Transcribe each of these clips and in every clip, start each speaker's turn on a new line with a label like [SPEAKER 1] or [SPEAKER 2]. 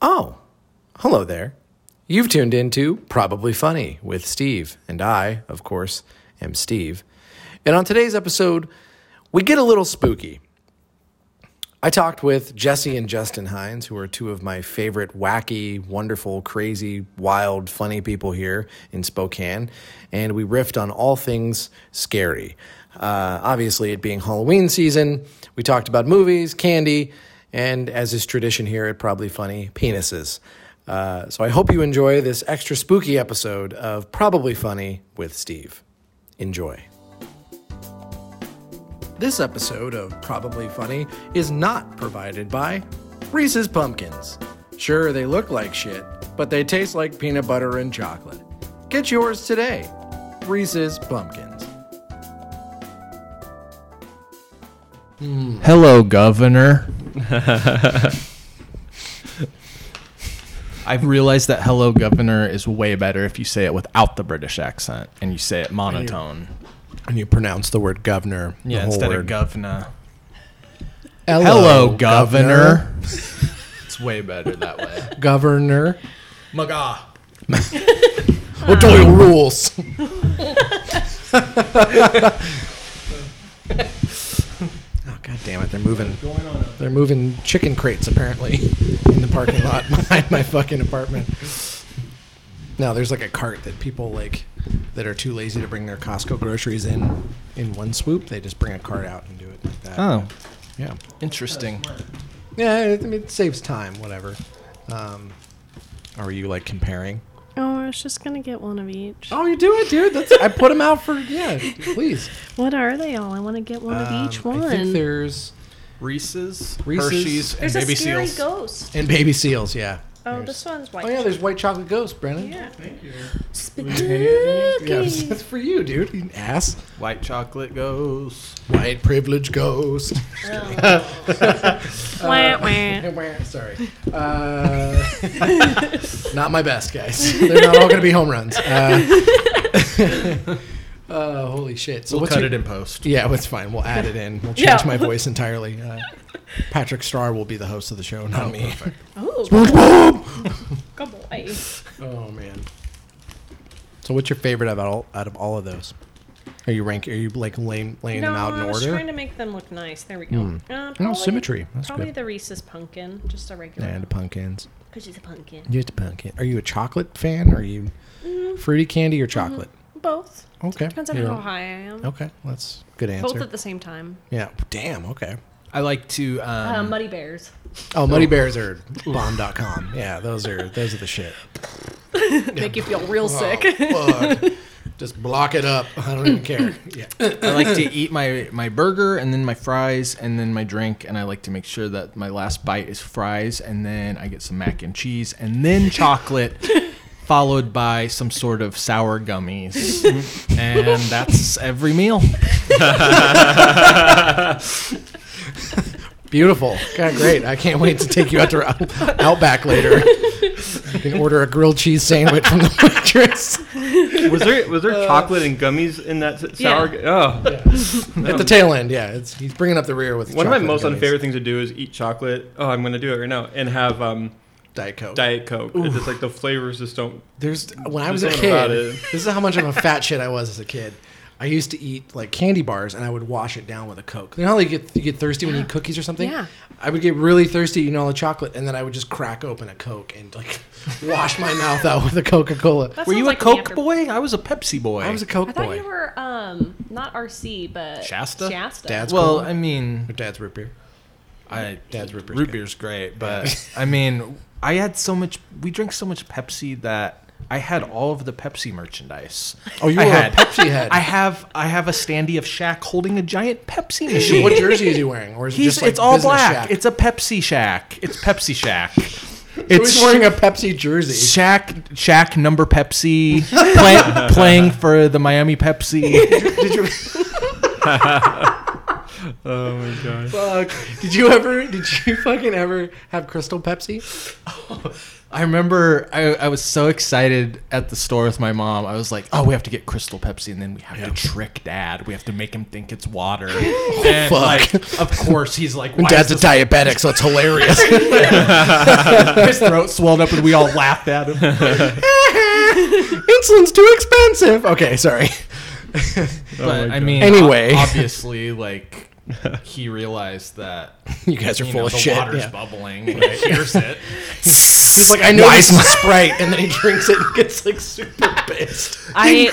[SPEAKER 1] Oh, hello there.
[SPEAKER 2] You've tuned into Probably Funny with Steve, and I, of course, am Steve. And on today's episode, we get a little spooky. I talked with Jesse and Justin Hines, who are two of my favorite wacky, wonderful, crazy, wild, funny people here in Spokane, and we riffed on all things scary. Uh, obviously, it being Halloween season, we talked about movies, candy, and as is tradition here at Probably Funny, penises. Uh, so I hope you enjoy this extra spooky episode of Probably Funny with Steve. Enjoy. This episode of Probably Funny is not provided by Reese's Pumpkins. Sure, they look like shit, but they taste like peanut butter and chocolate. Get yours today. Reese's Pumpkins.
[SPEAKER 3] Hello, Governor. I've realized that "Hello, Governor" is way better if you say it without the British accent and you say it monotone.
[SPEAKER 2] And you pronounce the word governor. the
[SPEAKER 3] Yeah,
[SPEAKER 2] whole
[SPEAKER 3] instead of
[SPEAKER 2] word.
[SPEAKER 3] "Governor." Hello, Governor. it's way better that way.
[SPEAKER 2] Governor.
[SPEAKER 3] Maga.
[SPEAKER 2] We'll do your rules. oh god damn it! They're moving. They're moving chicken crates apparently in the parking lot behind my fucking apartment. Now there's like a cart that people like that are too lazy to bring their Costco groceries in in one swoop. They just bring a cart out and do it like that.
[SPEAKER 3] Oh,
[SPEAKER 2] yeah,
[SPEAKER 3] interesting.
[SPEAKER 2] yeah. It, I mean, it saves time. Whatever. Um, are you like comparing?
[SPEAKER 4] Oh, I was just gonna get one of each.
[SPEAKER 2] Oh, you do it, dude. That's I put them out for yeah. Please.
[SPEAKER 4] What are they all? I want to get one of each
[SPEAKER 2] Um,
[SPEAKER 4] one.
[SPEAKER 2] I think there's
[SPEAKER 3] Reese's,
[SPEAKER 2] Reese's.
[SPEAKER 3] Hershey's, and
[SPEAKER 4] There's
[SPEAKER 3] Baby
[SPEAKER 4] a scary
[SPEAKER 3] Seals.
[SPEAKER 4] ghost.
[SPEAKER 2] and baby seals. Yeah.
[SPEAKER 4] Oh,
[SPEAKER 2] There's-
[SPEAKER 4] this one's white.
[SPEAKER 2] Oh yeah, there's white chocolate ghost, Brennan.
[SPEAKER 4] Yeah. Thank you.
[SPEAKER 2] Yeah, that's for you, dude. You ass.
[SPEAKER 3] White chocolate goes.
[SPEAKER 2] White privilege ghost. Sorry. Uh, not my best, guys. They're not all gonna be home runs. Uh, uh, holy shit. So
[SPEAKER 3] We'll
[SPEAKER 2] what's
[SPEAKER 3] cut
[SPEAKER 2] your-
[SPEAKER 3] it in post.
[SPEAKER 2] Yeah, it's fine. We'll add it in. We'll change
[SPEAKER 4] Yeah.
[SPEAKER 2] my voice entirely. Uh, Patrick Starr will be the host of the show, not me.
[SPEAKER 4] Oh, good boy.
[SPEAKER 2] Oh man. So what's your favorite out of all out of all of those? Are you rank? Are you like laying laying
[SPEAKER 4] No,
[SPEAKER 2] them out in
[SPEAKER 4] I was
[SPEAKER 2] order? Hmm. Oh,
[SPEAKER 4] trying to make them look nice. There we go. Uh, probably,
[SPEAKER 2] symmetry. That's
[SPEAKER 4] probably
[SPEAKER 2] good.
[SPEAKER 4] the Reese's pumpkin, just a regular.
[SPEAKER 2] and pumpkins.
[SPEAKER 4] Because she's a pumpkin.
[SPEAKER 2] Just a pumpkin. Are you a chocolate fan? Are you fruity candy or chocolate?
[SPEAKER 4] Both.
[SPEAKER 2] Okay.
[SPEAKER 4] Mm-hmm. Depends on
[SPEAKER 2] You're-
[SPEAKER 4] how high I am.
[SPEAKER 2] Okay, that's a good
[SPEAKER 4] Both
[SPEAKER 2] answer.
[SPEAKER 4] at the same time.
[SPEAKER 2] yeah. Damn. Okay.
[SPEAKER 3] I like to.
[SPEAKER 4] Uh,
[SPEAKER 3] Um,
[SPEAKER 4] Muddy Bears.
[SPEAKER 2] Oh, Muddy Bears are bomb.com. Yeah, those are those are the shit.
[SPEAKER 4] Make you feel real sick.
[SPEAKER 2] Oh, fuck. Just block it up. I don't even care. Yeah.
[SPEAKER 3] I like to eat my, my burger and then my fries and then my drink, and I like to make sure that my last bite is fries, and then I get some mac and cheese, and then chocolate, followed by some sort of sour gummies, and that's every meal.
[SPEAKER 2] Beautiful. God, great. I can't wait to take you out to Out- Outback later. You can order a grilled cheese sandwich from the waitress
[SPEAKER 5] Was there was there chocolate and gummies in that s- sour?
[SPEAKER 4] Yeah.
[SPEAKER 5] gu- Oh,
[SPEAKER 2] at the tail end. Yeah, it's, he's bringing up the rear with
[SPEAKER 5] one of my
[SPEAKER 2] chocolate
[SPEAKER 5] most
[SPEAKER 2] gummies.
[SPEAKER 5] unfavorite things to do is eat chocolate. Oh, I'm gonna do it right now and have um,
[SPEAKER 2] Diet Coke.
[SPEAKER 5] diet coke. It's just like the flavors just don't.
[SPEAKER 2] There's when I was a
[SPEAKER 5] There's something
[SPEAKER 2] kid.
[SPEAKER 5] about
[SPEAKER 2] This
[SPEAKER 5] it.
[SPEAKER 2] is how much of a fat shit I was as a kid. I used to eat like candy bars and I would wash it down with a Coke. You know how you get you get thirsty when you eat cookies or something?
[SPEAKER 4] Yeah.
[SPEAKER 2] I would get really thirsty, eating all the chocolate, and then I would just crack open a Coke and like wash my mouth out with a Coca Cola.
[SPEAKER 4] That
[SPEAKER 3] Were
[SPEAKER 4] sounds
[SPEAKER 3] you a
[SPEAKER 4] like me
[SPEAKER 3] Coke
[SPEAKER 4] after-
[SPEAKER 3] boy? I was a Pepsi boy.
[SPEAKER 2] I was a Coke
[SPEAKER 4] I thought
[SPEAKER 2] Oh, boy.
[SPEAKER 4] you were um not RC but
[SPEAKER 3] Shasta?
[SPEAKER 4] Shasta.
[SPEAKER 2] Dad's
[SPEAKER 3] well,
[SPEAKER 2] Cola?
[SPEAKER 3] I mean,
[SPEAKER 2] Your dad's root beer.
[SPEAKER 3] I
[SPEAKER 2] Dad's root beer's
[SPEAKER 3] root
[SPEAKER 2] good.
[SPEAKER 3] beer's great, but I mean, I had so much. We drank so much Pepsi that I had all of the Pepsi merchandise.
[SPEAKER 2] Oh, you
[SPEAKER 3] I
[SPEAKER 2] were a
[SPEAKER 3] had,
[SPEAKER 2] Pepsi head.
[SPEAKER 3] I have I have a standee of Shaq holding a giant Pepsi
[SPEAKER 2] Dude, what
[SPEAKER 3] machine.
[SPEAKER 2] jersey is he wearing? Or is it
[SPEAKER 3] He's
[SPEAKER 2] just like
[SPEAKER 3] it's all
[SPEAKER 2] business
[SPEAKER 3] black.
[SPEAKER 2] Shack?
[SPEAKER 3] It's a Pepsi Shack. It's Pepsi Shack.
[SPEAKER 2] So
[SPEAKER 3] It's
[SPEAKER 2] he's wearing a Pepsi jersey.
[SPEAKER 3] Shaq Shaq number Pepsi play, playing for the Miami Pepsi.
[SPEAKER 2] Did you?
[SPEAKER 5] Oh my gosh.
[SPEAKER 2] Fuck. Did you ever? Did you fucking ever have Crystal Pepsi?
[SPEAKER 3] I remember I, I was so excited at the store with my mom. I was like, "Oh, we have to get Crystal Pepsi, and then we have to trick Dad. We have to make him think it's water." and
[SPEAKER 2] Oh, fuck.
[SPEAKER 3] like, of course, he's like, "Why is
[SPEAKER 2] Dad's a
[SPEAKER 3] this
[SPEAKER 2] diabetic, so it's hilarious.
[SPEAKER 3] His throat swelled up and we all laughed at him.
[SPEAKER 2] Insulin's too expensive. Okay, sorry.
[SPEAKER 5] Oh
[SPEAKER 3] But I mean,
[SPEAKER 2] Anyway.
[SPEAKER 3] o- obviously, like he realized that
[SPEAKER 2] You guys are
[SPEAKER 3] you
[SPEAKER 2] full
[SPEAKER 3] know,
[SPEAKER 2] of
[SPEAKER 3] the
[SPEAKER 2] shit.
[SPEAKER 3] water's
[SPEAKER 2] yeah.
[SPEAKER 3] bubbling and he hears it.
[SPEAKER 2] He's like, I know this is Sprite, and then he drinks it and gets like super pissed.
[SPEAKER 4] I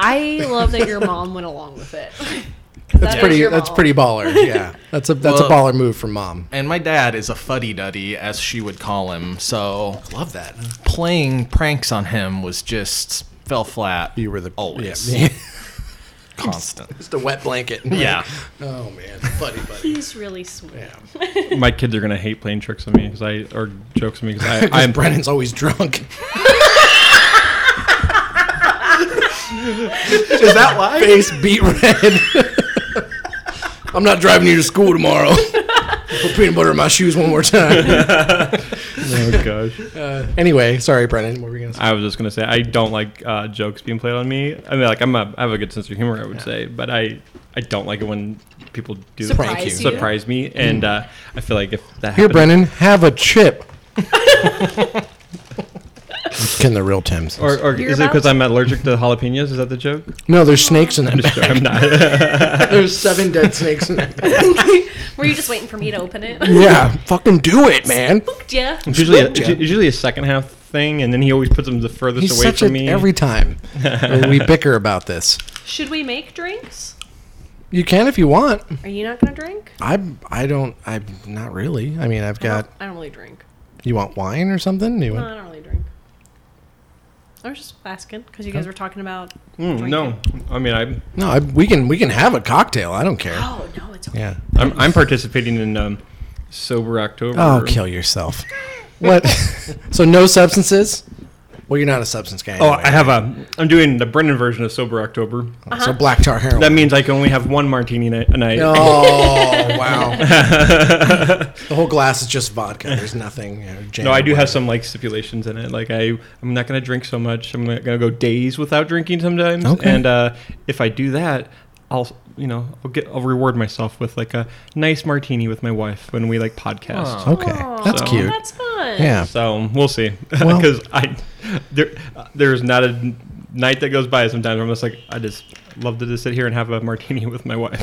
[SPEAKER 4] I love that your mom went along with it. 'Cause that is
[SPEAKER 2] pretty.
[SPEAKER 4] your
[SPEAKER 2] That's
[SPEAKER 4] mom.
[SPEAKER 2] pretty baller. Yeah, that's a that's
[SPEAKER 3] Well-
[SPEAKER 2] a baller move from mom.
[SPEAKER 3] And my dad is a fuddy duddy, as she would call him. So
[SPEAKER 2] Love that.
[SPEAKER 3] playing pranks on him was just fell flat.
[SPEAKER 2] You were the
[SPEAKER 3] always
[SPEAKER 2] Yeah.
[SPEAKER 3] constant.
[SPEAKER 2] Just a wet blanket.
[SPEAKER 3] Yeah.
[SPEAKER 2] Oh man, funny buddy.
[SPEAKER 4] He's really sweet.
[SPEAKER 5] My kids are gonna hate playing tricks on me because I or jokes on me because I
[SPEAKER 2] I'm
[SPEAKER 5] I'm
[SPEAKER 2] Brennan's always drunk. Is that why? Face beat red. I'm not driving you to school tomorrow. Put peanut butter in my shoes one more time.
[SPEAKER 5] oh gosh.
[SPEAKER 2] anyway, sorry, Brennan. What were we gonna say?
[SPEAKER 5] I was just gonna say I don't like uh, jokes being played on me. I mean, like I'm a, I have a good sense of humor, I would say, but I I don't like it when people do
[SPEAKER 4] Surprise
[SPEAKER 2] Prank you.
[SPEAKER 4] you.
[SPEAKER 5] surprise me, and uh, I feel like if that
[SPEAKER 2] Here,
[SPEAKER 5] happened,
[SPEAKER 2] Brennan, have a chip. Just kidding, the real Tims.
[SPEAKER 5] or, or
[SPEAKER 4] You're
[SPEAKER 5] is it
[SPEAKER 4] about
[SPEAKER 5] because
[SPEAKER 4] to-
[SPEAKER 5] I'm allergic to jalapenos? Is that the joke?
[SPEAKER 2] No, there's snakes in that.
[SPEAKER 5] Sure, I'm not.
[SPEAKER 2] bag. There's seven dead snakes in that. bag.
[SPEAKER 4] Were you just waiting for me to open it?
[SPEAKER 2] Yeah, fucking do it, man.
[SPEAKER 4] yeah.
[SPEAKER 5] It's usually a, it's
[SPEAKER 2] Spooked ya.
[SPEAKER 5] usually a second half thing, and then he always puts them the furthest
[SPEAKER 2] He's
[SPEAKER 5] away
[SPEAKER 2] such
[SPEAKER 5] from
[SPEAKER 2] a
[SPEAKER 5] me.
[SPEAKER 2] every time when we bicker about this.
[SPEAKER 4] Should we make drinks?
[SPEAKER 2] You can if you want.
[SPEAKER 4] Are you not gonna drink?
[SPEAKER 2] I I don't I'm not really. I mean, I've got
[SPEAKER 4] I don't really drink.
[SPEAKER 2] you want wine or something? You
[SPEAKER 4] No,
[SPEAKER 2] want,
[SPEAKER 4] I don't really drink. I was just asking because you guys were talking about.
[SPEAKER 5] Mm, no, I mean I'm
[SPEAKER 2] no, I, we can we can have a cocktail. I don't care.
[SPEAKER 4] Oh no, it's okay.
[SPEAKER 2] Yeah.
[SPEAKER 5] I'm, I'm participating in um, sober October.
[SPEAKER 2] Oh, kill yourself. What? so no substances? Well, you're not a substance guy.
[SPEAKER 5] Oh,
[SPEAKER 2] anyway.
[SPEAKER 5] I have a. I'm doing the Brendan version of sober October.
[SPEAKER 2] So black tar heroin.
[SPEAKER 5] That means I can only have one martini ni- a night.
[SPEAKER 2] oh wow. the whole glass is just vodka. There's nothing. You know, gin
[SPEAKER 5] No,
[SPEAKER 2] or
[SPEAKER 5] I do
[SPEAKER 2] whatever.
[SPEAKER 5] have some like stipulations in it. Like I, I'm not gonna drink so much. I'm gonna go days without drinking sometimes.
[SPEAKER 2] Okay.
[SPEAKER 5] And uh, if I do that, I'll, you know, I'll get, I'll reward myself with like a nice martini with my wife when we like podcast.
[SPEAKER 2] Okay, that's
[SPEAKER 5] So-
[SPEAKER 2] cute.
[SPEAKER 4] oh, That's fun.
[SPEAKER 2] yeah.
[SPEAKER 5] So we'll see,
[SPEAKER 2] Well-
[SPEAKER 5] because I, there, uh, there's not a night that goes by sometimes where I'm just like, I just love to just sit here and have a martini with my wife.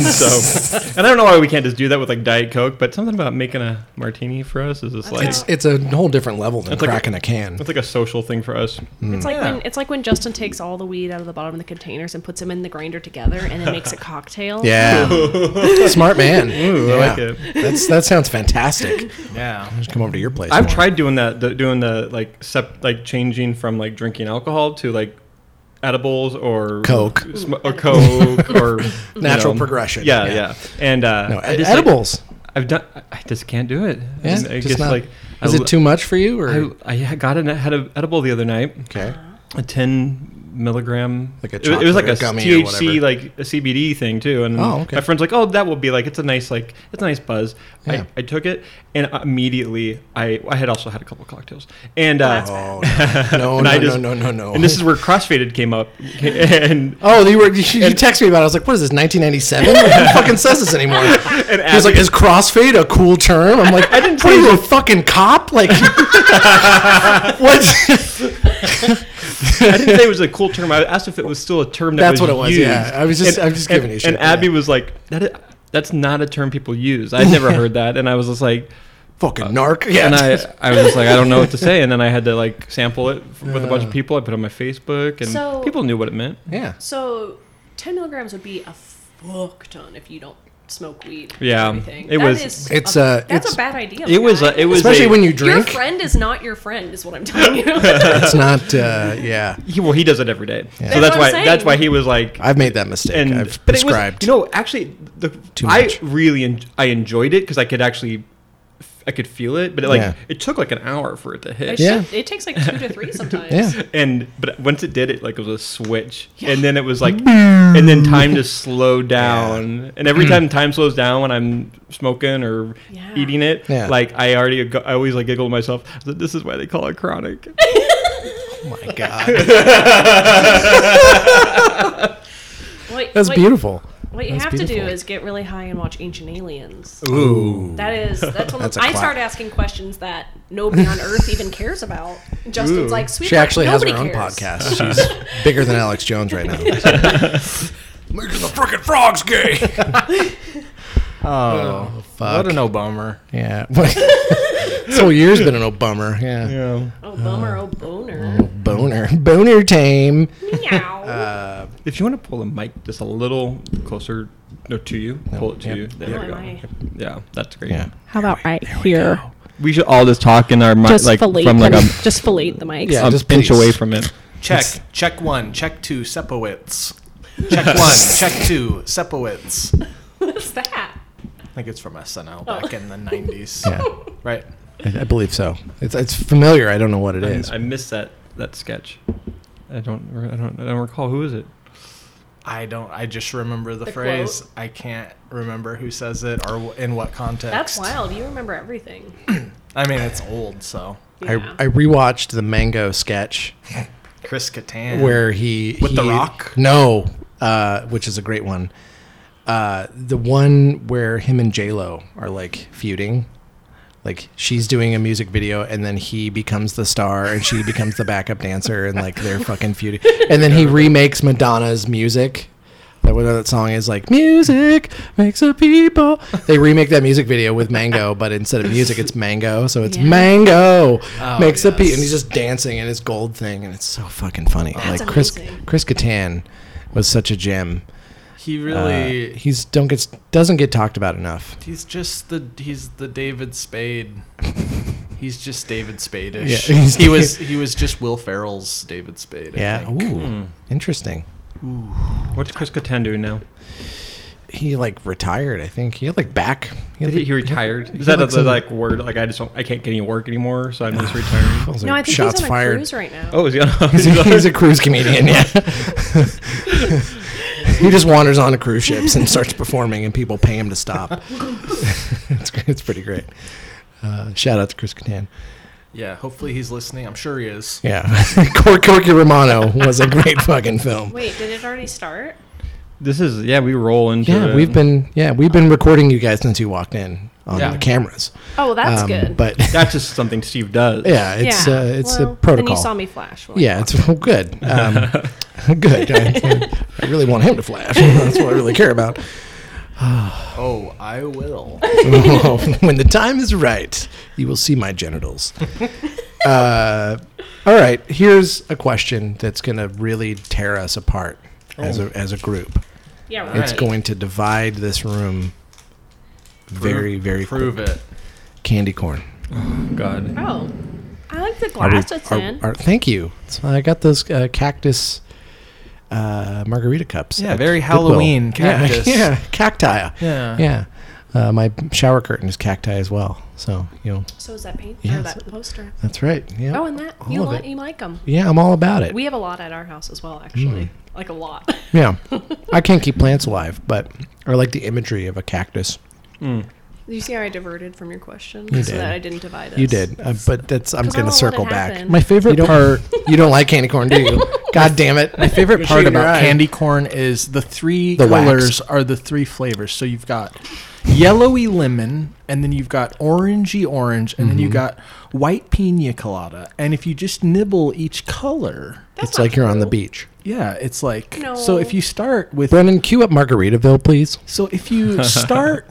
[SPEAKER 5] so, and I don't know why we can't just do that with like Diet Coke, but something about making a martini for us is just like.
[SPEAKER 2] It's it's a whole different level than
[SPEAKER 5] It's like a-
[SPEAKER 2] cracking a can.
[SPEAKER 5] It's like a social thing for us.
[SPEAKER 2] Mm.
[SPEAKER 4] It's like when it's like when Justin takes all the weed out of the bottom of the containers and puts them in the grinder together and then makes a cocktail.
[SPEAKER 2] Yeah. Smart man.
[SPEAKER 5] I
[SPEAKER 2] Yeah.
[SPEAKER 5] like it.
[SPEAKER 2] That's that sounds fantastic.
[SPEAKER 3] Yeah.
[SPEAKER 2] Just come over to your place.
[SPEAKER 5] I've
[SPEAKER 2] more.
[SPEAKER 5] tried doing that, the, doing the like sep, like changing from like drinking alcohol to like edibles or
[SPEAKER 2] Coke.
[SPEAKER 5] sm- or coke or you
[SPEAKER 2] Natural progression.
[SPEAKER 5] Yeah,
[SPEAKER 2] Yeah.
[SPEAKER 5] yeah, and uh,
[SPEAKER 2] no,
[SPEAKER 5] I just, like,
[SPEAKER 2] edibles.
[SPEAKER 5] I've done. I- I just can't do it.
[SPEAKER 2] Yeah,
[SPEAKER 5] And I
[SPEAKER 2] just
[SPEAKER 5] guess
[SPEAKER 2] not-
[SPEAKER 5] like
[SPEAKER 2] is
[SPEAKER 5] I,
[SPEAKER 2] it too much for you or
[SPEAKER 5] I, I got an had an edible the other night,
[SPEAKER 2] okay?
[SPEAKER 5] a ten milligram.
[SPEAKER 2] Like a
[SPEAKER 5] it, was- it was like a
[SPEAKER 2] chocolate or gummy or
[SPEAKER 5] THC
[SPEAKER 2] whatever.
[SPEAKER 5] like a CBD thing too. And
[SPEAKER 2] Oh, okay.
[SPEAKER 5] my friend's like, oh, that will be like it's a nice like it's a nice buzz.
[SPEAKER 2] Yeah.
[SPEAKER 5] I, I took it and immediately I I had also had a couple cocktails and uh,
[SPEAKER 2] Oh no, no,
[SPEAKER 5] and
[SPEAKER 2] no,
[SPEAKER 5] I
[SPEAKER 2] no,
[SPEAKER 5] just-
[SPEAKER 2] no, no, no.
[SPEAKER 5] and this is where crossfaded came up and.
[SPEAKER 2] oh, you were you, you texted me about. it. I was like, what is this? 1997? Who fucking says this anymore?
[SPEAKER 5] And
[SPEAKER 2] He was like,
[SPEAKER 5] Abby-
[SPEAKER 2] is crossfade a cool term? I'm like, I
[SPEAKER 5] didn't
[SPEAKER 2] didn't what are
[SPEAKER 5] say
[SPEAKER 2] you, a fucking cop? Like, what?
[SPEAKER 5] I didn't say it was a cool term. I asked if it was still a term that
[SPEAKER 2] That's
[SPEAKER 5] was
[SPEAKER 2] what it was,
[SPEAKER 5] used.
[SPEAKER 2] yeah. I was just-
[SPEAKER 5] and,
[SPEAKER 2] I was just
[SPEAKER 5] and-
[SPEAKER 2] giving you shit
[SPEAKER 5] And
[SPEAKER 2] for that.
[SPEAKER 5] Abby was like, "That is, that's not a term people use. I'd never heard that." And I was just like,
[SPEAKER 2] fucking narc. Yeah.
[SPEAKER 5] Uh, and I, I was just like, I don't know what to say. And then I had to like sample it f- with a bunch of people. I put it on my Facebook, and
[SPEAKER 4] So-
[SPEAKER 5] people knew what it meant.
[SPEAKER 2] yeah.
[SPEAKER 4] So ten milligrams would be a fuck ton if you don't smoke weed. and
[SPEAKER 5] Yeah,
[SPEAKER 4] everything.
[SPEAKER 5] it
[SPEAKER 4] That
[SPEAKER 5] was-
[SPEAKER 4] is
[SPEAKER 2] It's,
[SPEAKER 4] a,
[SPEAKER 2] uh,
[SPEAKER 4] that's
[SPEAKER 2] it's-
[SPEAKER 4] a bad idea.
[SPEAKER 5] It was
[SPEAKER 4] guy.
[SPEAKER 5] a, it was
[SPEAKER 2] Especially
[SPEAKER 5] a,
[SPEAKER 2] when you
[SPEAKER 4] your
[SPEAKER 2] drink,
[SPEAKER 4] friend is not your friend, is what I'm telling you.
[SPEAKER 2] it's not. Uh, yeah,
[SPEAKER 5] He, well, he does it every day, so
[SPEAKER 4] That's
[SPEAKER 5] that's
[SPEAKER 4] what
[SPEAKER 5] why
[SPEAKER 4] I'm saying.
[SPEAKER 5] that's why he was like.
[SPEAKER 2] I've made that mistake.
[SPEAKER 5] and
[SPEAKER 2] I've
[SPEAKER 5] but it was-
[SPEAKER 2] prescribed.
[SPEAKER 5] you know, actually, the,
[SPEAKER 2] Too
[SPEAKER 5] I
[SPEAKER 2] much.
[SPEAKER 5] really en- I enjoyed it because I could actually f- I could feel it, but it, like
[SPEAKER 2] Yeah.
[SPEAKER 5] it took like an hour for it to hit.
[SPEAKER 4] It,
[SPEAKER 2] Yeah.
[SPEAKER 4] should- it takes like two to three sometimes.
[SPEAKER 2] Yeah.
[SPEAKER 5] And but once it did, it like was a switch, and then it was like, and then time to slow down. And every time time slows down when I'm smoking or
[SPEAKER 4] Mm. Yeah.
[SPEAKER 5] eating it,
[SPEAKER 2] Yeah.
[SPEAKER 5] like I already, go- I always like giggle to myself. that This is why they call it chronic.
[SPEAKER 2] Oh My God,
[SPEAKER 4] What,
[SPEAKER 2] that's
[SPEAKER 4] what-
[SPEAKER 2] beautiful.
[SPEAKER 4] What you
[SPEAKER 2] That's
[SPEAKER 4] have to do
[SPEAKER 2] beautiful.
[SPEAKER 4] is get really high and watch Ancient Aliens.
[SPEAKER 2] Ooh,
[SPEAKER 4] That is that's when
[SPEAKER 2] That's a
[SPEAKER 4] I
[SPEAKER 2] cla-
[SPEAKER 4] start asking questions that nobody on Earth even cares about. Justin's
[SPEAKER 5] Ooh.
[SPEAKER 4] like, sweet,
[SPEAKER 2] she actually has
[SPEAKER 4] nobody
[SPEAKER 2] her own
[SPEAKER 4] cares.
[SPEAKER 2] podcast. She's bigger than Alex Jones right now. Making the frickin' frogs gay.
[SPEAKER 3] Oh,
[SPEAKER 2] fuck.
[SPEAKER 3] what an Obama.
[SPEAKER 2] Yeah, this whole year's been an old bummer. Yeah.
[SPEAKER 5] Yeah.
[SPEAKER 4] Oh
[SPEAKER 2] Uh,
[SPEAKER 4] bummer, oh boner.
[SPEAKER 2] boner, boner time.
[SPEAKER 4] Meow.
[SPEAKER 5] If you want to pull the mic just a little closer, no, to you, pull it to you. There
[SPEAKER 4] Oh,
[SPEAKER 5] we
[SPEAKER 4] am I?
[SPEAKER 5] go. Yeah, that's great.
[SPEAKER 2] Yeah.
[SPEAKER 4] How about right here?
[SPEAKER 5] We should all just talk in our mic,
[SPEAKER 4] Just
[SPEAKER 5] like
[SPEAKER 4] fillet
[SPEAKER 5] from like
[SPEAKER 4] them-
[SPEAKER 5] a,
[SPEAKER 4] just fillet the mics.
[SPEAKER 2] Yeah.
[SPEAKER 5] a
[SPEAKER 2] just
[SPEAKER 5] pinch
[SPEAKER 2] please.
[SPEAKER 5] away from it.
[SPEAKER 3] Check, check one, check two, Sepowitz. Check one, check two, Sepowitz.
[SPEAKER 4] What's that?
[SPEAKER 3] I think it's from SNL back in the 90s.
[SPEAKER 2] Yeah,
[SPEAKER 3] Right?
[SPEAKER 2] I, I believe so. It's it's familiar. I don't know what it is.
[SPEAKER 5] I missed that that sketch. I don't. re- I don't. I don't recall who is it.
[SPEAKER 3] I don't, I just remember the,
[SPEAKER 4] The
[SPEAKER 3] phrase.
[SPEAKER 4] quote?
[SPEAKER 3] I can't remember who says it or wh- in what context.
[SPEAKER 4] That's wild. You remember everything.
[SPEAKER 3] I mean, it's old, so.
[SPEAKER 4] Yeah.
[SPEAKER 2] I, I rewatched the mango sketch
[SPEAKER 3] Chris Kattan.
[SPEAKER 2] where he
[SPEAKER 3] With The
[SPEAKER 2] he-
[SPEAKER 3] Rock?
[SPEAKER 2] No, uh, which is a great one. Uh, the one where him and J Lo are like feuding. Like she's doing a music video, and then he becomes the star, and she becomes the backup dancer, and like they're fucking feuding. And then he remakes Madonna's music. That whatever that song is like, music makes a people. They remake that music video with Mango, but instead of music, it's Mango. So it's
[SPEAKER 4] Yeah.
[SPEAKER 2] Mango makes a people,
[SPEAKER 3] Oh, yes.
[SPEAKER 2] and he's just dancing in his gold thing, and it's so fucking funny.
[SPEAKER 4] That's
[SPEAKER 2] like Chris
[SPEAKER 4] amazing.
[SPEAKER 2] Chris Kattan was such a gem.
[SPEAKER 3] he
[SPEAKER 2] Uh,
[SPEAKER 3] really,
[SPEAKER 2] he's don't get doesn't get talked about enough.
[SPEAKER 3] he's just the, he's the David Spade. He's just David Spade-ish.
[SPEAKER 2] Yeah, he's
[SPEAKER 3] he was he was just Will Ferrell's David Spade. I
[SPEAKER 2] Yeah.
[SPEAKER 3] think. Hmm.
[SPEAKER 2] Ooh. Interesting.
[SPEAKER 5] What's Chris Kattan doing now?
[SPEAKER 2] He like retired. I think he had like back. He, had,
[SPEAKER 5] Did he,
[SPEAKER 2] like,
[SPEAKER 5] he retired? Is
[SPEAKER 2] he
[SPEAKER 5] that a,
[SPEAKER 2] looks in-
[SPEAKER 5] like word? Like I just don't, I can't get any work anymore, so I'm just retiring.
[SPEAKER 2] was,
[SPEAKER 4] no, I
[SPEAKER 2] like,
[SPEAKER 4] think
[SPEAKER 2] shots
[SPEAKER 4] he's on
[SPEAKER 2] fired.
[SPEAKER 4] a cruise right now.
[SPEAKER 5] Oh, is he on?
[SPEAKER 2] He's a, he's a cruise comedian. Yeah. he just wanders onto cruise ships and starts performing, and people pay him to stop. it's great. It's pretty great. Uh, shout out to Chris Kattan.
[SPEAKER 3] Yeah, hopefully he's listening. I'm sure he is.
[SPEAKER 2] Yeah, Cor- Corky Romano was a great fucking film.
[SPEAKER 4] Wait, did it already start?
[SPEAKER 5] this is yeah. We roll into
[SPEAKER 2] Yeah,
[SPEAKER 5] it.
[SPEAKER 2] we've been yeah we've been recording you guys since you walked in on
[SPEAKER 3] Yeah.
[SPEAKER 2] the cameras.
[SPEAKER 4] Oh, that's
[SPEAKER 2] Um,
[SPEAKER 4] good.
[SPEAKER 2] But
[SPEAKER 5] That's just something Steve does.
[SPEAKER 2] yeah, it's uh, it's
[SPEAKER 4] well,
[SPEAKER 2] a protocol.
[SPEAKER 4] Then you saw me flash. Well,
[SPEAKER 2] Yeah, it's well, good. Um, good. I, I really want him to flash. That's what I really care about.
[SPEAKER 3] Oh, I will.
[SPEAKER 2] when the time is right, you will see my genitals. Uh, all right, here's a question that's going to really tear us apart as a as a group.
[SPEAKER 4] Yeah, right.
[SPEAKER 2] It's going to divide this room very, very
[SPEAKER 3] Prove
[SPEAKER 2] quick.
[SPEAKER 3] it.
[SPEAKER 2] Candy corn.
[SPEAKER 5] God.
[SPEAKER 4] Oh, I like the
[SPEAKER 2] Are we-
[SPEAKER 4] glass it's
[SPEAKER 2] are-
[SPEAKER 4] in.
[SPEAKER 2] are- thank you. So I got those uh, cactus uh, margarita cups.
[SPEAKER 3] Yeah,
[SPEAKER 2] at
[SPEAKER 3] very
[SPEAKER 2] Goodwill.
[SPEAKER 3] Halloween
[SPEAKER 2] Yeah,
[SPEAKER 3] cactus.
[SPEAKER 2] Yeah, cacti.
[SPEAKER 3] Yeah.
[SPEAKER 2] Yeah. Uh, my shower curtain is cacti as well. So, you know,
[SPEAKER 4] so is that paint
[SPEAKER 2] Yeah,
[SPEAKER 4] or
[SPEAKER 2] it's-
[SPEAKER 4] that poster?
[SPEAKER 2] that's right. Yeah.
[SPEAKER 4] Oh, and that
[SPEAKER 2] all
[SPEAKER 4] you
[SPEAKER 2] of
[SPEAKER 4] like
[SPEAKER 2] it.
[SPEAKER 4] you like them.
[SPEAKER 2] Yeah, I'm all about it.
[SPEAKER 4] We have a lot at our house as well,
[SPEAKER 2] Mm.
[SPEAKER 4] actually. Like a lot.
[SPEAKER 2] yeah. I can't keep plants alive, but I like the imagery of a cactus.
[SPEAKER 4] you see how I diverted from your question
[SPEAKER 2] You
[SPEAKER 4] so
[SPEAKER 2] did.
[SPEAKER 4] that I didn't divide us.
[SPEAKER 2] You did, uh, but that's I'm
[SPEAKER 4] 'Cause I
[SPEAKER 2] gonna
[SPEAKER 4] don't let it
[SPEAKER 2] circle back.
[SPEAKER 4] happen.
[SPEAKER 2] My favorite part. you don't like candy corn, do you? God damn it! My
[SPEAKER 3] Favorite part about candy corn is the three
[SPEAKER 2] The wax.
[SPEAKER 3] colors are the three flavors. So you've got yellowy lemon, and then you've got orangey orange, and then you got white pina colada. And if you just nibble each color,
[SPEAKER 2] It's like you're on the beach.
[SPEAKER 3] yeah, it's like so.
[SPEAKER 4] No.
[SPEAKER 3] If you start with
[SPEAKER 2] Brennan, cue up Margaritaville, please.
[SPEAKER 3] So if you start,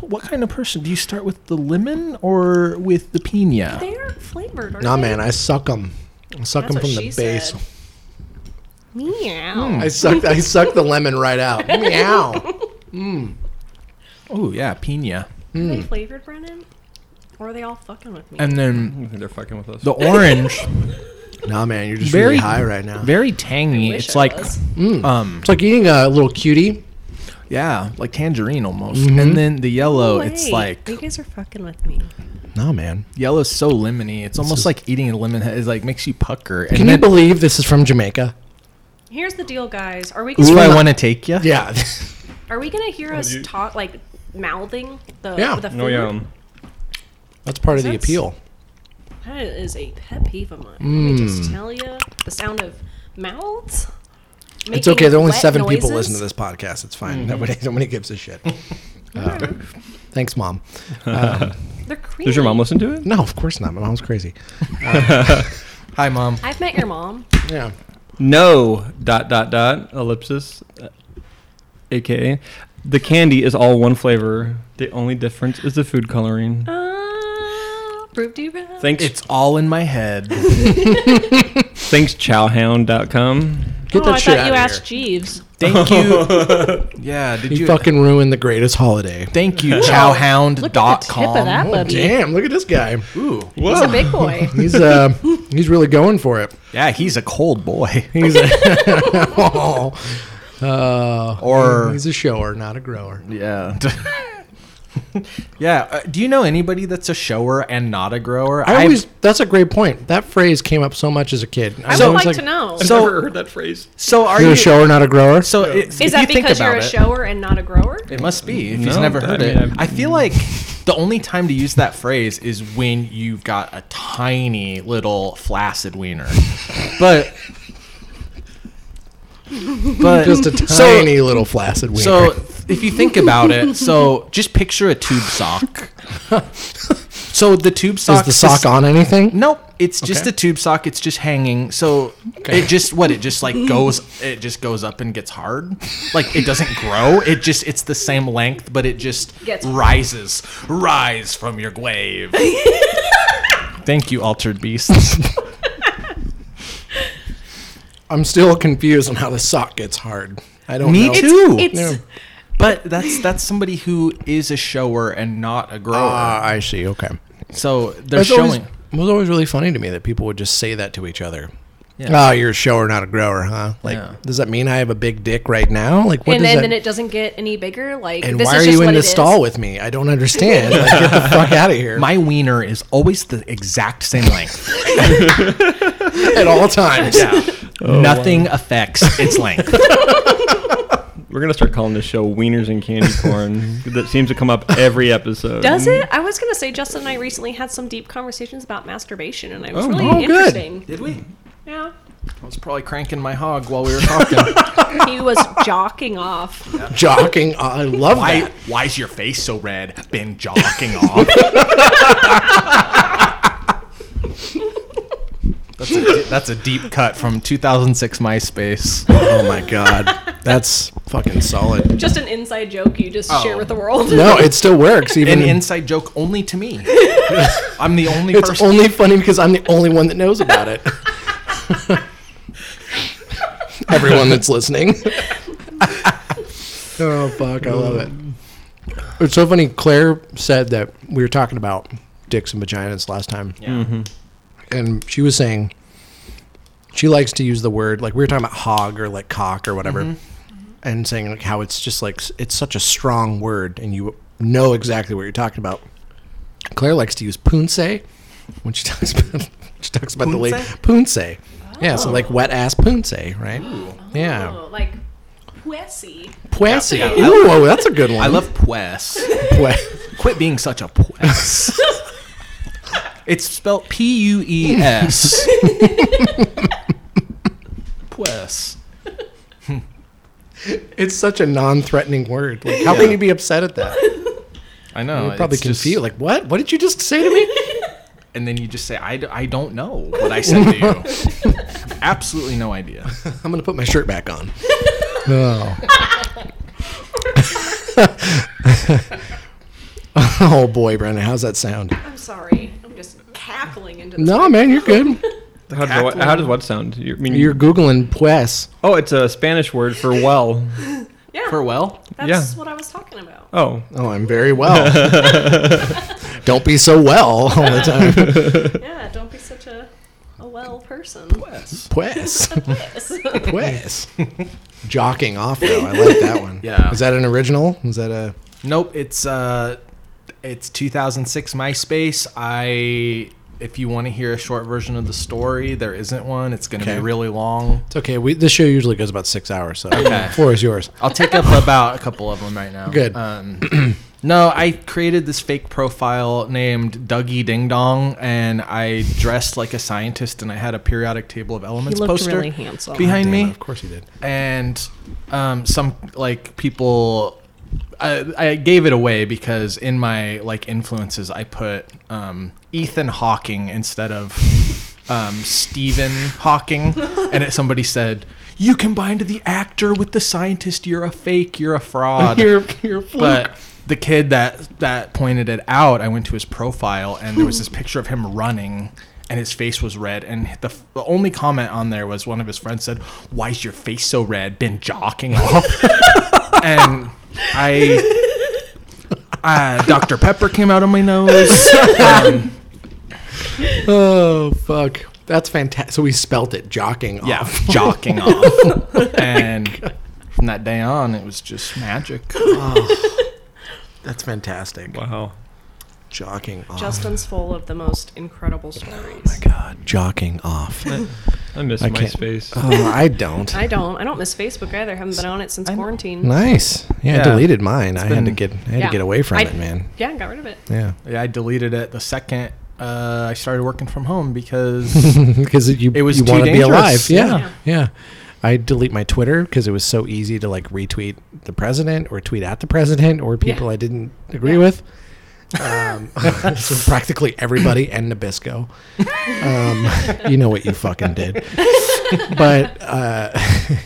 [SPEAKER 3] what kind of person do you start with? The lemon or with the pina?
[SPEAKER 4] They aren't flavored, are
[SPEAKER 2] Nah,
[SPEAKER 4] they?
[SPEAKER 2] man, I suck them. I suck them
[SPEAKER 4] That's what
[SPEAKER 2] from the
[SPEAKER 4] she
[SPEAKER 2] base.
[SPEAKER 4] said. Meow.
[SPEAKER 2] I suck. I suck the lemon right out. Meow.
[SPEAKER 3] Oh yeah, pina.
[SPEAKER 4] Are they flavored, Brennan? Or are they all fucking with me?
[SPEAKER 3] And then
[SPEAKER 5] They're fucking with us.
[SPEAKER 3] the orange,
[SPEAKER 2] Nah, man, you're just
[SPEAKER 3] very
[SPEAKER 2] really high right now.
[SPEAKER 3] Very tangy.
[SPEAKER 4] Wish
[SPEAKER 3] It's
[SPEAKER 4] I
[SPEAKER 3] like
[SPEAKER 4] was.
[SPEAKER 3] um
[SPEAKER 2] it's like eating a little cutie. Mm-hmm.
[SPEAKER 3] yeah, like tangerine almost. And then the yellow,
[SPEAKER 4] No
[SPEAKER 3] it's
[SPEAKER 4] way.
[SPEAKER 3] like
[SPEAKER 4] you guys are fucking with me.
[SPEAKER 2] No, man.
[SPEAKER 3] Yellow's so lemony. It's almost like eating a lemon. It like makes you pucker. And
[SPEAKER 2] Can you
[SPEAKER 3] then,
[SPEAKER 2] believe this is from Jamaica?
[SPEAKER 4] Here's the deal, guys. Are we
[SPEAKER 3] Ooh,
[SPEAKER 4] gonna,
[SPEAKER 3] I want to take you.
[SPEAKER 2] Yeah.
[SPEAKER 4] are we gonna hear us
[SPEAKER 5] you-
[SPEAKER 4] talk like mouthing the
[SPEAKER 2] Yeah.
[SPEAKER 4] the food?
[SPEAKER 5] No, yeah. um,
[SPEAKER 2] That's part of the
[SPEAKER 4] That's-
[SPEAKER 2] appeal.
[SPEAKER 4] That is a pet peeve of mine. Let me just tell you, the sound of mouths.
[SPEAKER 2] It's okay. There are only seven people listen to this podcast. It's fine.
[SPEAKER 3] Mm-hmm.
[SPEAKER 2] Nobody, nobody gives a shit. Uh, thanks, mom.
[SPEAKER 4] They're creepy.
[SPEAKER 5] Does your mom listen to it?
[SPEAKER 2] No, of course not. My mom's crazy.
[SPEAKER 3] Hi, mom.
[SPEAKER 4] I've met your mom.
[SPEAKER 2] Yeah.
[SPEAKER 5] No. Dot dot dot ellipsis, uh, aka the candy is all one flavor. The only difference is the food coloring.
[SPEAKER 4] Uh, Broop-dee-bro.
[SPEAKER 5] Thanks.
[SPEAKER 3] It's all in my head.
[SPEAKER 5] thanks chowhound.com.
[SPEAKER 2] Get
[SPEAKER 4] oh,
[SPEAKER 2] that
[SPEAKER 4] I
[SPEAKER 2] shit
[SPEAKER 4] thought
[SPEAKER 2] out
[SPEAKER 4] you
[SPEAKER 2] of
[SPEAKER 4] asked
[SPEAKER 2] here.
[SPEAKER 4] Jeeves.
[SPEAKER 3] Thank you. yeah. Did
[SPEAKER 2] You,
[SPEAKER 3] you?
[SPEAKER 2] fucking ruined the greatest holiday. Oh,
[SPEAKER 3] thank you.
[SPEAKER 4] Look at the tip of that
[SPEAKER 3] Chowhound.com.
[SPEAKER 4] puppy.
[SPEAKER 2] Damn! Look at this guy.
[SPEAKER 3] Ooh.
[SPEAKER 4] He's a big boy.
[SPEAKER 2] He's uh, he's really going for it.
[SPEAKER 3] Yeah, he's a cold boy.
[SPEAKER 2] He's a, oh, uh,
[SPEAKER 3] Or-
[SPEAKER 2] he's a shower, not a grower.
[SPEAKER 3] Yeah. yeah. Uh, do you know anybody that's a shower and not a grower?
[SPEAKER 2] I
[SPEAKER 3] I've-
[SPEAKER 2] always. That's a great point. That phrase came up so much as a kid.
[SPEAKER 4] I
[SPEAKER 2] So
[SPEAKER 4] would like, to know.
[SPEAKER 5] I've
[SPEAKER 3] So-
[SPEAKER 5] never heard that phrase.
[SPEAKER 3] So are
[SPEAKER 2] You're
[SPEAKER 3] you?
[SPEAKER 2] a shower, not a grower.
[SPEAKER 3] so it's,
[SPEAKER 4] Is
[SPEAKER 3] if you
[SPEAKER 4] that
[SPEAKER 3] think
[SPEAKER 4] because you're
[SPEAKER 3] about
[SPEAKER 4] a
[SPEAKER 3] it-
[SPEAKER 4] shower and not a grower?
[SPEAKER 3] It must be if
[SPEAKER 5] No,
[SPEAKER 3] he's never
[SPEAKER 5] I
[SPEAKER 3] heard
[SPEAKER 5] mean,
[SPEAKER 3] it.
[SPEAKER 5] I've-
[SPEAKER 3] I feel like the only time to use that phrase is when you've got a tiny little flaccid wiener. But but
[SPEAKER 2] Just a tiny little flaccid wiener.
[SPEAKER 3] so if you think about it, so just picture a tube sock. So the tube sock
[SPEAKER 2] is the sock on anything?
[SPEAKER 3] Nope, it's just a tube sock. It's just hanging. So it just what it just like goes. It just goes up and gets hard. Like it doesn't grow. It just it's the same length, but it just
[SPEAKER 4] Gets hard.
[SPEAKER 3] rises. Rise from your grave. Thank you, altered beasts.
[SPEAKER 2] I'm still confused on how the sock gets hard. I don't
[SPEAKER 3] Me
[SPEAKER 2] know.
[SPEAKER 3] too.
[SPEAKER 4] It's
[SPEAKER 2] Yeah.
[SPEAKER 3] but that's that's somebody who is a shower and not a grower.
[SPEAKER 2] Ah, I see. Okay.
[SPEAKER 3] so they're
[SPEAKER 2] That's
[SPEAKER 3] showing.
[SPEAKER 2] always, was always really funny to me that people would just say that to each other.
[SPEAKER 3] Yeah.
[SPEAKER 2] Oh, you're a shower, not a grower, huh? Like,
[SPEAKER 3] Yeah.
[SPEAKER 2] does that mean I have a big dick right now? Like, what
[SPEAKER 4] and
[SPEAKER 2] does
[SPEAKER 4] then,
[SPEAKER 2] that?
[SPEAKER 4] then it doesn't get any bigger. Like
[SPEAKER 2] and
[SPEAKER 4] this
[SPEAKER 2] why
[SPEAKER 4] is
[SPEAKER 2] are
[SPEAKER 4] just
[SPEAKER 2] you in
[SPEAKER 4] what it
[SPEAKER 2] the
[SPEAKER 4] is.
[SPEAKER 2] stall with me? I don't understand. Like, get the fuck out of here
[SPEAKER 3] my wiener is always the exact same length.
[SPEAKER 2] at all times.
[SPEAKER 3] Nothing affects its length.
[SPEAKER 5] We're gonna start calling this show "Wieners and Candy Corn." that seems to come up every episode.
[SPEAKER 4] Does it? I was gonna say Justin and I recently had some deep conversations about masturbation, and it was
[SPEAKER 5] Oh,
[SPEAKER 4] really
[SPEAKER 2] oh, good.
[SPEAKER 4] interesting.
[SPEAKER 3] Did we?
[SPEAKER 4] Yeah,
[SPEAKER 3] I was probably cranking my hog while we were talking.
[SPEAKER 4] he was jocking off.
[SPEAKER 2] Jocking. I love
[SPEAKER 3] why,
[SPEAKER 2] that.
[SPEAKER 3] why's your face so red? Been jocking off. that's, a, that's a deep cut from 2006 MySpace.
[SPEAKER 2] Oh my god, that's fucking solid.
[SPEAKER 4] Just an inside joke you just share with the world.
[SPEAKER 2] No, it still works. Even
[SPEAKER 3] An inside joke only to me. I'm the only
[SPEAKER 2] it's
[SPEAKER 3] person.
[SPEAKER 2] only funny because I'm the only one that knows about it. Everyone that's listening. oh fuck, I love it. It's so funny. Claire said that we were talking about dicks and vaginas last time, and she was saying she likes to use the word like we were talking about hog or like cock or whatever, and saying like how it's just like s- it's such a strong word, and you know exactly what you're talking about. Claire likes to use punse when she talks about she talks about the lady punse. Yeah, so like wet ass punse, right? Yeah,
[SPEAKER 4] Oh, like pussy.
[SPEAKER 2] puessy. Ooh, oh, that's a good one.
[SPEAKER 3] I love Pues.
[SPEAKER 2] Pue-
[SPEAKER 3] Quit being such a Pues. it's spelled P U E S. Pues.
[SPEAKER 2] It's such a non-threatening word. Like, how can you be upset at that?
[SPEAKER 3] I know.
[SPEAKER 2] You're probably
[SPEAKER 3] it's just-
[SPEAKER 2] confused. like, what? What did you just say to me?
[SPEAKER 3] and then you just say, I, d- I don't know what I said to you. Absolutely no idea.
[SPEAKER 2] I'm gonna put my shirt back on. oh. oh boy, Brendan, how's that sound?
[SPEAKER 4] I'm sorry. I'm just cackling into this.
[SPEAKER 2] No, man, you're good.
[SPEAKER 5] How does, what, how does what sound? You, I mean,
[SPEAKER 2] You're googling pues.
[SPEAKER 5] oh, it's a Spanish word for well.
[SPEAKER 4] Yeah,
[SPEAKER 3] Farewell.
[SPEAKER 4] that's
[SPEAKER 5] yeah.
[SPEAKER 4] what I was talking about.
[SPEAKER 5] Oh,
[SPEAKER 2] Oh, I'm very well. Don't be so well all the time.
[SPEAKER 4] Yeah, don't be such a a well person.
[SPEAKER 2] Pues. Pues. Jocking off though. I like that one.
[SPEAKER 3] Yeah.
[SPEAKER 2] Is that an original? Is that a
[SPEAKER 3] Nope, it's uh, It's 2006 MySpace. I if you want to hear a short version of the story, there isn't one. It's going to
[SPEAKER 2] Okay.
[SPEAKER 3] be really long.
[SPEAKER 2] It's okay. We, this show usually goes about six hours, so
[SPEAKER 3] Okay.
[SPEAKER 2] floor is yours.
[SPEAKER 3] I'll take up about a couple of them right now.
[SPEAKER 2] Good.
[SPEAKER 3] Um, no, I created this fake profile named Dougie Ding Dong, and I dressed like a scientist, and I had a periodic table of
[SPEAKER 4] He
[SPEAKER 3] elements
[SPEAKER 4] looked
[SPEAKER 3] poster
[SPEAKER 4] really handsome.
[SPEAKER 3] behind
[SPEAKER 2] Damn
[SPEAKER 3] me
[SPEAKER 2] it, Of course you did.
[SPEAKER 3] and um, some like people I, I gave it away because in my like influences i put um, ethan hawking instead of um, stephen hawking and it, somebody said you combined the actor with the scientist you're a fake you're a fraud
[SPEAKER 5] You're, you're a fluke.
[SPEAKER 3] but the kid that that pointed it out, I went to his profile and there was this picture of him running and his face was red and the, f- the only comment on there was one of his friends said, "Why is your face so red? Been jocking off?" and I uh, Dr. Pepper came out of my nose. Um,
[SPEAKER 2] Oh fuck, that's fantastic. So we spelt it jocking.
[SPEAKER 3] yeah,
[SPEAKER 2] off.
[SPEAKER 3] jocking off. And from that day on, it was just magic.
[SPEAKER 2] that's fantastic.
[SPEAKER 5] wow.
[SPEAKER 2] Jocking off.
[SPEAKER 4] Justin's full of the most incredible stories.
[SPEAKER 2] God, jocking off.
[SPEAKER 5] I miss
[SPEAKER 2] I can't-
[SPEAKER 5] MySpace.
[SPEAKER 2] oh, I don't.
[SPEAKER 4] I don't. I don't miss Facebook either. Haven't been on it since quarantine.
[SPEAKER 2] Nice. Yeah, I
[SPEAKER 3] Yeah.
[SPEAKER 2] deleted mine. I had to
[SPEAKER 3] been-
[SPEAKER 2] get. I had
[SPEAKER 4] Yeah.
[SPEAKER 2] to get away from
[SPEAKER 4] I-
[SPEAKER 2] it, man.
[SPEAKER 4] Yeah, got rid of it.
[SPEAKER 2] Yeah,
[SPEAKER 3] Yeah, I deleted it the second uh, I started working from home because
[SPEAKER 2] because Mm-hmm, you
[SPEAKER 3] It was
[SPEAKER 2] you
[SPEAKER 3] too
[SPEAKER 2] wanna be alive.
[SPEAKER 3] dangerous.
[SPEAKER 2] Yeah. yeah,
[SPEAKER 4] Yeah.
[SPEAKER 2] I delete my Twitter because it was so easy to like retweet the president or tweet at the president or people
[SPEAKER 4] Yeah.
[SPEAKER 2] I didn't agree
[SPEAKER 4] Yeah.
[SPEAKER 2] with. Um, so practically everybody and Nabisco. Um, you know what you fucking did. But uh,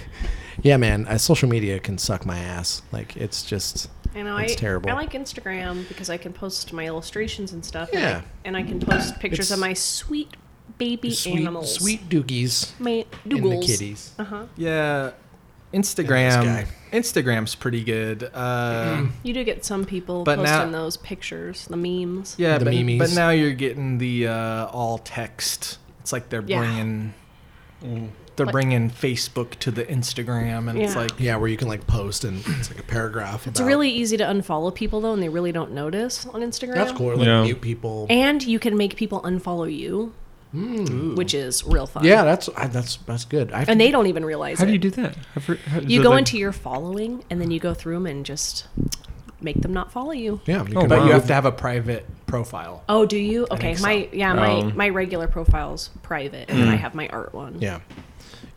[SPEAKER 2] yeah, man, uh, social media can suck my ass. Like it's just
[SPEAKER 4] I know.
[SPEAKER 2] That's
[SPEAKER 4] I,
[SPEAKER 2] terrible.
[SPEAKER 4] I like Instagram because I can post my illustrations and stuff.
[SPEAKER 2] Yeah.
[SPEAKER 4] And I, and I can post
[SPEAKER 2] It's-
[SPEAKER 4] pictures of my sweet baby
[SPEAKER 2] sweet,
[SPEAKER 4] animals.
[SPEAKER 2] sweet doogies
[SPEAKER 4] My
[SPEAKER 2] and the
[SPEAKER 4] doodles.
[SPEAKER 2] kitties.
[SPEAKER 4] Uh huh.
[SPEAKER 3] Yeah,
[SPEAKER 2] Yeah,
[SPEAKER 3] Instagram.
[SPEAKER 2] this
[SPEAKER 3] Instagram's pretty good. Uh,
[SPEAKER 4] You do get some people
[SPEAKER 3] But now-
[SPEAKER 4] posting those pictures, the memes.
[SPEAKER 3] yeah,
[SPEAKER 2] The
[SPEAKER 3] but,
[SPEAKER 2] memes.
[SPEAKER 3] but now you're getting the uh, all text. It's like they're
[SPEAKER 4] Yeah.
[SPEAKER 3] bringing
[SPEAKER 2] Mm.
[SPEAKER 3] they're
[SPEAKER 4] Like-
[SPEAKER 3] bringing Facebook to the Instagram, and it's
[SPEAKER 4] Yeah.
[SPEAKER 3] like
[SPEAKER 2] Yeah, where you can like post and it's like a paragraph.
[SPEAKER 4] It's really easy to unfollow people though, and they really don't notice on Instagram.
[SPEAKER 2] That's cool. Like
[SPEAKER 5] Yeah.
[SPEAKER 2] mute people.
[SPEAKER 4] And you can make people unfollow you, which is real fun.
[SPEAKER 2] Hmm. yeah, that's I, that's that's good. I,
[SPEAKER 4] And they don't even realize
[SPEAKER 5] How
[SPEAKER 4] it.
[SPEAKER 5] do you do that? I've heard- how-
[SPEAKER 4] You
[SPEAKER 5] so
[SPEAKER 4] go
[SPEAKER 5] like-
[SPEAKER 4] into your following, and then you go through them and just make them not follow you.
[SPEAKER 2] yeah, you
[SPEAKER 5] Oh,
[SPEAKER 2] can
[SPEAKER 3] but
[SPEAKER 5] wow.
[SPEAKER 3] you have to have a private profile.
[SPEAKER 4] Oh, do you? Okay,
[SPEAKER 3] think
[SPEAKER 4] my yeah, my
[SPEAKER 5] Um,
[SPEAKER 4] my regular profile's private, and then I have my art one.
[SPEAKER 2] Yeah.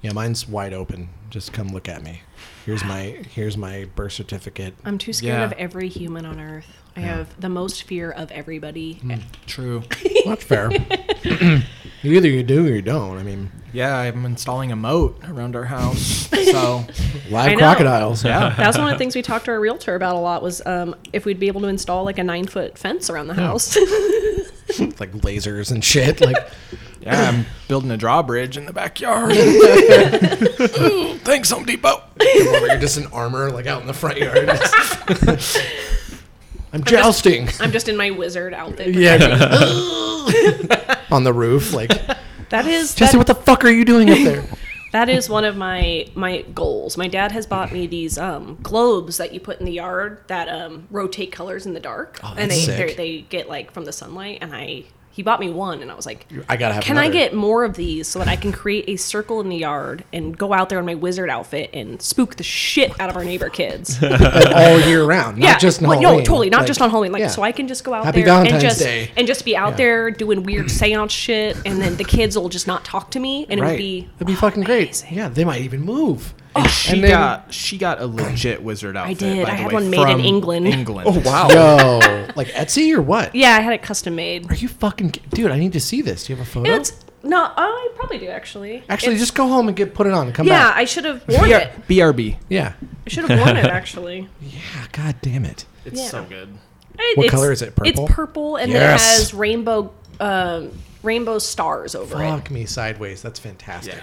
[SPEAKER 2] Yeah, mine's wide open. Just come look at me. Here's my here's my birth certificate.
[SPEAKER 4] I'm too scared
[SPEAKER 3] Yeah.
[SPEAKER 4] of every human on Earth. I have the most fear of everybody.
[SPEAKER 3] True.
[SPEAKER 2] That's fair. you either you do or you don't. I mean,
[SPEAKER 3] Yeah, I'm installing a moat around our house. So
[SPEAKER 4] I
[SPEAKER 2] live
[SPEAKER 4] know.
[SPEAKER 2] crocodiles.
[SPEAKER 3] yeah,
[SPEAKER 4] That was one of the things we talked to our realtor about a lot was um, if we'd be able to install like a nine foot fence around the house.
[SPEAKER 2] It's like lasers and shit. Like,
[SPEAKER 3] yeah, I'm building a drawbridge in the backyard. Thanks, Home Depot.
[SPEAKER 2] come over, you're just in armor, like out in the front yard. I'm jousting.
[SPEAKER 4] I'm just in my wizard outfit.
[SPEAKER 2] Yeah. On the roof, like
[SPEAKER 4] That is
[SPEAKER 2] Jesse,
[SPEAKER 4] that-
[SPEAKER 2] what the fuck are you doing up there?
[SPEAKER 4] That is one of my my goals. My dad has bought me these um, globes that you put in the yard that um, rotate colors in the dark, and they
[SPEAKER 2] Oh, that's
[SPEAKER 4] they're-
[SPEAKER 2] sick.
[SPEAKER 4] they get like from the sunlight. And I he bought me one, and I was like,
[SPEAKER 2] I gotta have.
[SPEAKER 4] "Can I
[SPEAKER 2] another.
[SPEAKER 4] get more of these so that I can create a circle in the yard and go out there in my wizard outfit and spook the shit out of our neighbor kids?"
[SPEAKER 2] Like, all year round? Not
[SPEAKER 4] yeah,
[SPEAKER 2] just on
[SPEAKER 4] well, no,
[SPEAKER 2] Halloween.
[SPEAKER 4] totally, not
[SPEAKER 2] Like,
[SPEAKER 4] just on Halloween. Like,
[SPEAKER 2] yeah.
[SPEAKER 4] so I can just go out
[SPEAKER 2] Happy
[SPEAKER 4] there
[SPEAKER 2] Valentine's
[SPEAKER 4] and just
[SPEAKER 2] Day.
[SPEAKER 4] and just be out there doing weird seance shit, and then the kids will just not talk to me, and it
[SPEAKER 2] Right.
[SPEAKER 4] would be
[SPEAKER 2] That'd be fucking great.
[SPEAKER 4] amazing.
[SPEAKER 2] Yeah, they might even move.
[SPEAKER 3] And she
[SPEAKER 2] And then-
[SPEAKER 3] got she got a legit wizard outfit.
[SPEAKER 4] did.
[SPEAKER 3] By
[SPEAKER 4] Oh, I
[SPEAKER 3] the
[SPEAKER 4] had
[SPEAKER 3] way,
[SPEAKER 4] one made in
[SPEAKER 3] from
[SPEAKER 4] England.
[SPEAKER 3] England.
[SPEAKER 5] Oh, wow.
[SPEAKER 2] Yo, like Etsy or what?
[SPEAKER 4] Yeah, I had it custom made.
[SPEAKER 2] Are you fucking ki- dude? I need to see this. Do you have a photo?
[SPEAKER 4] It's no, oh, I probably do actually.
[SPEAKER 2] Actually, just go home and get put it on. and Come
[SPEAKER 4] yeah,
[SPEAKER 2] back.
[SPEAKER 4] I should have worn it.
[SPEAKER 3] BRB.
[SPEAKER 2] Yeah.
[SPEAKER 4] I should have worn it actually.
[SPEAKER 2] Yeah. God damn it.
[SPEAKER 3] It's
[SPEAKER 4] Yeah. so
[SPEAKER 3] good.
[SPEAKER 4] It-
[SPEAKER 2] What
[SPEAKER 4] it's-
[SPEAKER 2] color is it? Purple?
[SPEAKER 4] It's purple, and then it
[SPEAKER 2] Yes.
[SPEAKER 4] has rainbow um, rainbow stars over it.
[SPEAKER 2] Fuck me sideways. That's fantastic.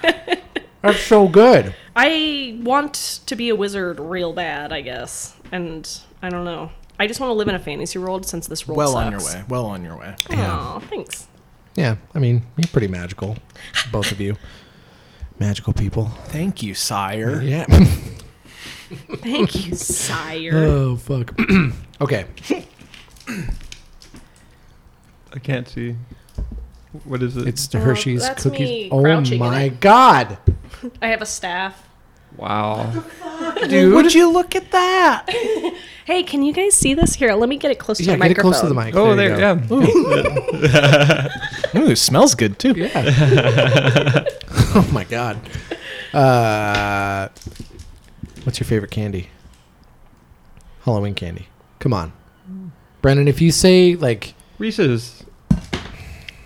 [SPEAKER 2] That's so good.
[SPEAKER 4] I want to be a wizard real bad, I guess, and I don't know. I just want to live in a fantasy world since this world
[SPEAKER 3] Well
[SPEAKER 4] sucks.
[SPEAKER 3] on your way. Well on your way.
[SPEAKER 4] Aw, thanks.
[SPEAKER 2] Yeah. I mean, you're pretty magical, both of you. Magical people.
[SPEAKER 3] Thank you, sire.
[SPEAKER 2] Yeah. Uh.
[SPEAKER 4] Thank you, sire.
[SPEAKER 2] oh fuck. okay.
[SPEAKER 5] I can't see. What is it?
[SPEAKER 2] It's the
[SPEAKER 4] Well,
[SPEAKER 2] Hershey's
[SPEAKER 4] that's
[SPEAKER 2] cookies.
[SPEAKER 4] me
[SPEAKER 2] oh
[SPEAKER 4] crouching in
[SPEAKER 2] my
[SPEAKER 4] it.
[SPEAKER 2] god,
[SPEAKER 4] I have a staff.
[SPEAKER 5] wow.
[SPEAKER 2] dude! Would you look at that?
[SPEAKER 4] Hey, can you guys see this here? Let me get it close
[SPEAKER 2] Yeah,
[SPEAKER 4] to the
[SPEAKER 2] get it
[SPEAKER 4] microphone.
[SPEAKER 2] close to the mic.
[SPEAKER 5] Oh,
[SPEAKER 2] you go.
[SPEAKER 5] there. Yeah.
[SPEAKER 3] Ooh, smells good too.
[SPEAKER 2] Yeah. oh my god. Uh, what's your favorite candy? Halloween candy. Come on, Brendan. If you say like
[SPEAKER 5] Reese's.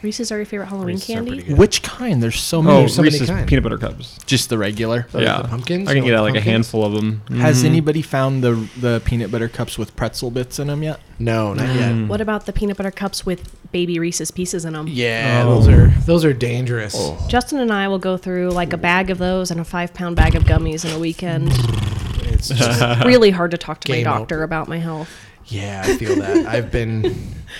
[SPEAKER 4] Reese's are your favorite Halloween
[SPEAKER 2] Reese's are
[SPEAKER 4] candy?
[SPEAKER 2] pretty good.
[SPEAKER 3] Which kind? There's so many.
[SPEAKER 5] Oh,
[SPEAKER 2] there's so many
[SPEAKER 5] Reese's
[SPEAKER 2] kinds.
[SPEAKER 5] peanut butter cups.
[SPEAKER 3] Just the regular.
[SPEAKER 2] Those are
[SPEAKER 5] yeah.
[SPEAKER 2] oh, the pumpkins?
[SPEAKER 5] I can
[SPEAKER 2] You
[SPEAKER 5] get
[SPEAKER 2] want
[SPEAKER 5] out like
[SPEAKER 2] pumpkins?
[SPEAKER 5] a handful of Mm-hmm. them.
[SPEAKER 3] Has anybody found the the peanut butter cups with pretzel bits in them yet?
[SPEAKER 2] no, not
[SPEAKER 5] Mm.
[SPEAKER 2] yet.
[SPEAKER 4] What about the peanut butter cups with baby Reese's pieces in them?
[SPEAKER 2] Mm. Yeah,
[SPEAKER 5] Oh.
[SPEAKER 2] those are those are dangerous.
[SPEAKER 4] Justin and I will go through like a bag of those and a five pound bag of gummies in a weekend.
[SPEAKER 2] It's just,
[SPEAKER 4] really hard to talk to my
[SPEAKER 2] Game
[SPEAKER 4] doctor
[SPEAKER 2] over.
[SPEAKER 4] about my health.
[SPEAKER 2] yeah, I feel that. I've been.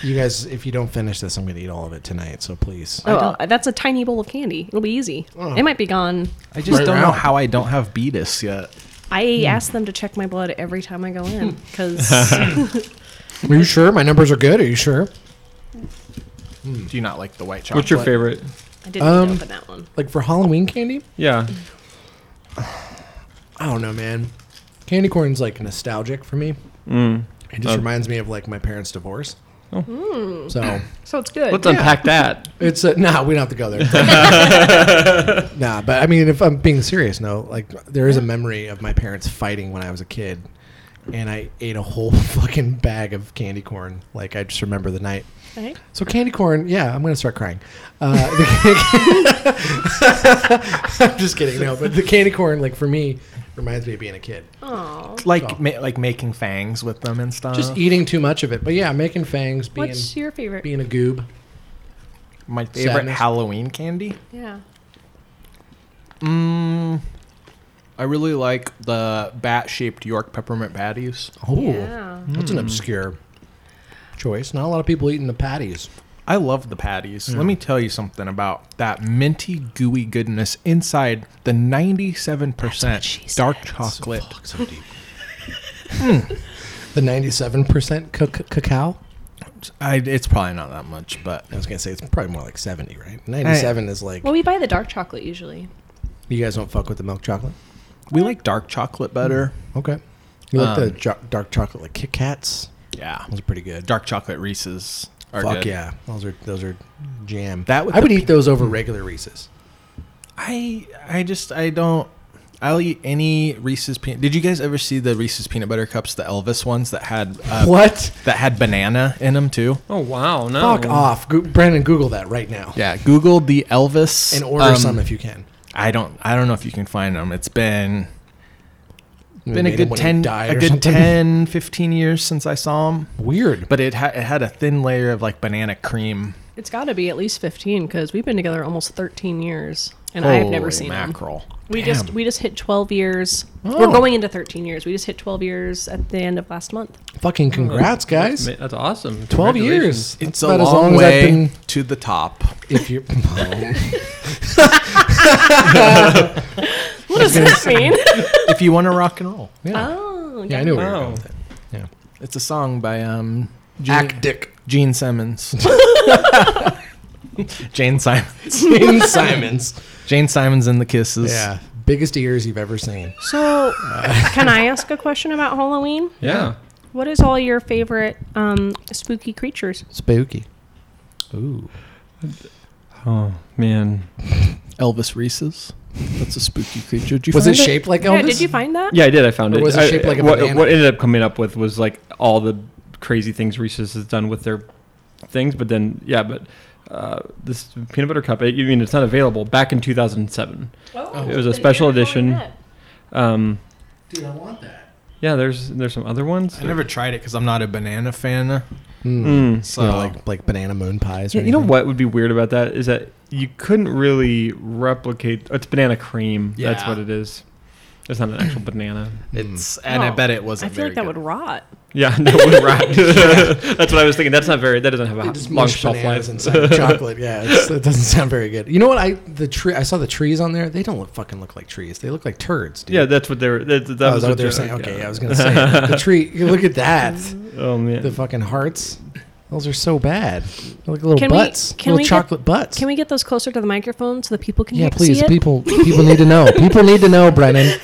[SPEAKER 2] You guys, if you don't finish this, I'm gonna eat all of it tonight. So please.
[SPEAKER 4] Oh, well, that's a tiny bowl of candy. It'll be easy.
[SPEAKER 2] Oh.
[SPEAKER 4] It might be gone.
[SPEAKER 3] I just
[SPEAKER 2] Right
[SPEAKER 3] don't know
[SPEAKER 2] around.
[SPEAKER 3] how I don't have beatus yet.
[SPEAKER 4] I
[SPEAKER 2] Hmm.
[SPEAKER 4] ask them to check my blood every time I go in because
[SPEAKER 2] Are you sure my numbers are good? Are you sure?
[SPEAKER 3] Do you not like the white chocolate?
[SPEAKER 5] What's your favorite?
[SPEAKER 4] I didn't
[SPEAKER 2] Um,
[SPEAKER 4] open that one.
[SPEAKER 2] Like for Halloween candy?
[SPEAKER 5] Yeah.
[SPEAKER 2] I don't know, man. Candy corn's like nostalgic for me. It just reminds me of like my parents' divorce. So
[SPEAKER 4] So it's good.
[SPEAKER 5] Let's unpack that.
[SPEAKER 2] it's a, nah. We don't have to go there. nah, but I mean, if I'm being serious, no. Like there is a memory of my parents fighting when I was a kid, and I ate a whole fucking bag of candy corn. Like I just remember the night.
[SPEAKER 4] Right?
[SPEAKER 2] So candy corn, yeah, I'm gonna start crying. Uh, the- I'm just kidding, no. But the candy corn, like for me, reminds me of being a kid.
[SPEAKER 4] Aw.
[SPEAKER 3] Like ma- like making fangs with them and stuff.
[SPEAKER 2] Just eating too much of it. But yeah, making fangs, being
[SPEAKER 4] What's your favorite?
[SPEAKER 2] being a goob.
[SPEAKER 3] my favorite
[SPEAKER 2] Sadness.
[SPEAKER 3] Halloween candy.
[SPEAKER 4] yeah.
[SPEAKER 3] Mm, I really like the bat shaped York peppermint patties.
[SPEAKER 2] Oh,
[SPEAKER 4] Yeah.
[SPEAKER 2] that's an obscure choice. Not a lot of people eating the patties.
[SPEAKER 3] I love the patties. Let me tell you something about that minty, gooey goodness inside the 97% dark chocolate.
[SPEAKER 2] so deep. The 97% cook cacao.
[SPEAKER 3] I, it's probably not that much, but
[SPEAKER 2] I was gonna say it's probably more like 70, right? 97 is like
[SPEAKER 4] Well, we buy the dark chocolate usually.
[SPEAKER 2] you guys don't fuck with the milk chocolate.
[SPEAKER 3] we like dark chocolate better.
[SPEAKER 2] Okay. Um, You like the jo- dark chocolate like Kit Kats?
[SPEAKER 3] Yeah.
[SPEAKER 2] Those are pretty good.
[SPEAKER 3] Dark chocolate Reese's are
[SPEAKER 2] Fuck
[SPEAKER 3] good.
[SPEAKER 2] yeah, those are those are jam.
[SPEAKER 3] That with
[SPEAKER 2] I
[SPEAKER 3] the
[SPEAKER 2] would eat those over regular Reese's.
[SPEAKER 3] I I just I don't I'll eat any Reese's peanut. Did you guys ever see the Reese's peanut butter cups, the Elvis ones that had uh,
[SPEAKER 2] What?
[SPEAKER 3] that had banana in them too?
[SPEAKER 5] Oh wow, no.
[SPEAKER 2] Fuck off, Go- Brandon. Google that right now
[SPEAKER 3] Yeah, Google the Elvis
[SPEAKER 2] and order
[SPEAKER 3] um,
[SPEAKER 2] some if you can.
[SPEAKER 3] I don't I don't know if you can find them. It's been
[SPEAKER 2] Maybe
[SPEAKER 3] been a
[SPEAKER 2] made
[SPEAKER 3] good
[SPEAKER 2] him when he
[SPEAKER 3] 10
[SPEAKER 2] died
[SPEAKER 3] a
[SPEAKER 2] or
[SPEAKER 3] good
[SPEAKER 2] something.
[SPEAKER 3] 10 15 years since I saw them,
[SPEAKER 2] Weird.
[SPEAKER 3] but it, ha- it had a thin layer of like banana cream.
[SPEAKER 4] It's got to be at least 15 because we've been together almost 13 years and I've never
[SPEAKER 3] Holy
[SPEAKER 4] seen them.
[SPEAKER 3] mackerel.
[SPEAKER 4] We just we just hit 12 years. We're going into 13 years. We just hit 12 years at the end of last month.
[SPEAKER 2] Fucking congrats, guys.
[SPEAKER 5] Ma- That's awesome.
[SPEAKER 2] 12
[SPEAKER 5] Congratulations.
[SPEAKER 2] years.
[SPEAKER 3] It's
[SPEAKER 2] That's
[SPEAKER 3] a
[SPEAKER 2] about
[SPEAKER 3] long,
[SPEAKER 2] as long as I've
[SPEAKER 3] way
[SPEAKER 2] been-
[SPEAKER 3] to the top.
[SPEAKER 2] If you,
[SPEAKER 4] What does that mean?
[SPEAKER 3] if you want to rock and roll.
[SPEAKER 2] yeah,
[SPEAKER 4] oh,
[SPEAKER 2] yeah, I knew. Where you were going
[SPEAKER 5] Wow.
[SPEAKER 2] with it. Yeah,
[SPEAKER 3] It's a song by um Gene,
[SPEAKER 2] Act Dick
[SPEAKER 3] Gene Simmons. Jane Simons.
[SPEAKER 2] Gene Simons.
[SPEAKER 3] Jane Simons and the Kisses.
[SPEAKER 2] Yeah, biggest ears you've ever seen.
[SPEAKER 4] So, can I ask a question about Halloween?
[SPEAKER 5] Yeah.
[SPEAKER 4] What is all your favorite um, spooky creatures?
[SPEAKER 2] Spooky. Ooh,
[SPEAKER 5] Oh man.
[SPEAKER 3] Elvis Reese's. That's a spooky creature. Did you
[SPEAKER 2] was it
[SPEAKER 3] find
[SPEAKER 2] shaped like Elvis?
[SPEAKER 4] Yeah, did you find that?
[SPEAKER 5] Yeah, I did. I found
[SPEAKER 2] Or
[SPEAKER 5] it.
[SPEAKER 2] was it
[SPEAKER 5] I-
[SPEAKER 2] shaped like a
[SPEAKER 5] what,
[SPEAKER 2] banana?
[SPEAKER 5] what ended up coming up with was like all the crazy things Reese's has done with their things, but then yeah, but uh, this peanut butter cup. I mean, it's not available. Back in 2007, Oh, it was a special edition. Um,
[SPEAKER 2] Dude, I want that.
[SPEAKER 5] yeah, there's there's some other ones.
[SPEAKER 3] I never tried it because I'm not a banana fan.
[SPEAKER 5] Mm.
[SPEAKER 3] So
[SPEAKER 2] like like banana moon pies. Or
[SPEAKER 5] Yeah, you know
[SPEAKER 2] anything?
[SPEAKER 5] what would be weird about that is that you couldn't really replicate. It's banana cream. That's
[SPEAKER 3] Yeah.
[SPEAKER 5] what it is. It's not an actual banana.
[SPEAKER 3] it's and I bet it wasn't.
[SPEAKER 4] I feel like that
[SPEAKER 3] very
[SPEAKER 4] would
[SPEAKER 3] good.
[SPEAKER 4] rot.
[SPEAKER 5] Yeah, no, it would rot. That's what I was thinking. That's not very. That doesn't have a
[SPEAKER 2] Just
[SPEAKER 5] long
[SPEAKER 2] mush
[SPEAKER 5] shelf
[SPEAKER 2] bananas
[SPEAKER 5] life.
[SPEAKER 2] inside chocolate. Yeah, it's, it doesn't sound very good. You know what? I the tree. I saw the trees on there. They don't look fucking look like trees. They look like turds. Dude.
[SPEAKER 5] Yeah, that's what they were. That, that
[SPEAKER 2] oh,
[SPEAKER 5] was
[SPEAKER 2] is that what they were
[SPEAKER 5] the-
[SPEAKER 2] saying. Okay, yeah, I was gonna say the tree. You look at that.
[SPEAKER 5] Oh man.
[SPEAKER 2] The fucking hearts. Those are so bad. They're like little
[SPEAKER 4] Can we-
[SPEAKER 2] butts,
[SPEAKER 4] can
[SPEAKER 2] little
[SPEAKER 4] we get-
[SPEAKER 2] chocolate butts.
[SPEAKER 4] Can we get those closer to the microphone so that people can
[SPEAKER 2] yeah,
[SPEAKER 4] hear,
[SPEAKER 2] please.
[SPEAKER 4] see it?
[SPEAKER 2] People, people need to know. People need to know, Brennan.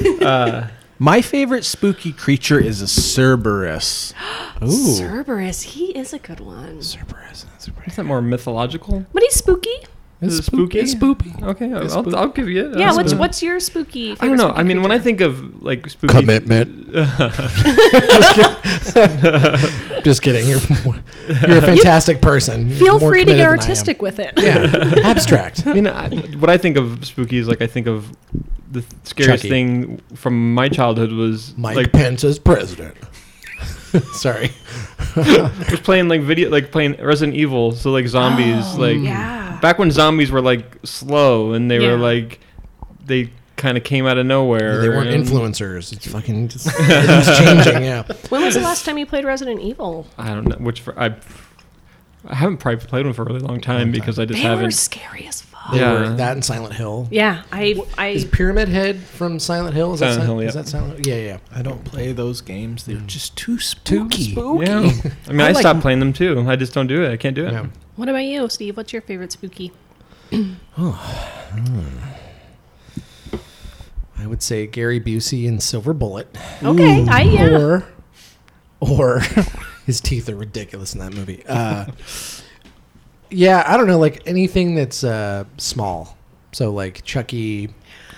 [SPEAKER 3] My favorite spooky creature is a Cerberus.
[SPEAKER 4] Cerberus, he is a good one.
[SPEAKER 5] Is that more mythological?
[SPEAKER 4] But he's spooky.
[SPEAKER 5] Is it spooky?
[SPEAKER 2] It's spooky.
[SPEAKER 5] Okay, I'll, I'll, I'll give you it.
[SPEAKER 4] yeah,
[SPEAKER 5] I'll-
[SPEAKER 4] what's what's your spooky?
[SPEAKER 5] I don't know. I mean, when I think of like spooky,
[SPEAKER 6] Commitment.
[SPEAKER 2] Just kidding. You're, you're a fantastic person. You're
[SPEAKER 4] feel
[SPEAKER 2] more
[SPEAKER 4] free to
[SPEAKER 2] committed
[SPEAKER 4] get
[SPEAKER 2] than I am.
[SPEAKER 4] artistic with it.
[SPEAKER 2] Yeah, abstract.
[SPEAKER 5] I mean, I, what I think of spooky is like I think of the scariest
[SPEAKER 2] Chucky.
[SPEAKER 5] thing from my childhood was
[SPEAKER 2] Mike
[SPEAKER 5] like
[SPEAKER 2] Pence as president. Sorry.
[SPEAKER 5] was playing like video, like playing Resident Evil. So like zombies, like
[SPEAKER 4] Oh, yeah.
[SPEAKER 5] back when zombies were like slow and they
[SPEAKER 4] Yeah.
[SPEAKER 5] were like they kind of came out of nowhere.
[SPEAKER 2] They weren't
[SPEAKER 5] and-
[SPEAKER 2] influencers. It's fucking just, it's changing. Yeah.
[SPEAKER 4] When was the last time you played Resident Evil?
[SPEAKER 5] I don't know which for, I. I haven't probably played one for a really long time because I just
[SPEAKER 4] They were
[SPEAKER 5] haven't.
[SPEAKER 4] scary as fuck.
[SPEAKER 2] They
[SPEAKER 5] Yeah.
[SPEAKER 2] were that in Silent Hill.
[SPEAKER 4] Yeah, I
[SPEAKER 2] Is
[SPEAKER 4] I
[SPEAKER 2] Pyramid Head from Silent Hill? Is that
[SPEAKER 5] Silent
[SPEAKER 2] Silent,
[SPEAKER 5] Hill,
[SPEAKER 2] Is
[SPEAKER 5] yeah.
[SPEAKER 2] that Silent Hill? Yeah, yeah.
[SPEAKER 3] I don't play those games. They're just too
[SPEAKER 2] Too
[SPEAKER 3] spooky.
[SPEAKER 2] spooky.
[SPEAKER 5] Yeah, I mean, I,
[SPEAKER 2] I like-
[SPEAKER 5] stopped playing them too. I just don't do it. I can't do it.
[SPEAKER 2] Yeah.
[SPEAKER 4] What about you, Steve? What's your favorite spooky?
[SPEAKER 2] I would say Gary Busey and Silver Bullet.
[SPEAKER 4] Okay, I yeah.
[SPEAKER 2] Or, or his teeth are ridiculous in that movie. Uh, yeah, I don't know, like anything that's uh, small. So like Chucky,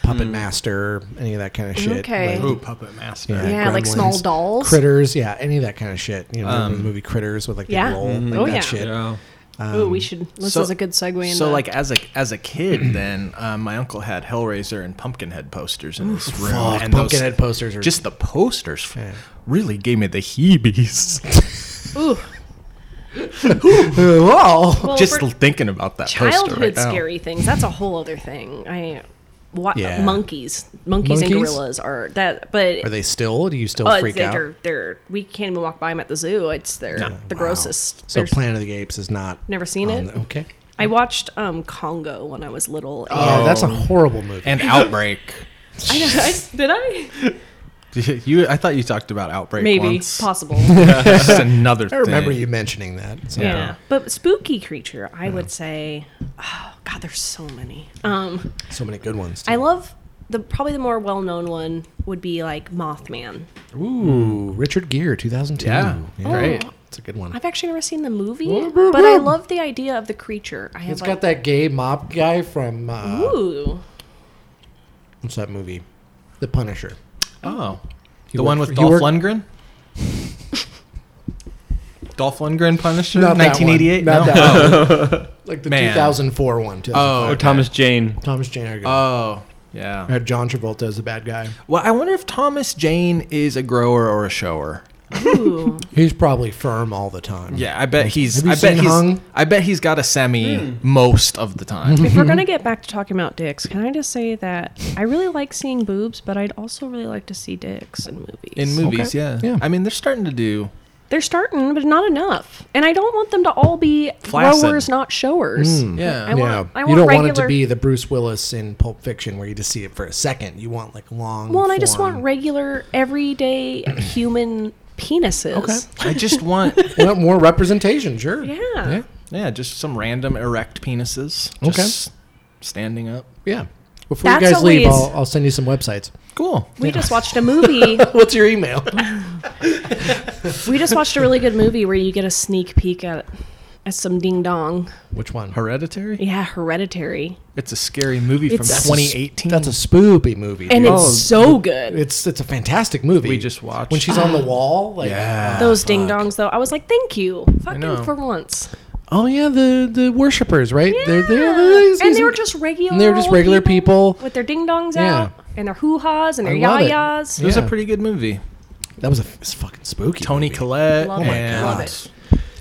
[SPEAKER 2] Puppet
[SPEAKER 5] Hmm.
[SPEAKER 2] Master, any of that kind of shit.
[SPEAKER 4] Okay.
[SPEAKER 2] Like,
[SPEAKER 4] Ooh,
[SPEAKER 3] Puppet Master.
[SPEAKER 4] Yeah, like
[SPEAKER 2] Gremlins,
[SPEAKER 4] small dolls.
[SPEAKER 2] Critters, yeah, any of that kind of shit. You know, the movie Critters with like the
[SPEAKER 4] Yeah.
[SPEAKER 2] roll, like
[SPEAKER 4] Oh,
[SPEAKER 2] that
[SPEAKER 4] yeah.
[SPEAKER 2] shit.
[SPEAKER 5] Um, Yeah.
[SPEAKER 4] Ooh, we should. This
[SPEAKER 3] so-
[SPEAKER 4] is a good segue. Into,
[SPEAKER 3] So, like as a as a kid, then uh, my uncle had Hellraiser and Pumpkinhead posters in his room,
[SPEAKER 2] Fuck,
[SPEAKER 3] and those-
[SPEAKER 2] Pumpkinhead posters are
[SPEAKER 3] Just the posters f- really gave me the heebies.
[SPEAKER 4] ooh,
[SPEAKER 2] whoa.
[SPEAKER 4] well,
[SPEAKER 3] just
[SPEAKER 4] for
[SPEAKER 3] thinking about that poster
[SPEAKER 4] childhood
[SPEAKER 3] right now.
[SPEAKER 4] scary things. That's a whole other thing. I wa-
[SPEAKER 2] Yeah.
[SPEAKER 4] monkeys, monkeys, and
[SPEAKER 2] Monkeys?
[SPEAKER 4] gorillas are that, but.
[SPEAKER 2] Are they still? Do you still
[SPEAKER 4] Oh,
[SPEAKER 2] freak out?
[SPEAKER 4] they're, they're we can't even walk by them at the zoo. It's they're the grossest.
[SPEAKER 2] So
[SPEAKER 4] There's-
[SPEAKER 2] Planet of the Apes is not.
[SPEAKER 4] Never seen
[SPEAKER 2] on
[SPEAKER 4] it?
[SPEAKER 2] the- okay.
[SPEAKER 4] I watched um, Congo when I was little. and-
[SPEAKER 2] Yeah, that's a horrible movie.
[SPEAKER 3] and Outbreak.
[SPEAKER 4] I, know, I, did I?
[SPEAKER 3] you, I thought you talked about Outbreak.
[SPEAKER 4] Maybe
[SPEAKER 3] once.
[SPEAKER 4] possible.
[SPEAKER 3] It's just another.
[SPEAKER 2] I remember
[SPEAKER 3] thing.
[SPEAKER 2] you mentioning that. So.
[SPEAKER 4] Yeah. But spooky creature, I would say, oh god, there's so many. Um,
[SPEAKER 2] So many good ones.
[SPEAKER 4] I love the probably the more well-known one would be like Mothman.
[SPEAKER 2] Ooh, Richard Gere, 2002.
[SPEAKER 3] Yeah,
[SPEAKER 4] great.
[SPEAKER 2] It's a good one.
[SPEAKER 4] I've actually never seen the movie, but I love the idea of the creature. I have
[SPEAKER 2] It's
[SPEAKER 4] like,
[SPEAKER 2] got that gay mob guy from uh,
[SPEAKER 4] Ooh,
[SPEAKER 2] what's that movie? The Punisher.
[SPEAKER 3] Oh,
[SPEAKER 2] He
[SPEAKER 3] the
[SPEAKER 2] worked
[SPEAKER 3] one with
[SPEAKER 2] for- he
[SPEAKER 3] Dolph
[SPEAKER 2] worked-
[SPEAKER 3] Lundgren. Dolph Lundgren Punisher,
[SPEAKER 2] Not that one.
[SPEAKER 3] 1988.
[SPEAKER 2] Not
[SPEAKER 3] no.
[SPEAKER 2] that Like the
[SPEAKER 3] Man.
[SPEAKER 2] 2004 one.
[SPEAKER 5] Oh,
[SPEAKER 2] 2005.
[SPEAKER 5] Thomas Jane.
[SPEAKER 2] Thomas Jane. Are good.
[SPEAKER 3] Oh, yeah.
[SPEAKER 2] I had John Travolta as a bad guy.
[SPEAKER 3] Well, I wonder if Thomas Jane is a grower or a shower.
[SPEAKER 4] ooh,
[SPEAKER 2] He's probably firm all the time.
[SPEAKER 3] Yeah, I bet he's.
[SPEAKER 2] Have you
[SPEAKER 3] I bet
[SPEAKER 2] seen
[SPEAKER 3] he's.
[SPEAKER 2] Hung?
[SPEAKER 3] I bet he's got a semi most of the time.
[SPEAKER 4] if we're gonna get back to talking about dicks, can I just say that I really like seeing boobs, but I'd also really like to see dicks in movies.
[SPEAKER 3] In movies, yeah.
[SPEAKER 2] Yeah.
[SPEAKER 3] I mean, they're starting to do.
[SPEAKER 4] They're starting, but not enough. And I don't want them to all be
[SPEAKER 3] Flaccid. Mm.
[SPEAKER 4] growers, not showers.
[SPEAKER 3] Yeah.
[SPEAKER 4] I want-
[SPEAKER 2] Yeah.
[SPEAKER 4] I
[SPEAKER 2] you
[SPEAKER 4] want
[SPEAKER 2] don't want it to
[SPEAKER 4] regular-
[SPEAKER 2] be the Bruce Willis in Pulp Fiction where you just see it for a second. You want like long.
[SPEAKER 4] Well, and I just
[SPEAKER 2] form.
[SPEAKER 4] want regular, everyday human penises.
[SPEAKER 3] I just want.
[SPEAKER 2] You want more representation, sure.
[SPEAKER 4] Yeah.
[SPEAKER 2] Yeah.
[SPEAKER 3] Yeah, just some random erect penises.
[SPEAKER 2] Okay.
[SPEAKER 3] Just standing up.
[SPEAKER 2] Yeah. Before
[SPEAKER 4] That's
[SPEAKER 2] you guys
[SPEAKER 4] what
[SPEAKER 2] leave,
[SPEAKER 4] we-
[SPEAKER 2] I'll, I'll send you some websites.
[SPEAKER 3] Cool.
[SPEAKER 4] We just watched a movie.
[SPEAKER 2] What's your email?
[SPEAKER 4] we just watched a really good movie where you get a sneak peek at at some ding dong.
[SPEAKER 2] Which one?
[SPEAKER 3] Hereditary.
[SPEAKER 4] Yeah, Hereditary,
[SPEAKER 3] It's a scary movie from
[SPEAKER 4] It's- That's a s-
[SPEAKER 3] 2018.
[SPEAKER 2] That's a spoopy movie.
[SPEAKER 4] and
[SPEAKER 2] dude. Oh,
[SPEAKER 4] it's so good.
[SPEAKER 2] it's it's a fantastic movie.
[SPEAKER 3] we just watched.
[SPEAKER 2] when she's on the wall, like ah,
[SPEAKER 3] Yeah.
[SPEAKER 4] Ah. Those ding dongs, though, I was like, "Thank you,
[SPEAKER 3] know.
[SPEAKER 4] fucking for once."
[SPEAKER 2] oh yeah, the the worshippers, right? They're they're,
[SPEAKER 4] Yeah. and they were just regular.
[SPEAKER 2] and they were just
[SPEAKER 4] old
[SPEAKER 2] regular people.
[SPEAKER 4] with their ding dongs
[SPEAKER 2] Yeah.
[SPEAKER 4] out and their hoo ha's and their
[SPEAKER 2] I love
[SPEAKER 4] yah
[SPEAKER 2] it.
[SPEAKER 4] yahs.
[SPEAKER 3] it was a
[SPEAKER 2] Yeah.
[SPEAKER 3] pretty good movie.
[SPEAKER 2] that was a it's fucking spooky.
[SPEAKER 3] Tony
[SPEAKER 2] movie.
[SPEAKER 3] Collette.
[SPEAKER 4] Love
[SPEAKER 3] and,
[SPEAKER 4] it. Love it.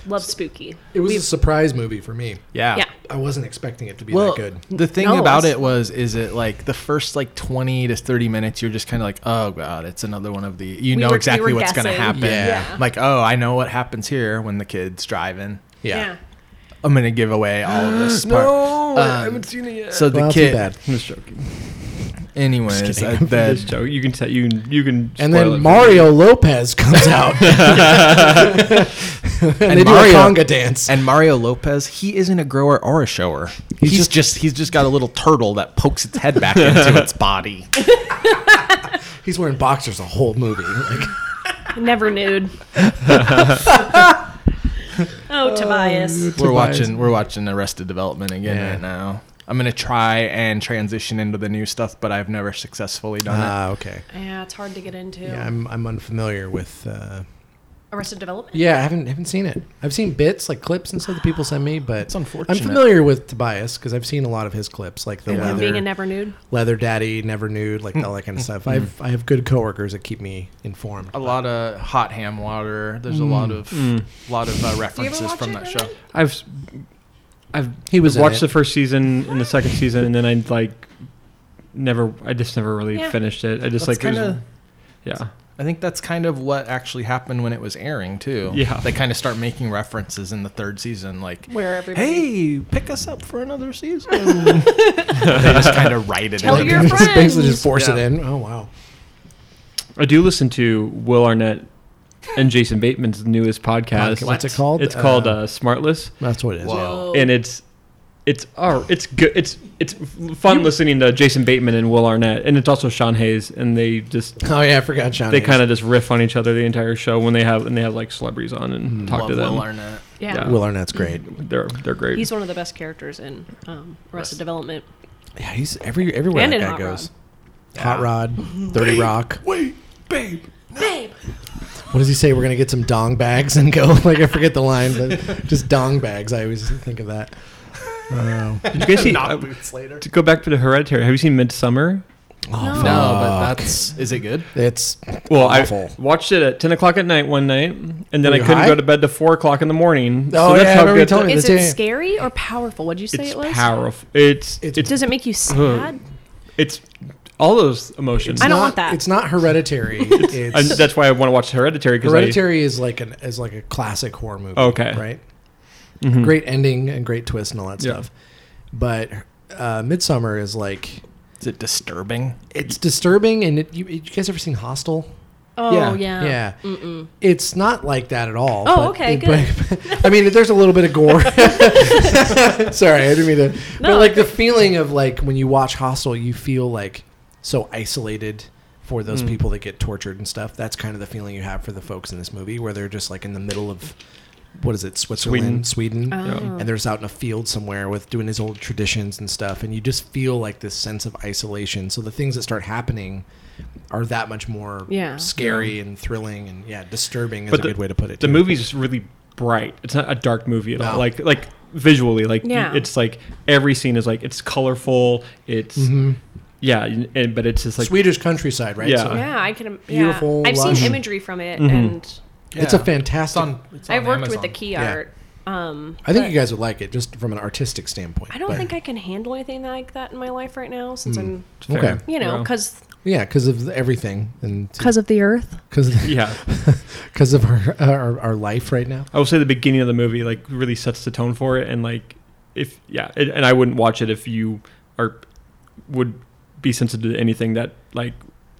[SPEAKER 4] Love spooky.
[SPEAKER 2] It was a surprise movie for me.
[SPEAKER 3] Yeah.
[SPEAKER 4] Yeah.
[SPEAKER 2] I wasn't expecting it to be
[SPEAKER 3] Well,
[SPEAKER 2] that good.
[SPEAKER 3] the thing
[SPEAKER 4] No,
[SPEAKER 3] about
[SPEAKER 4] it's-
[SPEAKER 3] it was, is it like the first like twenty to thirty minutes, you're just kind of like, oh god, it's another one of the, you
[SPEAKER 4] We
[SPEAKER 3] know
[SPEAKER 4] were- we
[SPEAKER 3] exactly
[SPEAKER 4] were
[SPEAKER 3] what's going
[SPEAKER 4] guessing.
[SPEAKER 3] to happen.
[SPEAKER 2] Yeah.
[SPEAKER 4] Yeah.
[SPEAKER 3] Like, oh, I know what happens here when the kid's driving.
[SPEAKER 4] yeah.
[SPEAKER 3] I'm gonna give away all of this. part.
[SPEAKER 5] No, I
[SPEAKER 3] Um,
[SPEAKER 5] haven't seen it yet.
[SPEAKER 3] So the
[SPEAKER 2] Well, too
[SPEAKER 3] kid,
[SPEAKER 2] bad.
[SPEAKER 5] I'm just joking.
[SPEAKER 3] Anyways, uh, I, that
[SPEAKER 5] This joke, you can tell you can- you can.
[SPEAKER 2] And
[SPEAKER 5] spoil it
[SPEAKER 2] then
[SPEAKER 5] for
[SPEAKER 2] Mario Lopez comes out. and, they
[SPEAKER 3] Mario-
[SPEAKER 2] do a conga dance.
[SPEAKER 3] and Mario Lopez, he isn't a grower or a shower. He's, just, he's just got a little turtle that pokes its head back into its body.
[SPEAKER 2] He's wearing boxers the whole movie. Like,
[SPEAKER 4] Never nude. oh,
[SPEAKER 2] Um,
[SPEAKER 4] Tobias.
[SPEAKER 3] We're watching we're watching Arrested Development again right now. I'm gonna try and transition into the new stuff, but I've never successfully done
[SPEAKER 2] ah, okay.
[SPEAKER 4] Yeah, it's hard to get into.
[SPEAKER 2] Yeah, I'm, I'm unfamiliar with. Uh,
[SPEAKER 4] Arrested Development.
[SPEAKER 2] yeah, I haven't haven't seen it. I've seen bits like clips and stuff that people send me, but
[SPEAKER 3] It's unfortunate.
[SPEAKER 2] I'm familiar with Tobias because I've seen a lot of his clips, like the
[SPEAKER 4] And
[SPEAKER 2] leather,
[SPEAKER 4] Being a never nude.
[SPEAKER 2] leather daddy, never nude, like all that kind of stuff. I've I have good coworkers that keep me informed.
[SPEAKER 3] it. A lot of hot ham water. There's a lot of lot of uh, references
[SPEAKER 4] watch
[SPEAKER 3] from
[SPEAKER 4] it,
[SPEAKER 3] that
[SPEAKER 4] Brandon?
[SPEAKER 3] show.
[SPEAKER 5] me. I've I've
[SPEAKER 2] He was in
[SPEAKER 5] watched
[SPEAKER 2] it.
[SPEAKER 5] the first season and the second season, and then I like never. I just never really
[SPEAKER 4] Yeah.
[SPEAKER 5] finished it. I just
[SPEAKER 3] That's
[SPEAKER 5] like it was-
[SPEAKER 3] kinda-
[SPEAKER 5] yeah.
[SPEAKER 3] I think that's kind of what actually happened when it was airing too.
[SPEAKER 5] Yeah.
[SPEAKER 3] they kind of start making references in the third season, like,
[SPEAKER 4] Where everybody.
[SPEAKER 3] "Hey, pick us up for another season." they just kind of write it.
[SPEAKER 4] Tell
[SPEAKER 3] in.
[SPEAKER 4] your
[SPEAKER 2] It's basically
[SPEAKER 4] friends.
[SPEAKER 2] just force it
[SPEAKER 5] Yeah.
[SPEAKER 2] in. Oh wow.
[SPEAKER 5] I do listen to Will Arnett and Jason Bateman's newest podcast.
[SPEAKER 2] Podca- what's it called?
[SPEAKER 5] It's called
[SPEAKER 2] Uh,
[SPEAKER 5] uh, Smart List,
[SPEAKER 2] That's what it is.
[SPEAKER 4] Whoa.
[SPEAKER 5] and it's it's oh, it's good. It's it's fun listening to Jason Bateman and Will Arnett, and it's also Sean Hayes, and they just
[SPEAKER 2] Oh yeah, I forgot Sean.
[SPEAKER 5] they kind of just riff on each other the entire show when they have and they have like celebrities on and
[SPEAKER 2] Mm.
[SPEAKER 5] talk
[SPEAKER 3] Love
[SPEAKER 5] to them.
[SPEAKER 3] Will Arnett.
[SPEAKER 4] yeah.
[SPEAKER 5] yeah.
[SPEAKER 2] Will Arnett's great.
[SPEAKER 5] They're they're great.
[SPEAKER 4] He's one of the best characters in um, Arrested Development.
[SPEAKER 2] Yeah, he's every everywhere
[SPEAKER 4] And
[SPEAKER 2] that
[SPEAKER 4] in
[SPEAKER 2] guy
[SPEAKER 4] Hot
[SPEAKER 2] goes. Hot Rod, Thirty Rock.
[SPEAKER 3] Wait, babe.
[SPEAKER 4] Babe.
[SPEAKER 2] What does he say? We're gonna get some dong bags and go. Like I forget the line, but just dong bags. I always think of that. Oh.
[SPEAKER 5] Did you guys see? uh, to go back to the Hereditary, have you seen Midsummer?
[SPEAKER 2] Oh,
[SPEAKER 4] No.
[SPEAKER 3] No, but that's is it good?
[SPEAKER 2] It's
[SPEAKER 5] Well,
[SPEAKER 2] Awful.
[SPEAKER 5] I watched it at ten o'clock at night one night, and then
[SPEAKER 2] Were
[SPEAKER 5] I
[SPEAKER 2] you
[SPEAKER 5] couldn't
[SPEAKER 2] high?
[SPEAKER 5] go to bed to four o'clock in the morning.
[SPEAKER 2] Oh, yeah, I remember you
[SPEAKER 5] good
[SPEAKER 2] told me
[SPEAKER 4] Is
[SPEAKER 2] That's
[SPEAKER 4] it
[SPEAKER 2] it.
[SPEAKER 4] scary or powerful? What did you say
[SPEAKER 5] it's
[SPEAKER 4] it was?
[SPEAKER 5] powerful.
[SPEAKER 2] It's-
[SPEAKER 5] It's it's it's,
[SPEAKER 4] Does it make you sad?
[SPEAKER 5] all those emotions.
[SPEAKER 4] I don't
[SPEAKER 2] not-
[SPEAKER 4] want that.
[SPEAKER 2] It's not hereditary.
[SPEAKER 5] And
[SPEAKER 2] It's
[SPEAKER 5] that's why I want to watch Hereditary because
[SPEAKER 2] hereditary is like an is like a classic horror movie.
[SPEAKER 5] Okay.
[SPEAKER 2] right.
[SPEAKER 5] Mm-hmm.
[SPEAKER 2] Great ending and great twist and all that
[SPEAKER 5] Yeah.
[SPEAKER 2] stuff. But uh, Midsummer is like
[SPEAKER 3] Is it disturbing?
[SPEAKER 2] it's disturbing and it, you, you guys ever seen Hostel?
[SPEAKER 4] oh,
[SPEAKER 3] Yeah.
[SPEAKER 4] yeah.
[SPEAKER 2] Yeah. It's not like that at all.
[SPEAKER 4] Oh, okay, good.
[SPEAKER 2] but- I mean, there's a little bit of gore. Sorry, I didn't mean to. but
[SPEAKER 4] No,
[SPEAKER 2] like the feeling of like when you watch Hostel, you feel like so isolated for
[SPEAKER 4] Hmm.
[SPEAKER 2] those people that get tortured and stuff. That's kind of the feeling you have for the folks in this movie where they're just like in the middle of what is it, Switzerland, Sweden,
[SPEAKER 4] Oh.
[SPEAKER 2] and they're just out in a field somewhere with doing his old traditions and stuff, and you just feel like this sense of isolation. So the things that start happening are that much more
[SPEAKER 4] Yeah.
[SPEAKER 2] scary and thrilling and yeah, disturbing is
[SPEAKER 5] But
[SPEAKER 2] a
[SPEAKER 5] the-
[SPEAKER 2] good way to put it.
[SPEAKER 5] the
[SPEAKER 2] too.
[SPEAKER 5] movie's just really bright. It's not a dark movie at all.
[SPEAKER 2] No.
[SPEAKER 5] Like like visually, like
[SPEAKER 4] Yeah.
[SPEAKER 5] it's like every scene is like it's colorful. It's
[SPEAKER 2] Mm-hmm.
[SPEAKER 5] yeah, and, but it's just like
[SPEAKER 2] Swedish countryside, right?
[SPEAKER 5] Yeah.
[SPEAKER 4] Yeah, I can.
[SPEAKER 2] Beautiful,
[SPEAKER 4] Yeah. I've seen
[SPEAKER 2] lush.
[SPEAKER 4] imagery from it, and
[SPEAKER 2] It's a fantastic.
[SPEAKER 3] It's on, it's on
[SPEAKER 4] I've worked
[SPEAKER 3] Amazon.
[SPEAKER 4] with the key
[SPEAKER 2] Yeah.
[SPEAKER 4] art. Um,
[SPEAKER 2] I think
[SPEAKER 4] but
[SPEAKER 2] you guys would like it just from an artistic standpoint.
[SPEAKER 4] I don't
[SPEAKER 2] but-
[SPEAKER 4] think I can handle anything like that in my life right now, since I'm,
[SPEAKER 5] fair.
[SPEAKER 2] Okay.
[SPEAKER 4] you know,
[SPEAKER 5] Yeah.
[SPEAKER 4] because
[SPEAKER 2] Hmm. Yeah, because of everything and
[SPEAKER 4] of the earth.
[SPEAKER 2] because
[SPEAKER 5] yeah.
[SPEAKER 2] because of our, our our life right now.
[SPEAKER 5] I will say the beginning of the movie like really sets the tone for it, and like if yeah, it, and I wouldn't watch it if you are would be sensitive to anything that like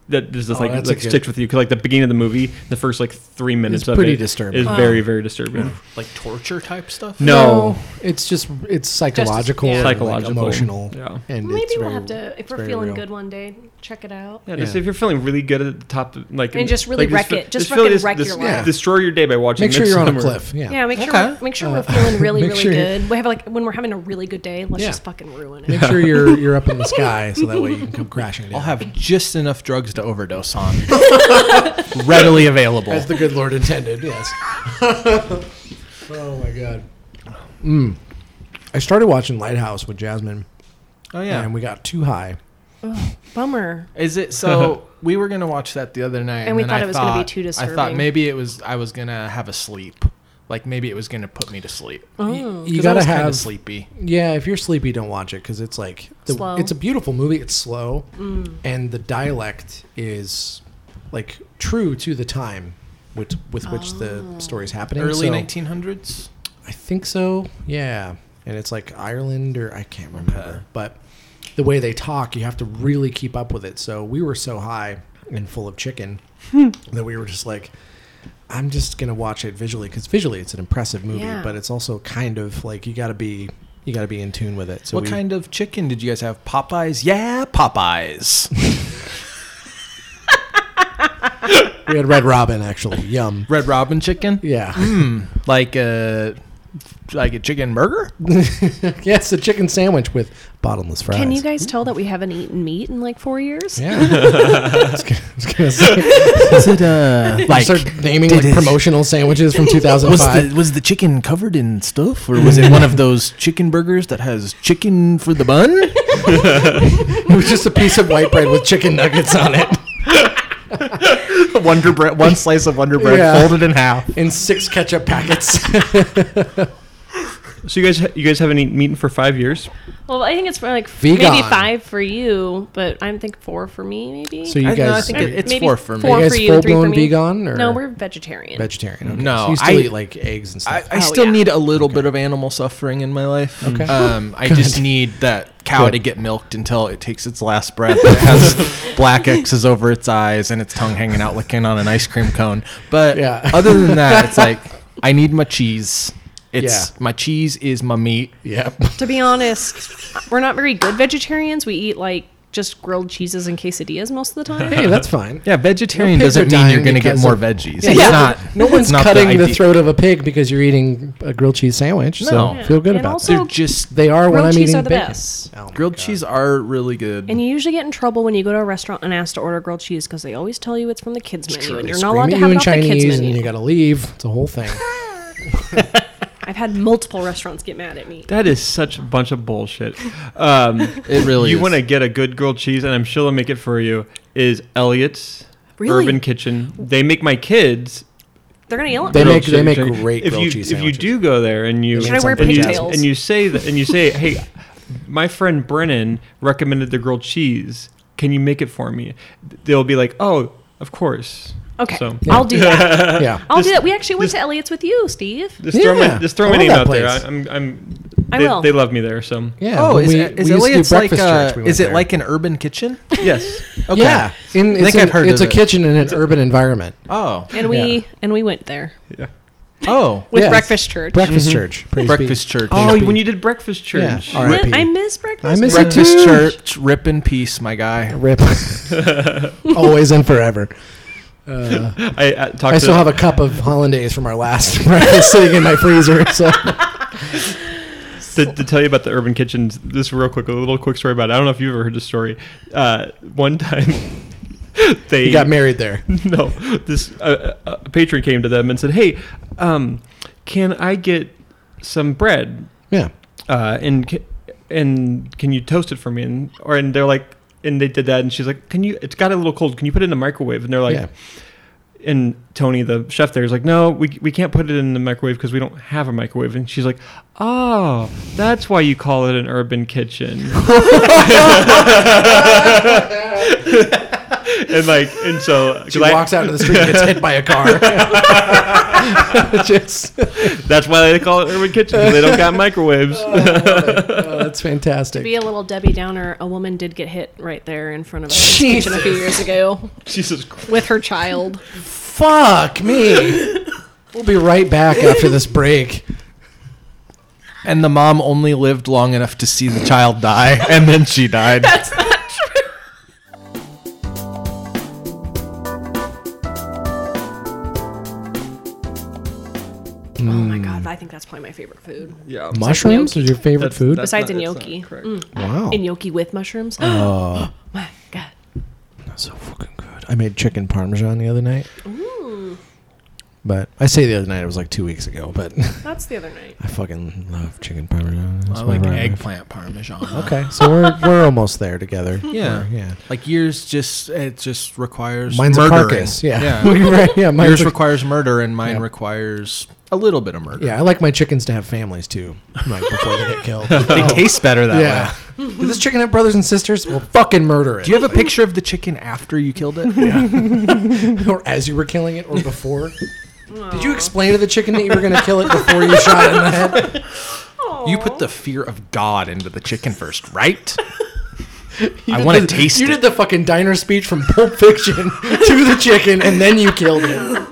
[SPEAKER 5] that is just
[SPEAKER 2] Oh,
[SPEAKER 5] like,
[SPEAKER 2] that's a
[SPEAKER 5] like
[SPEAKER 2] good-
[SPEAKER 5] sticks with you. 'Cause, like the beginning of the movie, the first like three minutes of
[SPEAKER 2] pretty
[SPEAKER 5] it
[SPEAKER 2] disturbing.
[SPEAKER 5] Is very very disturbing.
[SPEAKER 3] like torture type stuff.
[SPEAKER 5] No.
[SPEAKER 2] it's just it's psychological,
[SPEAKER 4] yeah.
[SPEAKER 2] and, like,
[SPEAKER 5] Psychological.
[SPEAKER 2] emotional,
[SPEAKER 5] Yeah.
[SPEAKER 2] and
[SPEAKER 4] Maybe
[SPEAKER 2] it's
[SPEAKER 4] we'll
[SPEAKER 2] very-
[SPEAKER 4] have to, if we're
[SPEAKER 2] very
[SPEAKER 4] feeling
[SPEAKER 2] real.
[SPEAKER 4] good one day, check it out.
[SPEAKER 5] Yeah, just
[SPEAKER 2] Yeah.
[SPEAKER 5] if you're feeling really good at the top, like
[SPEAKER 4] And just really
[SPEAKER 5] like,
[SPEAKER 4] wreck
[SPEAKER 5] fe-
[SPEAKER 4] it. Just
[SPEAKER 5] feel
[SPEAKER 4] fucking
[SPEAKER 5] this-
[SPEAKER 4] wreck
[SPEAKER 5] this-
[SPEAKER 4] your
[SPEAKER 2] life. Yeah.
[SPEAKER 5] Destroy your day by watching.
[SPEAKER 2] Make sure you're on a
[SPEAKER 5] Midsummer.
[SPEAKER 2] cliff. Yeah, Uh,
[SPEAKER 4] Yeah, make sure
[SPEAKER 3] Okay.
[SPEAKER 4] we're, make sure we're feeling really
[SPEAKER 2] make
[SPEAKER 4] really
[SPEAKER 2] sure you-
[SPEAKER 4] good. We have like when we're having a really good day, let's
[SPEAKER 2] Yeah.
[SPEAKER 4] just fucking ruin
[SPEAKER 2] Make
[SPEAKER 4] it.
[SPEAKER 2] sure you're you're up in the sky so that way you can come crashing down.
[SPEAKER 3] I'll have just enough drugs to overdose on. Readily available.
[SPEAKER 2] as the good Lord intended. Yes. oh my God. Mm. I started watching Lighthouse with Jasmine,
[SPEAKER 3] Oh yeah.
[SPEAKER 2] and we got too high.
[SPEAKER 4] Bummer.
[SPEAKER 3] Is it so? we were gonna watch that the other night,
[SPEAKER 4] And we
[SPEAKER 3] then
[SPEAKER 4] thought
[SPEAKER 3] I
[SPEAKER 4] it was gonna be too
[SPEAKER 3] I thought
[SPEAKER 4] disturbing.
[SPEAKER 3] maybe it was. I was gonna have a sleep. Like maybe it was gonna put me to sleep.
[SPEAKER 2] you
[SPEAKER 3] Oh, 'Cause I
[SPEAKER 2] gotta
[SPEAKER 3] was kinda
[SPEAKER 2] have
[SPEAKER 3] sleepy.
[SPEAKER 2] Yeah, if you're sleepy, don't watch it because it's like the,
[SPEAKER 4] Slow.
[SPEAKER 2] it's a beautiful movie. It's slow,
[SPEAKER 3] Mm.
[SPEAKER 2] and the dialect is like true to the time with with which
[SPEAKER 3] Oh.
[SPEAKER 2] the story is happening.
[SPEAKER 3] Early
[SPEAKER 2] So-
[SPEAKER 3] 1900s.
[SPEAKER 2] I think so. Yeah, and it's like Ireland or I can't remember, but the way they talk, you have to really keep up with it. So we were so high and full of chicken
[SPEAKER 4] Hmm.
[SPEAKER 2] that we were just like, I'm just gonna watch it visually because visually it's an impressive movie,
[SPEAKER 4] Yeah.
[SPEAKER 2] but it's also kind of like you gotta be you gotta be in tune with it. So
[SPEAKER 3] what
[SPEAKER 2] we,
[SPEAKER 3] kind of chicken did you guys have? Popeyes? Yeah, Popeyes.
[SPEAKER 2] we had Red Robin actually. Yum.
[SPEAKER 3] Red Robin chicken?
[SPEAKER 2] Yeah.
[SPEAKER 4] Hmm.
[SPEAKER 3] Like a like a chicken burger?
[SPEAKER 2] yeah, it's a chicken sandwich with bottomless fries.
[SPEAKER 4] Can you guys tell that we haven't eaten meat in like four years?
[SPEAKER 2] Mm-hmm. Yeah. I was gonna- I was gonna say,
[SPEAKER 3] Is it uh like
[SPEAKER 2] start naming
[SPEAKER 3] did
[SPEAKER 2] like
[SPEAKER 3] it-
[SPEAKER 2] promotional sandwiches from 2005.
[SPEAKER 3] was the was the chicken covered in stuff or was it one of those chicken burgers that has chicken for the bun?
[SPEAKER 2] it was just a piece of white bread with chicken nuggets on it
[SPEAKER 3] Wonder bread, one slice of Wonder bread
[SPEAKER 2] Yeah.
[SPEAKER 3] folded in half.
[SPEAKER 2] and six ketchup packets.
[SPEAKER 5] So you guys, ha- you guys haven't eaten meat for five years.
[SPEAKER 4] Well, I think it's for like f-
[SPEAKER 2] Vegan.
[SPEAKER 4] maybe five for you, but I'm think four for me maybe.
[SPEAKER 2] so you
[SPEAKER 3] I-
[SPEAKER 2] guys,
[SPEAKER 3] no, I think
[SPEAKER 4] Or
[SPEAKER 3] it- it's
[SPEAKER 4] maybe
[SPEAKER 3] four for me.
[SPEAKER 2] are you
[SPEAKER 4] for
[SPEAKER 2] guys
[SPEAKER 4] you and
[SPEAKER 2] full
[SPEAKER 4] three for
[SPEAKER 2] blown
[SPEAKER 4] me.
[SPEAKER 2] vegan or
[SPEAKER 4] No, we're vegetarian.
[SPEAKER 2] vegetarian? Okay.
[SPEAKER 3] No,
[SPEAKER 2] so you still
[SPEAKER 3] I-
[SPEAKER 2] eat like eggs and
[SPEAKER 3] I,
[SPEAKER 2] stuff.
[SPEAKER 3] I
[SPEAKER 4] Oh,
[SPEAKER 3] still
[SPEAKER 4] yeah.
[SPEAKER 3] need a little bit of animal suffering in my life.
[SPEAKER 2] Okay.
[SPEAKER 3] Um, I just need that cow to get milked until it takes its last breath. It has black X's over its eyes and its tongue hanging out, looking on an ice cream cone. But
[SPEAKER 2] Yeah.
[SPEAKER 3] other than that, it's like I need my cheese. It's
[SPEAKER 2] Yeah.
[SPEAKER 3] my cheese is my meat.
[SPEAKER 2] yep.
[SPEAKER 4] To be honest, we're not very good vegetarians. We eat like just grilled cheeses and quesadillas most of the time.
[SPEAKER 2] Hey, that's fine.
[SPEAKER 3] Yeah, vegetarian
[SPEAKER 2] pigs are
[SPEAKER 3] doesn't mean you're
[SPEAKER 2] dying
[SPEAKER 3] going to get
[SPEAKER 2] because
[SPEAKER 3] more
[SPEAKER 2] of-
[SPEAKER 3] veggies.
[SPEAKER 2] Yeah,
[SPEAKER 3] It's
[SPEAKER 2] yeah.
[SPEAKER 3] not.
[SPEAKER 2] No
[SPEAKER 3] it's
[SPEAKER 2] one's
[SPEAKER 3] not
[SPEAKER 2] cutting the,
[SPEAKER 3] idea.
[SPEAKER 2] throat of a pig because you're eating a grilled cheese sandwich. So
[SPEAKER 3] No.
[SPEAKER 2] feel good
[SPEAKER 4] And
[SPEAKER 2] about
[SPEAKER 4] also-
[SPEAKER 2] that.
[SPEAKER 3] They're just
[SPEAKER 2] They are when
[SPEAKER 4] Grilled
[SPEAKER 2] I'm
[SPEAKER 4] cheese
[SPEAKER 2] eating
[SPEAKER 4] are the
[SPEAKER 2] bacon.
[SPEAKER 4] best.
[SPEAKER 2] Oh my
[SPEAKER 3] grilled
[SPEAKER 2] God.
[SPEAKER 3] cheese are really good.
[SPEAKER 4] And you usually get in trouble when you go to a restaurant and ask to order grilled cheese because they always tell you it's from the kids menu, and you're not allowed to
[SPEAKER 2] Screaming
[SPEAKER 4] have
[SPEAKER 2] you
[SPEAKER 4] it
[SPEAKER 2] in
[SPEAKER 4] off the kids
[SPEAKER 2] Chinese and
[SPEAKER 4] menu.
[SPEAKER 2] you gotta leave. It's a whole thing.
[SPEAKER 4] I've had multiple restaurants get mad at me.
[SPEAKER 5] That is such a bunch of bullshit. Um,
[SPEAKER 3] it really
[SPEAKER 5] you
[SPEAKER 3] is.
[SPEAKER 5] want to get a good grilled cheese, and I'm sure they'll make it for you. Is Elliot's
[SPEAKER 4] Really?
[SPEAKER 5] Urban Kitchen? They make my kids.
[SPEAKER 4] They're gonna yell at
[SPEAKER 2] They
[SPEAKER 4] me.
[SPEAKER 2] make-
[SPEAKER 5] grilled
[SPEAKER 2] they
[SPEAKER 5] cheese
[SPEAKER 2] make
[SPEAKER 5] sandwich.
[SPEAKER 2] great
[SPEAKER 5] if
[SPEAKER 2] grilled
[SPEAKER 5] you,
[SPEAKER 2] cheese
[SPEAKER 5] If you
[SPEAKER 2] sandwiches.
[SPEAKER 5] do go there and you
[SPEAKER 2] They
[SPEAKER 4] Should I wear
[SPEAKER 5] and you,
[SPEAKER 4] pigtails?
[SPEAKER 5] and you say that and you say, hey, my friend Brennan recommended the grilled cheese. Can you make it for me? They'll be like, oh, of course.
[SPEAKER 4] Okay,
[SPEAKER 5] So-
[SPEAKER 4] I'll do that.
[SPEAKER 2] yeah.
[SPEAKER 4] I'll do
[SPEAKER 5] Just-
[SPEAKER 4] that. We actually went to Elliot's with you, Steve.
[SPEAKER 5] Just throw
[SPEAKER 2] Yeah.
[SPEAKER 5] my just throw
[SPEAKER 2] I
[SPEAKER 5] my
[SPEAKER 2] love
[SPEAKER 5] name
[SPEAKER 2] that
[SPEAKER 5] out there. I,
[SPEAKER 2] place.
[SPEAKER 5] I'm I'm.
[SPEAKER 4] I
[SPEAKER 5] They,
[SPEAKER 4] will.
[SPEAKER 5] they love me there. So
[SPEAKER 2] Yeah.
[SPEAKER 3] oh,
[SPEAKER 2] when
[SPEAKER 3] is,
[SPEAKER 2] we-
[SPEAKER 3] it is
[SPEAKER 2] we used to do
[SPEAKER 3] Elliot's like
[SPEAKER 2] breakfast
[SPEAKER 3] a,
[SPEAKER 2] church. We
[SPEAKER 3] is
[SPEAKER 2] went
[SPEAKER 3] it
[SPEAKER 2] there.
[SPEAKER 3] like an urban kitchen?
[SPEAKER 5] yes.
[SPEAKER 3] Okay.
[SPEAKER 2] Yeah, in,
[SPEAKER 3] I
[SPEAKER 2] it's,
[SPEAKER 3] think
[SPEAKER 2] an-
[SPEAKER 3] I've heard
[SPEAKER 2] it's
[SPEAKER 3] of
[SPEAKER 2] a
[SPEAKER 3] it.
[SPEAKER 2] kitchen in an urban environment.
[SPEAKER 3] Oh.
[SPEAKER 4] And we and we went there
[SPEAKER 5] Yeah.
[SPEAKER 3] Oh.
[SPEAKER 4] with
[SPEAKER 2] Yes.
[SPEAKER 4] Breakfast Church.
[SPEAKER 2] Breakfast church, Praise
[SPEAKER 3] Breakfast
[SPEAKER 2] be.
[SPEAKER 3] church.
[SPEAKER 5] Oh,
[SPEAKER 2] be-
[SPEAKER 5] when you did breakfast
[SPEAKER 2] Yeah,
[SPEAKER 5] church.
[SPEAKER 2] all
[SPEAKER 4] I
[SPEAKER 2] right.
[SPEAKER 4] miss-
[SPEAKER 2] RIP.
[SPEAKER 4] I miss breakfast.
[SPEAKER 2] I miss
[SPEAKER 3] Breakfast
[SPEAKER 2] it.
[SPEAKER 3] church. Rip in peace, my guy.
[SPEAKER 2] Rip, always and forever. Uh,
[SPEAKER 5] I, uh talked
[SPEAKER 2] I
[SPEAKER 5] to
[SPEAKER 2] still have a cup of hollandaise from our last breakfast sitting in my freezer. So
[SPEAKER 5] to, to tell you about the urban kitchens, this real quick, a little quick story about it. I don't know if you've ever heard this story. Uh, one time, they
[SPEAKER 2] you got married there.
[SPEAKER 5] no, this uh, uh, a patron came to them and said, "Hey, um, can I get some bread?
[SPEAKER 2] Yeah,
[SPEAKER 5] Uh, and ca- and can you toast it for me?" And or and they're like, and they did that, and she's like, "Can you? It's got a little cold. Can you put it in the microwave?" And they're like.
[SPEAKER 2] yeah.
[SPEAKER 5] And Tony, the chef there, is like, no, we, we can't put it in the microwave because we don't have a microwave. And she's like, oh, that's why you call it an urban kitchen. and like, and so 'cause
[SPEAKER 2] She
[SPEAKER 5] I-
[SPEAKER 2] walks out into the street and gets hit by a car. Just,
[SPEAKER 5] that's why they call it urban kitchen. 'cause They don't got microwaves.
[SPEAKER 2] oh, that's
[SPEAKER 4] To be
[SPEAKER 2] fantastic.
[SPEAKER 4] a little Debbie Downer, a woman did get hit right there in front of us kitchen a few years ago
[SPEAKER 5] Jesus Christ.
[SPEAKER 4] with her child.
[SPEAKER 2] Fuck me. We'll be right back after this break.
[SPEAKER 3] And the mom only lived long enough to see the child die, and then she died.
[SPEAKER 4] Oh my god, I think that's probably my favorite food.
[SPEAKER 5] Yeah.
[SPEAKER 2] Mushrooms is your favorite
[SPEAKER 5] That's-
[SPEAKER 2] food?
[SPEAKER 5] that's
[SPEAKER 4] Besides
[SPEAKER 5] not-
[SPEAKER 4] gnocchi.
[SPEAKER 5] that's not correct.
[SPEAKER 2] wow,
[SPEAKER 4] And gnocchi with mushrooms. oh my god.
[SPEAKER 2] that's so fucking good. I made chicken parmesan the other night. But I say the other night, it was like two weeks ago. But
[SPEAKER 4] That's the other night.
[SPEAKER 2] I fucking love chicken parmesan. That's
[SPEAKER 3] I
[SPEAKER 2] my
[SPEAKER 3] like
[SPEAKER 2] ride or die.
[SPEAKER 3] eggplant parmesan.
[SPEAKER 2] Okay, so we're we're almost there together.
[SPEAKER 3] Yeah.
[SPEAKER 2] yeah.
[SPEAKER 3] Like yours, just it just requires
[SPEAKER 2] Mine's
[SPEAKER 3] murdering.
[SPEAKER 2] a carcass. Yeah,
[SPEAKER 3] Yeah.
[SPEAKER 2] Right, yeah, mine's
[SPEAKER 3] yours
[SPEAKER 2] a-
[SPEAKER 3] requires murder, and mine
[SPEAKER 2] Yeah.
[SPEAKER 3] requires a little bit of murder.
[SPEAKER 2] yeah, I like my chickens to have families too, like before they get killed.
[SPEAKER 3] They taste better that
[SPEAKER 2] Oh. yeah.
[SPEAKER 3] way.
[SPEAKER 2] Does this chicken have brothers and sisters? Well, fucking murder it.
[SPEAKER 3] Do you have a picture of the chicken after you killed it? Yeah.
[SPEAKER 2] or as you were killing it, or before? Did you explain to the chicken that you were going to kill it before you shot it in the head?
[SPEAKER 3] You put the fear of God into the chicken first, right? I
[SPEAKER 2] did
[SPEAKER 3] want
[SPEAKER 2] the-
[SPEAKER 3] to taste
[SPEAKER 2] You
[SPEAKER 3] it.
[SPEAKER 2] did the fucking diner speech from Pulp Fiction to the chicken, and then you killed it.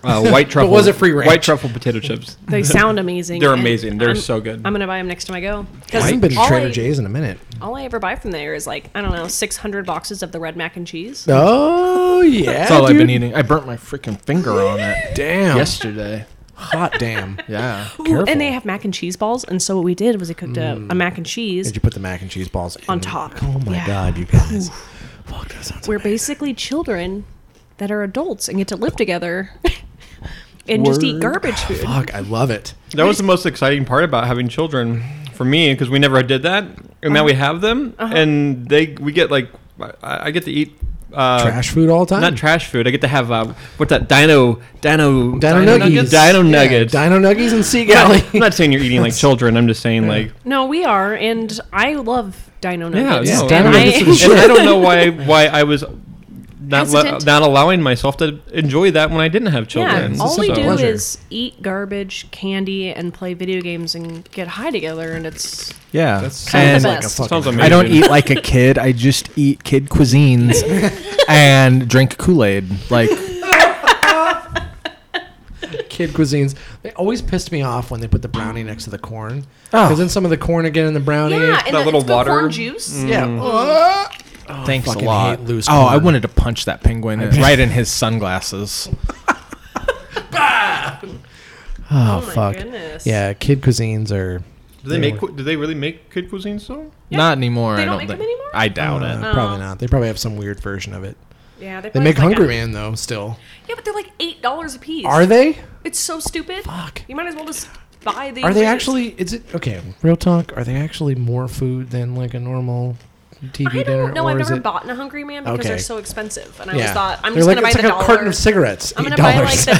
[SPEAKER 5] Uh, white truffle.
[SPEAKER 2] was it free range?
[SPEAKER 5] White truffle potato chips.
[SPEAKER 4] They sound amazing.
[SPEAKER 5] They're
[SPEAKER 4] and
[SPEAKER 5] amazing. They're
[SPEAKER 4] I'm-
[SPEAKER 5] so good.
[SPEAKER 4] I'm gonna buy them next time I go. 'Cause
[SPEAKER 2] I haven't been to
[SPEAKER 4] all
[SPEAKER 2] Trader
[SPEAKER 4] I-
[SPEAKER 2] Joe's in a minute.
[SPEAKER 4] All I ever buy from there is like I don't know, 600 boxes of the red mac and cheese.
[SPEAKER 2] Oh yeah,
[SPEAKER 3] That's all I've
[SPEAKER 2] dude.
[SPEAKER 3] been eating. I burnt my freaking finger on it
[SPEAKER 2] Damn,
[SPEAKER 3] yesterday.
[SPEAKER 2] hot damn.
[SPEAKER 3] Yeah.
[SPEAKER 4] Ooh,
[SPEAKER 2] Careful.
[SPEAKER 4] and they have mac and cheese balls. And so what we did was we cooked a, a mac and cheese.
[SPEAKER 2] Did you put the mac and cheese balls in?
[SPEAKER 4] On top.
[SPEAKER 2] Oh my
[SPEAKER 4] Yeah.
[SPEAKER 2] god, you guys! Fuck, that sounds.
[SPEAKER 4] We're basically children that are adults and get to live together and just eat garbage food.
[SPEAKER 2] Fuck, I love it.
[SPEAKER 5] That was the most exciting part about having children for me because we never did that, and now
[SPEAKER 4] Uh-huh.
[SPEAKER 5] we have them, and they we get like I, I get to eat uh,
[SPEAKER 2] Trash food all the time.
[SPEAKER 5] not trash food. I get to have uh, what's that? Dino, dino,
[SPEAKER 2] Dino, nuggets.
[SPEAKER 5] Dino
[SPEAKER 2] Yeah,
[SPEAKER 5] nuggets.
[SPEAKER 2] Dino nuggies and sea
[SPEAKER 5] I'm
[SPEAKER 2] galley.
[SPEAKER 5] not- I'm not saying you're eating like children. I'm just saying like
[SPEAKER 4] No, we are, and I love Dino
[SPEAKER 5] yeah,
[SPEAKER 4] Nuggets.
[SPEAKER 5] no,
[SPEAKER 4] and
[SPEAKER 5] I,
[SPEAKER 2] Dino nuggets
[SPEAKER 4] I,
[SPEAKER 2] and
[SPEAKER 5] and I don't know why why I was not lo-
[SPEAKER 4] Hesitant.
[SPEAKER 5] not allowing myself to enjoy that when I didn't have
[SPEAKER 4] yeah,
[SPEAKER 5] children.
[SPEAKER 4] all we
[SPEAKER 5] So-
[SPEAKER 4] do
[SPEAKER 2] pleasure.
[SPEAKER 4] is eat garbage, candy, and play video games and get high together, and it's
[SPEAKER 3] Yeah.
[SPEAKER 4] kind of
[SPEAKER 3] and
[SPEAKER 4] the
[SPEAKER 2] like a
[SPEAKER 4] best.
[SPEAKER 2] fucking-
[SPEAKER 5] sounds amazing.
[SPEAKER 3] I don't eat like a kid. I just eat kid cuisines and drink Kool Aid. Like,
[SPEAKER 2] kid cuisines. They always pissed me off when they put the brownie next to the corn.
[SPEAKER 3] Oh.
[SPEAKER 2] Because then some of the corn again in the brownie.
[SPEAKER 4] yeah, and
[SPEAKER 5] that
[SPEAKER 4] the-
[SPEAKER 5] little
[SPEAKER 4] it's got
[SPEAKER 5] water.
[SPEAKER 4] corn juice.
[SPEAKER 2] Yeah.
[SPEAKER 5] Mm.
[SPEAKER 2] Oh,
[SPEAKER 3] thanks
[SPEAKER 2] fucking hate loose
[SPEAKER 3] oh, I
[SPEAKER 2] corn.
[SPEAKER 3] wanted to punch that penguin right in his sunglasses.
[SPEAKER 2] Oh,
[SPEAKER 4] my
[SPEAKER 2] fuck.
[SPEAKER 4] goodness.
[SPEAKER 2] Yeah, kid cuisines are
[SPEAKER 5] Do they make? cu- Do they really make kid cuisine still?
[SPEAKER 3] Not anymore.
[SPEAKER 4] They
[SPEAKER 3] I
[SPEAKER 4] don't
[SPEAKER 3] don't
[SPEAKER 4] make
[SPEAKER 3] think.
[SPEAKER 4] them anymore?
[SPEAKER 3] I doubt
[SPEAKER 2] uh,
[SPEAKER 3] it.
[SPEAKER 2] probably not. They probably have some weird version of it.
[SPEAKER 4] Yeah,
[SPEAKER 2] They
[SPEAKER 4] probably
[SPEAKER 2] make
[SPEAKER 4] have, Oh. like,
[SPEAKER 2] Hungry
[SPEAKER 4] a-
[SPEAKER 2] Man though. Still,
[SPEAKER 4] Yeah, but they're like eight dollars a piece.
[SPEAKER 2] are they?
[SPEAKER 4] It's so stupid.
[SPEAKER 2] Fuck.
[SPEAKER 4] You might as well just buy the.
[SPEAKER 2] Are they
[SPEAKER 4] ingredients.
[SPEAKER 2] actually? Is it okay? Real talk. Are they actually more food than like a normal TV
[SPEAKER 4] I
[SPEAKER 2] dinner?
[SPEAKER 4] don't know. I've
[SPEAKER 2] or is
[SPEAKER 4] never
[SPEAKER 2] it-
[SPEAKER 4] bought in a Hungry Man because
[SPEAKER 2] Okay.
[SPEAKER 4] they're so expensive, and I
[SPEAKER 2] Yeah.
[SPEAKER 4] always thought I'm
[SPEAKER 2] They're
[SPEAKER 4] just
[SPEAKER 2] like,
[SPEAKER 4] gonna buy
[SPEAKER 2] it's
[SPEAKER 4] the
[SPEAKER 2] like a
[SPEAKER 4] dollar.
[SPEAKER 2] carton of cigarettes.
[SPEAKER 4] I'm gonna
[SPEAKER 2] $8.
[SPEAKER 4] buy like the, the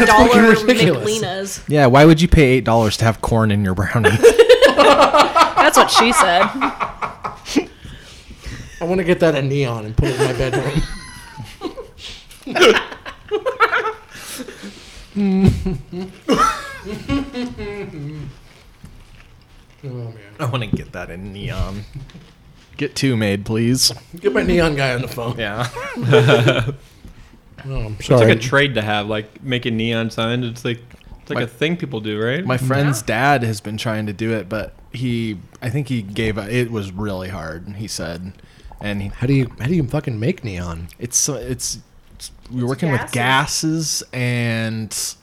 [SPEAKER 2] That's fucking
[SPEAKER 4] dollar
[SPEAKER 2] ridiculous.
[SPEAKER 4] McLenas.
[SPEAKER 3] Yeah, why would you pay eight dollars to have corn in your brownie?
[SPEAKER 4] That's what she said.
[SPEAKER 2] I want to get that a neon and put it in my bedroom. oh man!
[SPEAKER 3] I want to get that in neon. Get two made, please.
[SPEAKER 2] Get my neon guy on the phone.
[SPEAKER 3] Yeah.
[SPEAKER 2] Oh, I'm
[SPEAKER 5] It's
[SPEAKER 2] sorry.
[SPEAKER 5] like a trade to have, like making neon signs. It's like it's like
[SPEAKER 3] My-
[SPEAKER 5] a thing people do, right?
[SPEAKER 3] My friend's dad has been trying to do it, but he, I think he gave a, it was really hard. He said, and he,
[SPEAKER 2] how do you how do you fucking make neon?
[SPEAKER 3] it's so- it's, it's we're working with gases
[SPEAKER 4] gases.
[SPEAKER 3] and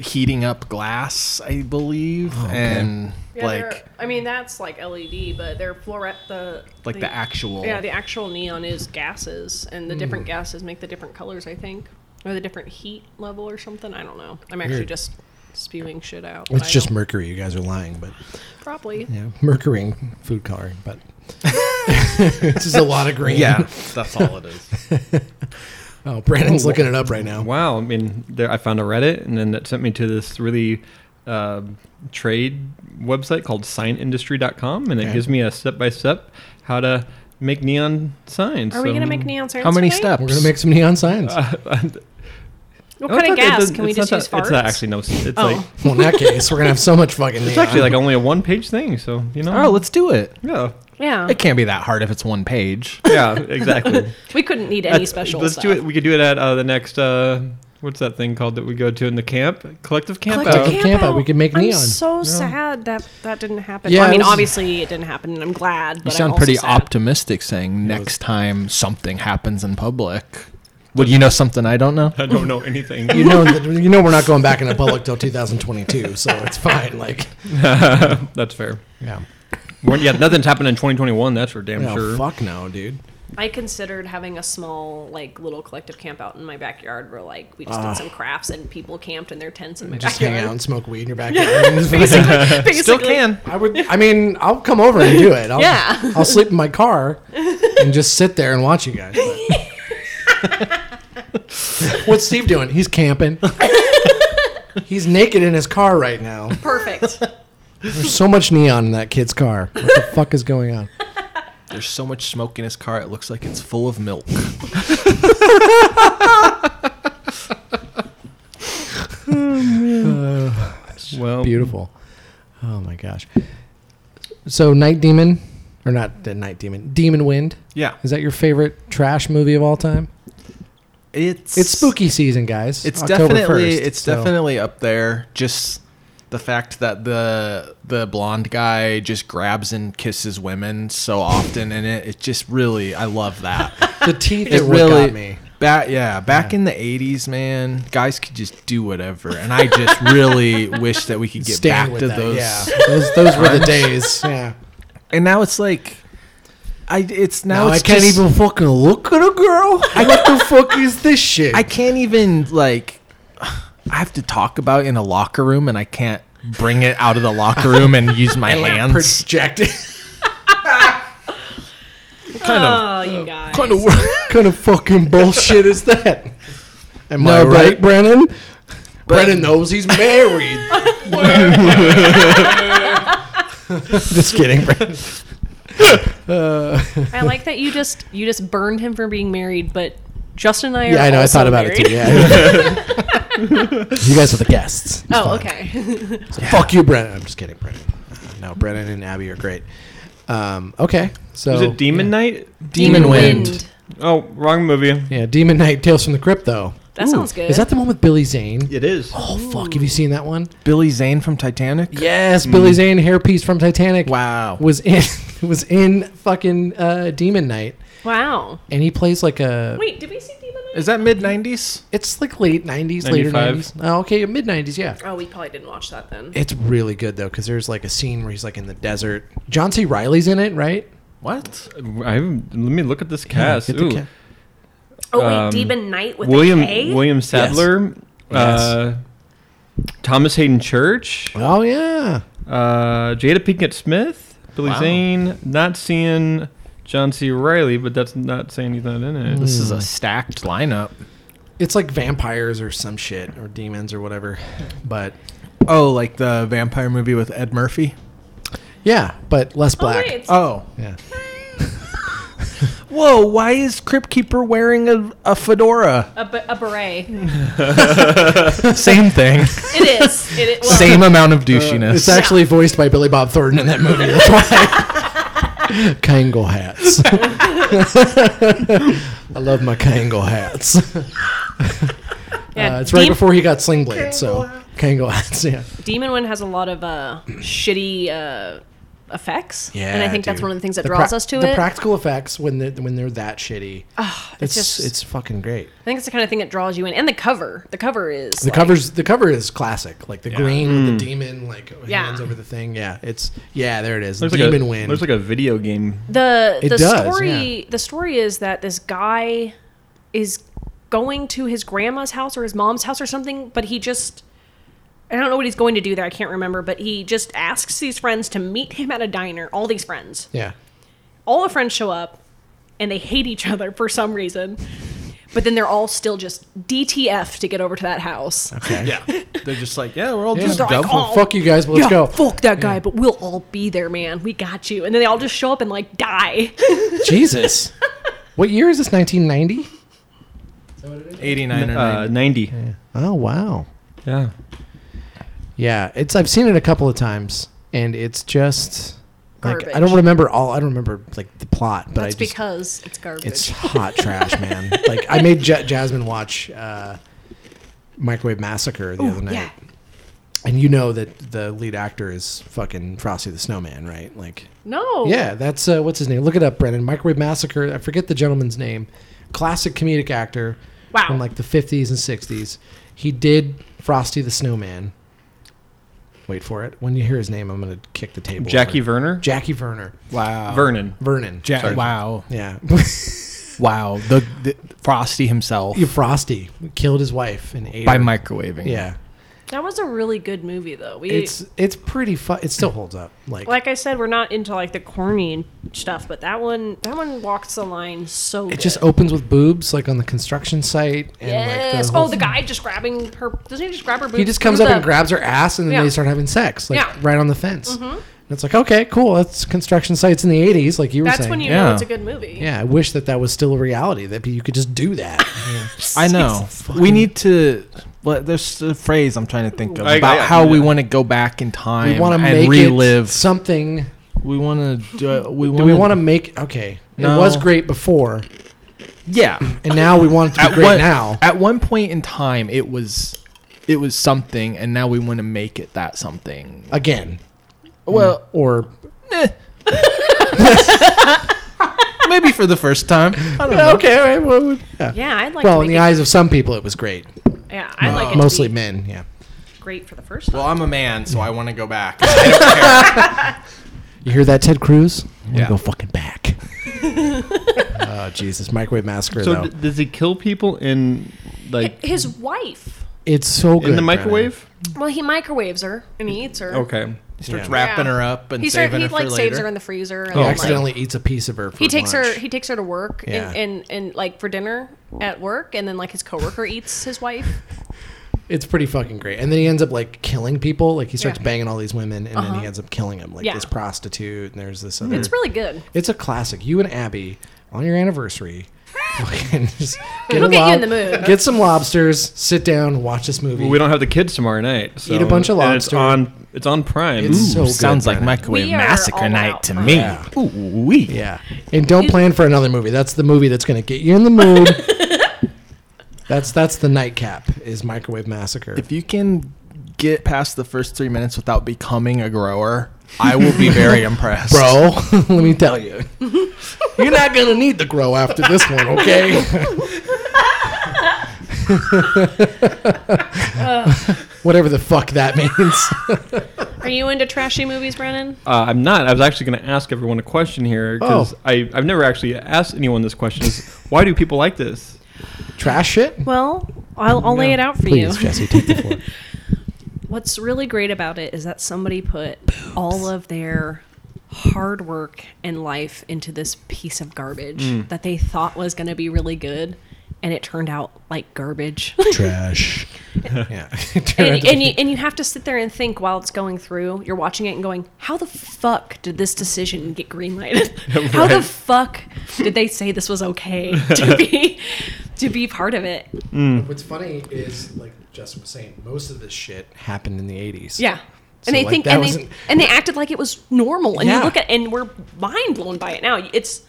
[SPEAKER 3] heating up glass, I believe,
[SPEAKER 2] okay.
[SPEAKER 3] and
[SPEAKER 4] Yeah, they're-
[SPEAKER 3] like
[SPEAKER 4] I mean, that's like LED, but they're fluorescent. The
[SPEAKER 3] like the, actual.
[SPEAKER 4] yeah, the actual neon is gases, and the
[SPEAKER 5] Mm.
[SPEAKER 4] different gases make the different colors. I think, or the different heat level or something. I don't know. I'm actually
[SPEAKER 2] Weird.
[SPEAKER 4] just spewing shit out. but
[SPEAKER 2] It's
[SPEAKER 4] I
[SPEAKER 2] just
[SPEAKER 4] don't-
[SPEAKER 2] mercury. You guys are lying, but
[SPEAKER 4] probably.
[SPEAKER 2] yeah, mercury food coloring, but this is a lot of green.
[SPEAKER 3] yeah, that's all it is.
[SPEAKER 2] Oh, Brandon's looking it up right now.
[SPEAKER 5] wow. I mean, there I found a Reddit, and then that sent me to this really uh, trade website called signindustry.com, and it
[SPEAKER 2] Okay.
[SPEAKER 5] gives me a step by step how to make neon signs.
[SPEAKER 4] Are we
[SPEAKER 5] So-
[SPEAKER 4] gonna make neon signs?
[SPEAKER 3] How many
[SPEAKER 4] tonight?
[SPEAKER 3] steps?
[SPEAKER 2] We're gonna make some neon signs.
[SPEAKER 5] Uh.
[SPEAKER 4] What
[SPEAKER 5] No, oh, it's
[SPEAKER 4] kind of
[SPEAKER 5] not that- it
[SPEAKER 4] gas
[SPEAKER 5] doesn't-
[SPEAKER 4] can we
[SPEAKER 5] it's not
[SPEAKER 4] just use?
[SPEAKER 5] that-
[SPEAKER 4] Farts?
[SPEAKER 5] It's not actually no. It's
[SPEAKER 4] Oh.
[SPEAKER 5] like
[SPEAKER 2] well, in that case, we're gonna have so much fucking neon.
[SPEAKER 5] it's actually like only a one page thing. So you know.
[SPEAKER 3] Oh, let's do it.
[SPEAKER 5] yeah.
[SPEAKER 4] Yeah,
[SPEAKER 3] It can't be that hard if it's one page.
[SPEAKER 5] Yeah. Exactly.
[SPEAKER 4] we couldn't need any
[SPEAKER 5] That's-
[SPEAKER 4] special.
[SPEAKER 5] Let's
[SPEAKER 4] stuff.
[SPEAKER 5] do it. We could do it at uh, the next. Uh, what's that thing called that we go to in the camp? Collective camp. Oh,
[SPEAKER 4] Collective
[SPEAKER 5] out.
[SPEAKER 2] Collective camp out, we could make neon.
[SPEAKER 4] I'm so sad that that didn't happen.
[SPEAKER 2] Yeah,
[SPEAKER 4] Well, I mean,
[SPEAKER 2] it was-
[SPEAKER 4] obviously it didn't happen, and I'm glad.
[SPEAKER 3] You
[SPEAKER 4] But I'm
[SPEAKER 3] sound
[SPEAKER 4] also
[SPEAKER 3] pretty
[SPEAKER 4] sad.
[SPEAKER 3] optimistic saying next time something happens in public. Would you know something I don't know?
[SPEAKER 5] I don't know anything.
[SPEAKER 2] you know, that- you know, we're not going back into public till 2022, so it's fine. Like,
[SPEAKER 5] That's fair.
[SPEAKER 2] yeah,
[SPEAKER 5] Weren't- yeah, nothing's happened in 2021. That's for damn
[SPEAKER 2] no,
[SPEAKER 5] sure.
[SPEAKER 2] fuck no, dude.
[SPEAKER 4] I considered having a small, like, little collective camp out in my backyard where, like, we just did some crafts and people camped in their tents in my
[SPEAKER 2] Ah. Just hang
[SPEAKER 4] backyard.
[SPEAKER 2] out and smoke weed in your backyard.
[SPEAKER 4] Basically,
[SPEAKER 5] Still can.
[SPEAKER 2] I would. I mean, I'll come over and do it. I'll,
[SPEAKER 4] Yeah.
[SPEAKER 2] I'll sleep in my car and just sit there and watch you guys. What's Steve doing? He's camping. He's naked in his car right now.
[SPEAKER 4] Perfect.
[SPEAKER 2] There's so much neon in that kid's car. What the fuck is going on?
[SPEAKER 3] There's so much smoke in his car, it looks like it's full of milk.
[SPEAKER 5] Well,
[SPEAKER 2] Oh Beautiful. Oh my gosh. So Night Demon, or not the Night Demon, Demon Wind.
[SPEAKER 3] Yeah.
[SPEAKER 2] Is that your favorite trash movie of all time?
[SPEAKER 3] It's
[SPEAKER 2] It's spooky season, guys.
[SPEAKER 3] It's
[SPEAKER 2] October
[SPEAKER 3] definitely
[SPEAKER 2] 1st,
[SPEAKER 3] it's
[SPEAKER 2] so-
[SPEAKER 3] definitely up there. Just the fact that the the blonde guy just grabs and kisses women so often in it. It just really I love that.
[SPEAKER 2] the teeth.
[SPEAKER 3] it
[SPEAKER 2] It
[SPEAKER 3] really
[SPEAKER 2] got me.
[SPEAKER 3] Back yeah, back in the '80s, man, guys could just do whatever, and I just really wish that we could get
[SPEAKER 2] Staying
[SPEAKER 3] back
[SPEAKER 2] with
[SPEAKER 3] to
[SPEAKER 2] that,
[SPEAKER 3] those.
[SPEAKER 2] Yeah, those, those were the days. Yeah.
[SPEAKER 3] And now it's like, I it's now,
[SPEAKER 2] Now I
[SPEAKER 3] it's
[SPEAKER 2] can't
[SPEAKER 3] just-
[SPEAKER 2] even fucking look at a girl. what the fuck is this shit?
[SPEAKER 3] I can't even like I have to talk about it in a locker room and I can't bring it out of the locker room and use my hands.
[SPEAKER 2] project
[SPEAKER 3] Kind of
[SPEAKER 4] Oh, you guys.
[SPEAKER 2] kind of kind of fucking bullshit is that? Am
[SPEAKER 3] No,
[SPEAKER 2] I
[SPEAKER 3] but-
[SPEAKER 2] right, Brennan? Brennan knows he's married. Just kidding, Brennan.
[SPEAKER 4] I like that you just you just burned him for being married, but Justin and I are.
[SPEAKER 2] Yeah, I know. I
[SPEAKER 4] also
[SPEAKER 2] thought about it
[SPEAKER 4] married.
[SPEAKER 2] too. Yeah. you guys are the guests.
[SPEAKER 4] Oh, okay.
[SPEAKER 2] Fuck you, Brennan. I'm just kidding, Brennan. No, Brennan and Abby are great. Um, okay, so
[SPEAKER 5] Is it Demon Night?
[SPEAKER 3] Demon Wind.
[SPEAKER 5] Oh, wrong movie.
[SPEAKER 2] Yeah, Demon Knight Tales from the Crypt, though.
[SPEAKER 4] That sounds good.
[SPEAKER 2] Is that the one with Billy Zane?
[SPEAKER 5] It is.
[SPEAKER 2] Oh fuck! Have you seen that one?
[SPEAKER 3] Billy Zane from Titanic.
[SPEAKER 2] Yes, Billy Zane hairpiece from Titanic.
[SPEAKER 3] Wow.
[SPEAKER 2] was in was in fucking uh, Demon Knight,
[SPEAKER 4] wow.
[SPEAKER 2] and he plays like a.
[SPEAKER 4] Wait, did we see Demon Wind?
[SPEAKER 3] Is that mid 90s?
[SPEAKER 2] It's like late nineties, later
[SPEAKER 5] 95.
[SPEAKER 2] nineties. Oh, okay, mid nineties, yeah.
[SPEAKER 4] Oh, we probably didn't watch that then.
[SPEAKER 2] It's really good though, because there's like a scene where he's like in the desert. John C. Riley's in it, right?
[SPEAKER 3] What?
[SPEAKER 5] I, let me look at this cast.
[SPEAKER 2] Get the
[SPEAKER 5] Ooh.
[SPEAKER 2] ca-
[SPEAKER 4] Oh wait,
[SPEAKER 5] Um,
[SPEAKER 4] Demon Knight with
[SPEAKER 5] William
[SPEAKER 4] a K?
[SPEAKER 5] William Sadler, uh, Thomas Hayden Church,
[SPEAKER 2] Oh yeah,
[SPEAKER 5] uh, Jada Pinkett Smith, Billy
[SPEAKER 3] Wow.
[SPEAKER 5] Zane. Not seeing John C. Riley, but that's not saying he's not in
[SPEAKER 2] Mm.
[SPEAKER 5] it.
[SPEAKER 3] This is a stacked lineup.
[SPEAKER 2] it's like vampires or some shit or demons or whatever, but
[SPEAKER 3] Oh, like the vampire movie with Ed Murphy?
[SPEAKER 2] yeah, but less
[SPEAKER 4] Oh,
[SPEAKER 2] black.
[SPEAKER 4] wait, it's,
[SPEAKER 3] Oh.
[SPEAKER 2] yeah,
[SPEAKER 3] Whoa, why is Crypt Keeper wearing a, a
[SPEAKER 2] Uh,
[SPEAKER 3] fedora?
[SPEAKER 4] a, ba- a beret.
[SPEAKER 3] Same thing.
[SPEAKER 4] It is. It is. Well,
[SPEAKER 3] Same amount of douchiness.
[SPEAKER 2] it's actually voiced by Billy Bob Thornton in that movie. That's why. Kangle hats. I love my Kangle hats.
[SPEAKER 4] yeah,
[SPEAKER 2] Uh, it's right
[SPEAKER 4] Dem-
[SPEAKER 2] before he got Sling Blade, so Kangle hats, yeah.
[SPEAKER 4] Demon Wind has a lot of uh, shitty uh, effects, and I
[SPEAKER 2] Yeah,
[SPEAKER 4] think that's
[SPEAKER 2] dude.
[SPEAKER 4] one of the things that
[SPEAKER 2] The
[SPEAKER 4] draws
[SPEAKER 2] prac-
[SPEAKER 4] us to
[SPEAKER 2] the
[SPEAKER 4] it.
[SPEAKER 2] practical effects when they're, when they're that shitty. it's
[SPEAKER 4] just-
[SPEAKER 2] it's fucking great.
[SPEAKER 4] I think it's the kind of thing that draws you in, and the cover. The cover is
[SPEAKER 2] The covers the cover is classic, like the green with the demon like
[SPEAKER 4] Yeah.
[SPEAKER 2] hands over the thing. Yeah, it's yeah, there it is.
[SPEAKER 5] Looks
[SPEAKER 2] demon
[SPEAKER 5] like a,
[SPEAKER 2] wind.
[SPEAKER 5] Looks like a video game.
[SPEAKER 4] the
[SPEAKER 2] It
[SPEAKER 4] the
[SPEAKER 2] does,
[SPEAKER 4] story
[SPEAKER 2] yeah.
[SPEAKER 4] the story is that this guy is going to his grandma's house or his mom's house or something but he just I don't know what he's going to do there I can't remember but he just asks these friends to meet him at a diner all these friends
[SPEAKER 2] yeah.
[SPEAKER 4] all the friends show up and they hate each other for some reason but then they're all still just DTF to get over to that house
[SPEAKER 2] Okay.
[SPEAKER 3] Yeah. They're just like, yeah, we're all
[SPEAKER 2] Yeah.
[SPEAKER 3] just
[SPEAKER 4] They're like,
[SPEAKER 3] dumb.
[SPEAKER 4] "Oh,
[SPEAKER 2] Fuck you guys, but let's
[SPEAKER 4] yeah,
[SPEAKER 2] go.
[SPEAKER 4] fuck that guy but we'll all be there man we got you and then they all just show up and like die
[SPEAKER 2] Jesus. what year is this? 1990?
[SPEAKER 3] 89 or 90.
[SPEAKER 5] Uh, Ninety.
[SPEAKER 2] Oh wow.
[SPEAKER 5] Yeah.
[SPEAKER 2] Yeah, it's I've seen it a couple of times, and it's just like I
[SPEAKER 4] Garbage.
[SPEAKER 2] don't remember all. I don't remember like the plot, but
[SPEAKER 4] that's
[SPEAKER 2] I just
[SPEAKER 4] because it's garbage
[SPEAKER 2] it's hot trash, man. Like I made ja Jasmine watch uh, Microwave Massacre the other night,
[SPEAKER 4] yeah
[SPEAKER 2] and you know that the lead actor is fucking Frosty the Snowman, right? Like
[SPEAKER 4] No.
[SPEAKER 2] yeah, that's uh, what's his name. Look it up, Brennan. Microwave Massacre. I forget the gentleman's name. Classic comedic actor
[SPEAKER 4] Wow.
[SPEAKER 2] from like the fifties and sixties. He did Frosty the Snowman. Wait for it. When you hear his name, I'm gonna kick the table.
[SPEAKER 5] Jackie
[SPEAKER 2] over.
[SPEAKER 5] Verner.
[SPEAKER 2] Uh, Jackie Verner.
[SPEAKER 3] Wow.
[SPEAKER 5] Vernon.
[SPEAKER 2] Vernon.
[SPEAKER 3] Ja-
[SPEAKER 2] Sorry.
[SPEAKER 3] wow.
[SPEAKER 2] Yeah.
[SPEAKER 3] Wow. The, the Frosty himself
[SPEAKER 2] Frosty killed his wife and ate
[SPEAKER 3] by
[SPEAKER 2] her.
[SPEAKER 3] microwaving.
[SPEAKER 2] Yeah.
[SPEAKER 4] That was a really good movie though. We
[SPEAKER 2] It's it's pretty fun. It still holds up. Like,
[SPEAKER 4] like I said, we're not into like the corny and stuff, but that one that one walks the line so
[SPEAKER 2] it just opens with boobs, like on the construction site. And,
[SPEAKER 4] Yes.
[SPEAKER 2] Like, the whole
[SPEAKER 4] oh, the guy just grabbing her doesn't he just grab her boobs?
[SPEAKER 2] He just comes
[SPEAKER 4] through
[SPEAKER 2] up
[SPEAKER 4] the-
[SPEAKER 2] and grabs her ass, and then
[SPEAKER 4] Yeah.
[SPEAKER 2] they start having sex, like
[SPEAKER 4] Yeah. Mm-hmm.
[SPEAKER 2] right on the fence. And it's like, okay, cool. That's construction sites in the '80s, like you were
[SPEAKER 4] That's
[SPEAKER 2] saying.
[SPEAKER 4] when you
[SPEAKER 3] Yeah.
[SPEAKER 4] know it's a good movie.
[SPEAKER 2] yeah, I wish that that was still a reality that you could just do that.
[SPEAKER 3] I know. We need to. Well, there's a phrase I'm trying to think of
[SPEAKER 5] I-
[SPEAKER 3] about
[SPEAKER 5] I-
[SPEAKER 3] how we
[SPEAKER 5] yeah.
[SPEAKER 3] want to go back in time
[SPEAKER 2] we want to
[SPEAKER 3] and
[SPEAKER 2] make
[SPEAKER 3] relive.
[SPEAKER 2] it something
[SPEAKER 3] We want to. Do, uh, we
[SPEAKER 2] Do
[SPEAKER 3] want.
[SPEAKER 2] we want to make okay?
[SPEAKER 3] No.
[SPEAKER 2] It was great before,
[SPEAKER 3] Yeah.
[SPEAKER 2] and now we want it to be great
[SPEAKER 3] one,
[SPEAKER 2] now.
[SPEAKER 3] At one point in time, it was, it was something, and now we want to make it that something.
[SPEAKER 2] again,
[SPEAKER 3] Well,
[SPEAKER 2] or Mm.
[SPEAKER 3] maybe for the first time. I don't know.
[SPEAKER 2] okay, all right. Well, we- yeah.
[SPEAKER 4] Yeah, I'd like
[SPEAKER 2] well,
[SPEAKER 4] to
[SPEAKER 2] in
[SPEAKER 4] make
[SPEAKER 2] the
[SPEAKER 4] it,
[SPEAKER 2] eyes of some people, it was great.
[SPEAKER 4] Yeah, I'd like it
[SPEAKER 2] Mostly
[SPEAKER 4] to be
[SPEAKER 2] men. Yeah.
[SPEAKER 4] great for the first time.
[SPEAKER 3] Well, I'm a man, so I want to go back.
[SPEAKER 2] You hear that, Ted Cruz? I wanna
[SPEAKER 3] Yeah.
[SPEAKER 2] Go fucking back. oh Jesus! Microwave Massacre.
[SPEAKER 5] So
[SPEAKER 2] though.
[SPEAKER 5] d- does he kill people in like
[SPEAKER 4] His wife.
[SPEAKER 2] it's so good.
[SPEAKER 5] in the
[SPEAKER 2] Brennan.
[SPEAKER 5] microwave?
[SPEAKER 4] Well, he microwaves her and he eats her.
[SPEAKER 5] Okay.
[SPEAKER 3] He starts
[SPEAKER 2] Yeah.
[SPEAKER 3] wrapping
[SPEAKER 4] Yeah.
[SPEAKER 3] her up and
[SPEAKER 4] He start,
[SPEAKER 3] saving
[SPEAKER 4] he
[SPEAKER 3] her for
[SPEAKER 4] like
[SPEAKER 3] later.
[SPEAKER 4] saves her in the freezer. And
[SPEAKER 2] He
[SPEAKER 5] Oh.
[SPEAKER 4] like-
[SPEAKER 2] accidentally eats a piece of her. For
[SPEAKER 4] He takes her.
[SPEAKER 2] lunch.
[SPEAKER 4] He takes her to work
[SPEAKER 2] Yeah.
[SPEAKER 4] and, and and like for dinner at work, and then like his coworker eats his wife.
[SPEAKER 2] It's pretty fucking great. And then he ends up like killing people. Like he starts
[SPEAKER 4] Yeah. Uh-huh.
[SPEAKER 2] banging all these women, and then he ends up killing them. Like
[SPEAKER 4] Yeah.
[SPEAKER 2] this prostitute, and there's this other.
[SPEAKER 4] It's really good.
[SPEAKER 2] It's a classic. You and Abby on your anniversary. fucking just get
[SPEAKER 4] It'll
[SPEAKER 2] a
[SPEAKER 4] get you
[SPEAKER 2] lob-
[SPEAKER 4] in the mood.
[SPEAKER 2] Get some lobsters. Sit down. Watch this movie.
[SPEAKER 5] Well, we don't have the kids tomorrow night. So.
[SPEAKER 2] Eat a bunch of
[SPEAKER 5] And
[SPEAKER 2] lobster.
[SPEAKER 5] it's on. It's on Prime.
[SPEAKER 2] It's so good.
[SPEAKER 3] Sounds like
[SPEAKER 2] Brennan.
[SPEAKER 3] microwave
[SPEAKER 4] We are
[SPEAKER 3] massacre
[SPEAKER 4] all
[SPEAKER 3] night
[SPEAKER 4] out
[SPEAKER 3] to
[SPEAKER 4] for
[SPEAKER 3] me.
[SPEAKER 2] Yeah.
[SPEAKER 3] Ooh wee.
[SPEAKER 2] Yeah. And don't plan for another movie. That's the movie that's going to get you in the mood. that's that's the nightcap is Microwave Massacre.
[SPEAKER 3] If you can get past the first three minutes without becoming a grower, I will be very impressed,
[SPEAKER 2] Bro, let me tell you. You're not going to need the grow after this one, okay? Whatever the fuck that means.
[SPEAKER 4] Are you into trashy movies, Brennan?
[SPEAKER 5] Uh, I'm not. I was actually going to ask everyone a question here because
[SPEAKER 2] Oh.
[SPEAKER 5] I I've never actually asked anyone this question. Is why do people like this?
[SPEAKER 2] Trash it?
[SPEAKER 4] Well, I'll, I'll lay it out for
[SPEAKER 2] Please,
[SPEAKER 4] you.
[SPEAKER 2] Jesse, take the floor.
[SPEAKER 4] What's really great about it is that somebody put all of their hard work and life into this piece of garbage that they thought was going to be really good, and it turned out like garbage.
[SPEAKER 2] Trash. yeah.
[SPEAKER 4] and, and you, and you have to sit there and think while it's going through. You're watching it and going, "How the fuck did this decision get greenlighted? How the fuck did they say this was okay to be to be part of it?"
[SPEAKER 2] What's funny is, like Justin was saying, most of this shit happened in the 80s.
[SPEAKER 4] Yeah.
[SPEAKER 2] So,
[SPEAKER 4] And they
[SPEAKER 2] like,
[SPEAKER 4] think,
[SPEAKER 2] that
[SPEAKER 4] and
[SPEAKER 2] wasn't-
[SPEAKER 4] they, and they acted like it was normal. And
[SPEAKER 2] Yeah.
[SPEAKER 4] you look at, and we're mind blown by it now. It's,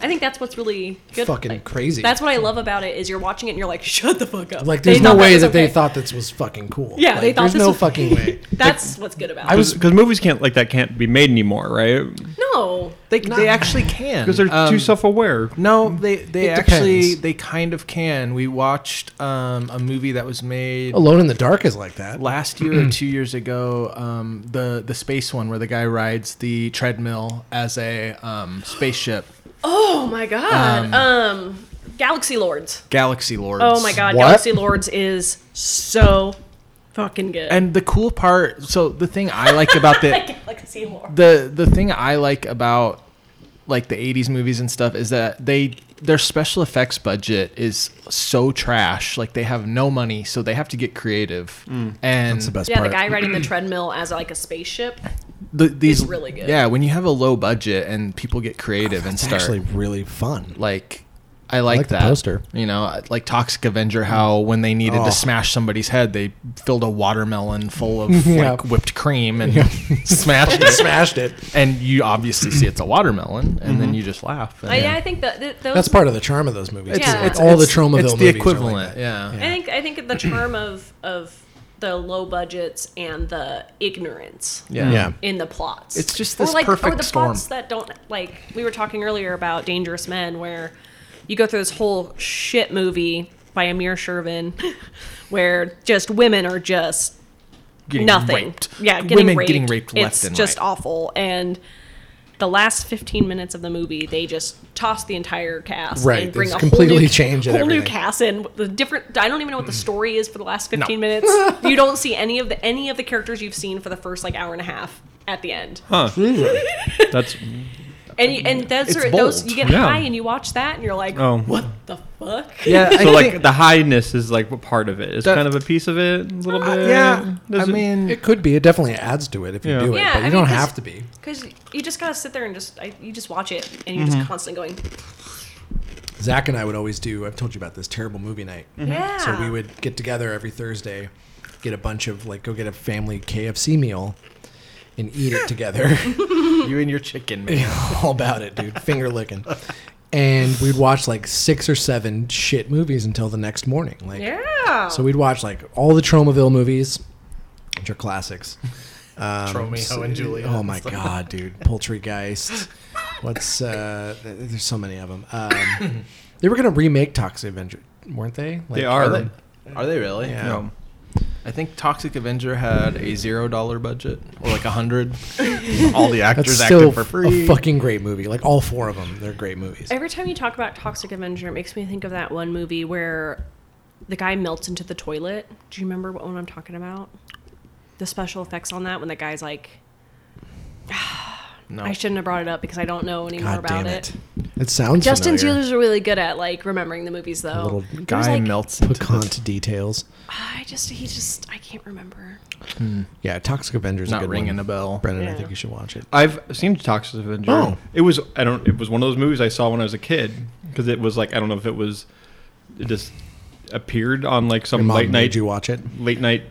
[SPEAKER 4] I think that's what's really good.
[SPEAKER 2] Fucking
[SPEAKER 4] Like,
[SPEAKER 2] crazy.
[SPEAKER 4] That's what I love about it is you're watching it and you're like, shut the fuck up.
[SPEAKER 2] Like, there's
[SPEAKER 4] They
[SPEAKER 2] no
[SPEAKER 4] thought
[SPEAKER 2] way
[SPEAKER 4] was
[SPEAKER 2] that they
[SPEAKER 4] okay.
[SPEAKER 2] thought this was fucking cool.
[SPEAKER 4] Yeah,
[SPEAKER 2] Like,
[SPEAKER 4] they thought
[SPEAKER 2] there's
[SPEAKER 4] this
[SPEAKER 2] no
[SPEAKER 4] was-
[SPEAKER 2] fucking way.
[SPEAKER 4] That's what's good about it.
[SPEAKER 5] Because movies can't like that can't be made anymore, right?
[SPEAKER 4] no,
[SPEAKER 3] They, they actually can
[SPEAKER 5] Because they're
[SPEAKER 3] Um,
[SPEAKER 5] too self-aware.
[SPEAKER 3] No, they they
[SPEAKER 2] It
[SPEAKER 3] actually
[SPEAKER 2] depends.
[SPEAKER 3] they kind of can. We watched um, a movie that was made
[SPEAKER 2] Alone in the Dark is like that.
[SPEAKER 3] last year or two years ago. Um, the the space one where the guy rides the treadmill as a um, spaceship.
[SPEAKER 4] oh my god. Um, Galaxy Lords.
[SPEAKER 3] Galaxy Lords.
[SPEAKER 4] Oh my god,
[SPEAKER 2] What?
[SPEAKER 4] Galaxy Lords is so fucking good.
[SPEAKER 3] And the cool part. So the thing I like about the
[SPEAKER 4] Galaxy Lords.
[SPEAKER 3] the the thing I like about like the 80s movies and stuff is that they their special effects budget is so trash like they have no money so they have to get creative and
[SPEAKER 2] That's the best
[SPEAKER 4] Yeah,
[SPEAKER 2] part.
[SPEAKER 4] the guy riding the treadmill as like a spaceship.
[SPEAKER 3] the, these
[SPEAKER 4] is really good.
[SPEAKER 3] yeah when you have a low budget and people get creative and
[SPEAKER 2] It's
[SPEAKER 3] start
[SPEAKER 2] Oh, actually really fun.
[SPEAKER 3] like I like,
[SPEAKER 2] like the
[SPEAKER 3] that
[SPEAKER 2] poster.
[SPEAKER 3] you know like Toxic Avenger how when they needed
[SPEAKER 2] Oh.
[SPEAKER 3] to smash somebody's head they filled a watermelon full of
[SPEAKER 2] Yeah.
[SPEAKER 3] like whipped cream and smashed it
[SPEAKER 2] Smashed it.
[SPEAKER 3] and you obviously see it's a watermelon, and
[SPEAKER 2] Mm-hmm.
[SPEAKER 3] then you just laugh.
[SPEAKER 4] I, Oh, yeah, I think that, that those
[SPEAKER 2] That's part of the charm of those movies.
[SPEAKER 4] It's-
[SPEAKER 2] too.
[SPEAKER 4] it's-
[SPEAKER 2] all
[SPEAKER 3] it's-
[SPEAKER 2] the Tromaville
[SPEAKER 3] it's the
[SPEAKER 2] movies are like
[SPEAKER 3] equivalent,
[SPEAKER 2] that.
[SPEAKER 3] yeah.
[SPEAKER 4] I think I think the charm of of the low budgets and the ignorance
[SPEAKER 3] yeah.
[SPEAKER 2] Yeah.
[SPEAKER 4] in the plots.
[SPEAKER 3] It's just
[SPEAKER 4] Or
[SPEAKER 3] this
[SPEAKER 4] like,
[SPEAKER 3] perfect
[SPEAKER 4] or the
[SPEAKER 3] storm.
[SPEAKER 4] plots that don't like we were talking earlier about Dangerous Men where you go through this whole shit movie by Amir Shervin where just women are just
[SPEAKER 3] Getting
[SPEAKER 4] nothing.
[SPEAKER 3] raped.
[SPEAKER 4] Yeah, getting
[SPEAKER 3] Women
[SPEAKER 4] raped.
[SPEAKER 3] getting raped left
[SPEAKER 4] it's
[SPEAKER 3] and
[SPEAKER 4] just
[SPEAKER 3] right.
[SPEAKER 4] awful and the last 15 minutes of the movie they just toss the entire cast
[SPEAKER 2] Right,
[SPEAKER 4] and bring
[SPEAKER 2] they
[SPEAKER 4] a
[SPEAKER 2] completely
[SPEAKER 4] whole new,
[SPEAKER 2] change it,
[SPEAKER 4] whole new
[SPEAKER 2] everything.
[SPEAKER 4] cast in the different i don't even know
[SPEAKER 3] Mm.
[SPEAKER 4] what the story is for the last 15 minutes you don't see any of the any of the characters you've seen for the first like hour and a half at the end
[SPEAKER 5] Huh? That's
[SPEAKER 4] and you, and those
[SPEAKER 3] It's
[SPEAKER 4] are those
[SPEAKER 3] bold.
[SPEAKER 4] you get
[SPEAKER 5] Yeah.
[SPEAKER 4] high and you watch that and you're like
[SPEAKER 5] oh.
[SPEAKER 4] what the fuck
[SPEAKER 3] Yeah, I
[SPEAKER 5] So like
[SPEAKER 2] uh,
[SPEAKER 3] think-
[SPEAKER 5] the highness is like what part of it. It's
[SPEAKER 3] That-
[SPEAKER 5] kind of a piece of it, a little
[SPEAKER 3] uh,
[SPEAKER 5] bit.
[SPEAKER 3] yeah.
[SPEAKER 5] Does
[SPEAKER 3] I
[SPEAKER 5] it-
[SPEAKER 3] mean,
[SPEAKER 2] It could be. It definitely adds to it if you
[SPEAKER 5] Yeah.
[SPEAKER 2] do it,
[SPEAKER 4] Yeah,
[SPEAKER 2] but you
[SPEAKER 4] I mean,
[SPEAKER 2] don't
[SPEAKER 4] 'cause-
[SPEAKER 2] have to be.
[SPEAKER 4] because you just gotta sit there and just I, you just watch it and you're
[SPEAKER 5] Mm-hmm.
[SPEAKER 4] just constantly going
[SPEAKER 2] Zach and I would always do. I've told you about this terrible movie night.
[SPEAKER 4] yeah
[SPEAKER 2] So we would get together every Thursday, get a bunch of like go get a family KFC meal, and eat it together.
[SPEAKER 3] You and your chicken, man.
[SPEAKER 2] all about it, dude. Finger licking. And we'd watch like six or seven shit movies until the next morning. Like,
[SPEAKER 4] Yeah.
[SPEAKER 2] so we'd watch like all the Tromaville movies, which are classics. Um,
[SPEAKER 3] Romeo
[SPEAKER 2] so-
[SPEAKER 3] and Juliet.
[SPEAKER 2] Oh my god, dude! Poultrygeist. What's uh? th- There's so many of them. Um, they were gonna remake Toxic Avenger, weren't they? Like,
[SPEAKER 5] They are.
[SPEAKER 2] um,
[SPEAKER 3] Are they really?
[SPEAKER 2] Yeah.
[SPEAKER 5] No.
[SPEAKER 3] I think Toxic Avenger had a zero dollar budget, or like a hundred. All the
[SPEAKER 2] That's
[SPEAKER 3] actors
[SPEAKER 2] still
[SPEAKER 3] acted for free.
[SPEAKER 2] a fucking great movie. Like all four of them, they're great movies.
[SPEAKER 4] Every time you talk about Toxic Avenger, it makes me think of that one movie where the guy melts into the toilet. Do you remember what one I'm talking about? The special effects on that when the guy's like,
[SPEAKER 3] no,
[SPEAKER 4] I shouldn't have brought it up because I don't know anymore
[SPEAKER 2] God
[SPEAKER 4] about
[SPEAKER 2] damn
[SPEAKER 4] it.
[SPEAKER 2] it! It, sounds
[SPEAKER 4] Justin
[SPEAKER 2] familiar.
[SPEAKER 4] Tealers are really good at like remembering the movivies though.
[SPEAKER 2] little
[SPEAKER 4] He was
[SPEAKER 3] guy
[SPEAKER 4] like, "Ah,
[SPEAKER 3] melts into
[SPEAKER 2] Piquant details.
[SPEAKER 4] I just he just I can't remember.
[SPEAKER 2] Yeah, Toxic Avengers.
[SPEAKER 3] not
[SPEAKER 2] a good
[SPEAKER 3] ringing
[SPEAKER 2] one.
[SPEAKER 3] a bell.
[SPEAKER 2] Brennan, I
[SPEAKER 4] Yeah.
[SPEAKER 2] think you should watch it.
[SPEAKER 5] I've seen Toxic Avenger.
[SPEAKER 2] Oh.
[SPEAKER 5] It was I don't. It was one of those movies I saw when I was a kid because it was like I don't know if it was, it just appeared on like
[SPEAKER 2] Your
[SPEAKER 5] some
[SPEAKER 2] mom
[SPEAKER 5] late
[SPEAKER 2] made
[SPEAKER 5] night
[SPEAKER 2] you watch it.
[SPEAKER 5] late night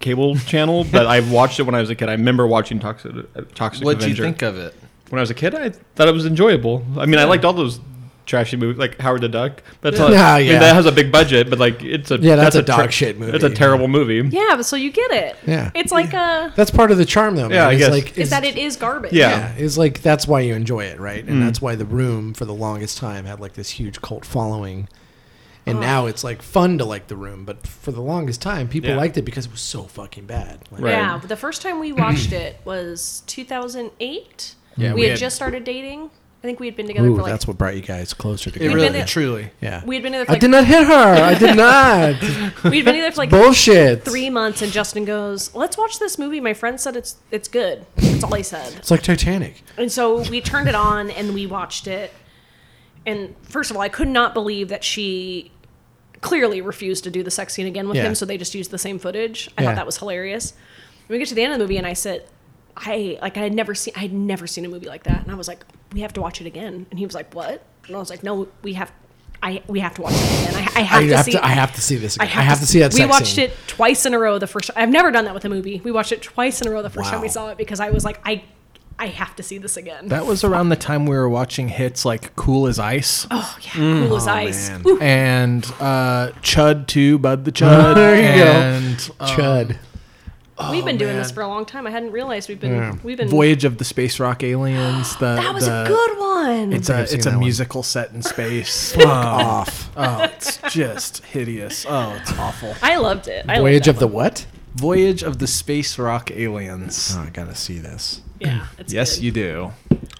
[SPEAKER 5] cable channel, but I watched it when I was a kid. I remember watching Toxic uh, Toxic
[SPEAKER 3] What'd you
[SPEAKER 5] Avenger.
[SPEAKER 3] think of it?
[SPEAKER 5] When I was a kid, I thought it was enjoyable. I mean, I liked all those trashy movies like Howard the Duck. That's
[SPEAKER 2] Yeah.
[SPEAKER 5] not,
[SPEAKER 2] Yeah,
[SPEAKER 5] I mean,
[SPEAKER 2] yeah.
[SPEAKER 5] that has a big budget, but like it's a
[SPEAKER 2] Yeah, that's a dog
[SPEAKER 5] ter-
[SPEAKER 2] shit movie.
[SPEAKER 5] It's a terrible movie.
[SPEAKER 4] Yeah, but so you get it.
[SPEAKER 2] Yeah.
[SPEAKER 4] It's like a
[SPEAKER 2] That's part of the charm, though. Man.
[SPEAKER 5] Yeah, I
[SPEAKER 2] It's
[SPEAKER 5] guess.
[SPEAKER 2] Like,
[SPEAKER 4] is that it is garbage.
[SPEAKER 5] Yeah. Mm.
[SPEAKER 2] Yeah, it's like that's why you enjoy it, right? And that's why the room for the longest time had like this huge cult following, and now it's like fun to like the room. But for the longest time, people
[SPEAKER 5] Yeah.
[SPEAKER 2] liked it because it was so fucking bad. Like,
[SPEAKER 5] Right.
[SPEAKER 4] Yeah, but the first time we watched it was 2008.
[SPEAKER 3] Yeah,
[SPEAKER 4] we,
[SPEAKER 3] we
[SPEAKER 4] had,
[SPEAKER 3] had-
[SPEAKER 4] just started dating. I think we had been together
[SPEAKER 2] Ooh,
[SPEAKER 4] for like
[SPEAKER 2] that's what brought you guys closer
[SPEAKER 3] It
[SPEAKER 2] together.
[SPEAKER 4] We've
[SPEAKER 3] really,
[SPEAKER 4] been-
[SPEAKER 3] truly.
[SPEAKER 2] yeah.
[SPEAKER 4] we'd been together for
[SPEAKER 2] I
[SPEAKER 4] like
[SPEAKER 2] did not hit her. I did not.
[SPEAKER 4] we'd been together for like
[SPEAKER 2] Bullshit.
[SPEAKER 4] three months, and Justin goes, "Let's watch this movie." My friend said it's it's good. That's all he said.
[SPEAKER 2] It's like Titanic.
[SPEAKER 4] And so we turned it on and we watched it. And first of all, I could not believe that she clearly refused to do the sex scene again with
[SPEAKER 2] Yeah.
[SPEAKER 4] him, so they just used the same footage. I
[SPEAKER 2] Yeah.
[SPEAKER 4] thought that was hilarious. And we get to the end of the movie and I said, I like I had never seen I had never seen a movie like that. And I was like, We have to watch it again. And he was like, What? And I was like, No, we have I we have to watch it again. I, I have
[SPEAKER 2] I
[SPEAKER 4] to
[SPEAKER 2] have
[SPEAKER 4] see
[SPEAKER 2] to. I have to see this. Again. I have, to, see that.
[SPEAKER 4] We
[SPEAKER 2] sex
[SPEAKER 4] watched
[SPEAKER 2] scene.
[SPEAKER 4] it twice in a row. The first I've never done that with a movie. We watched it twice in a row the first time we
[SPEAKER 2] Wow.
[SPEAKER 4] saw it because I was like, I, I have to see this again.
[SPEAKER 3] That was around the time we were watching hits like Cool as Ice
[SPEAKER 4] Oh yeah,
[SPEAKER 2] Mm.
[SPEAKER 4] cool as ice.
[SPEAKER 2] man.
[SPEAKER 4] Ooh,
[SPEAKER 3] and uh, Chud Too, Bud the Chud.
[SPEAKER 2] There you go.
[SPEAKER 3] and, uh,
[SPEAKER 2] Chud.
[SPEAKER 4] we've
[SPEAKER 2] Oh,
[SPEAKER 4] been doing this for a long time. I hadn't realized we've been we've been.
[SPEAKER 3] Voyage of the Space Rock Aliens. The,
[SPEAKER 4] that was
[SPEAKER 3] the-
[SPEAKER 4] a good one.
[SPEAKER 3] It's
[SPEAKER 2] I think
[SPEAKER 3] a,
[SPEAKER 2] I've seen
[SPEAKER 3] it's a
[SPEAKER 2] that one.
[SPEAKER 3] musical set in space.
[SPEAKER 2] Off.
[SPEAKER 3] oh, it's just hideous. Oh, it's awful.
[SPEAKER 4] I loved it. I
[SPEAKER 2] Voyage of
[SPEAKER 4] loved
[SPEAKER 2] the what?
[SPEAKER 3] Voyage of the Space Rock Aliens.
[SPEAKER 2] Oh, I gotta see this.
[SPEAKER 4] the yeah. It's
[SPEAKER 3] yes,
[SPEAKER 4] good.
[SPEAKER 3] you do.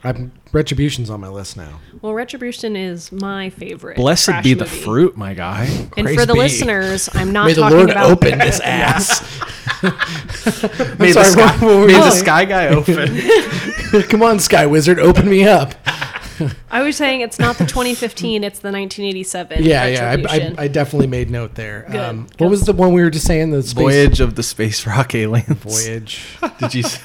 [SPEAKER 2] I'm retribution's on my list now.
[SPEAKER 4] Well, Retribution is my favorite.
[SPEAKER 3] Blessed
[SPEAKER 4] trash
[SPEAKER 3] be the
[SPEAKER 4] movie.
[SPEAKER 3] fruit, my guy.
[SPEAKER 4] And
[SPEAKER 2] Praise
[SPEAKER 4] for the
[SPEAKER 2] be.
[SPEAKER 4] listeners, I'm not
[SPEAKER 2] May the
[SPEAKER 4] talking
[SPEAKER 2] Lord
[SPEAKER 4] about
[SPEAKER 2] open this ass. sorry,
[SPEAKER 3] May, the, sky,
[SPEAKER 2] what- what were
[SPEAKER 3] may
[SPEAKER 2] you
[SPEAKER 3] the
[SPEAKER 2] saying?
[SPEAKER 3] sky guy open.
[SPEAKER 2] Come on, Sky Wizard, open me up.
[SPEAKER 4] I was saying it's not the 2015, it's the 1987.
[SPEAKER 2] Yeah, yeah, I, I,
[SPEAKER 4] Retribution.
[SPEAKER 2] I definitely made note there.
[SPEAKER 4] Good.
[SPEAKER 2] Um, what was the one we were just saying? The space
[SPEAKER 3] Voyage of the Space Rock Aliens.
[SPEAKER 2] voyage.
[SPEAKER 3] Did you? s-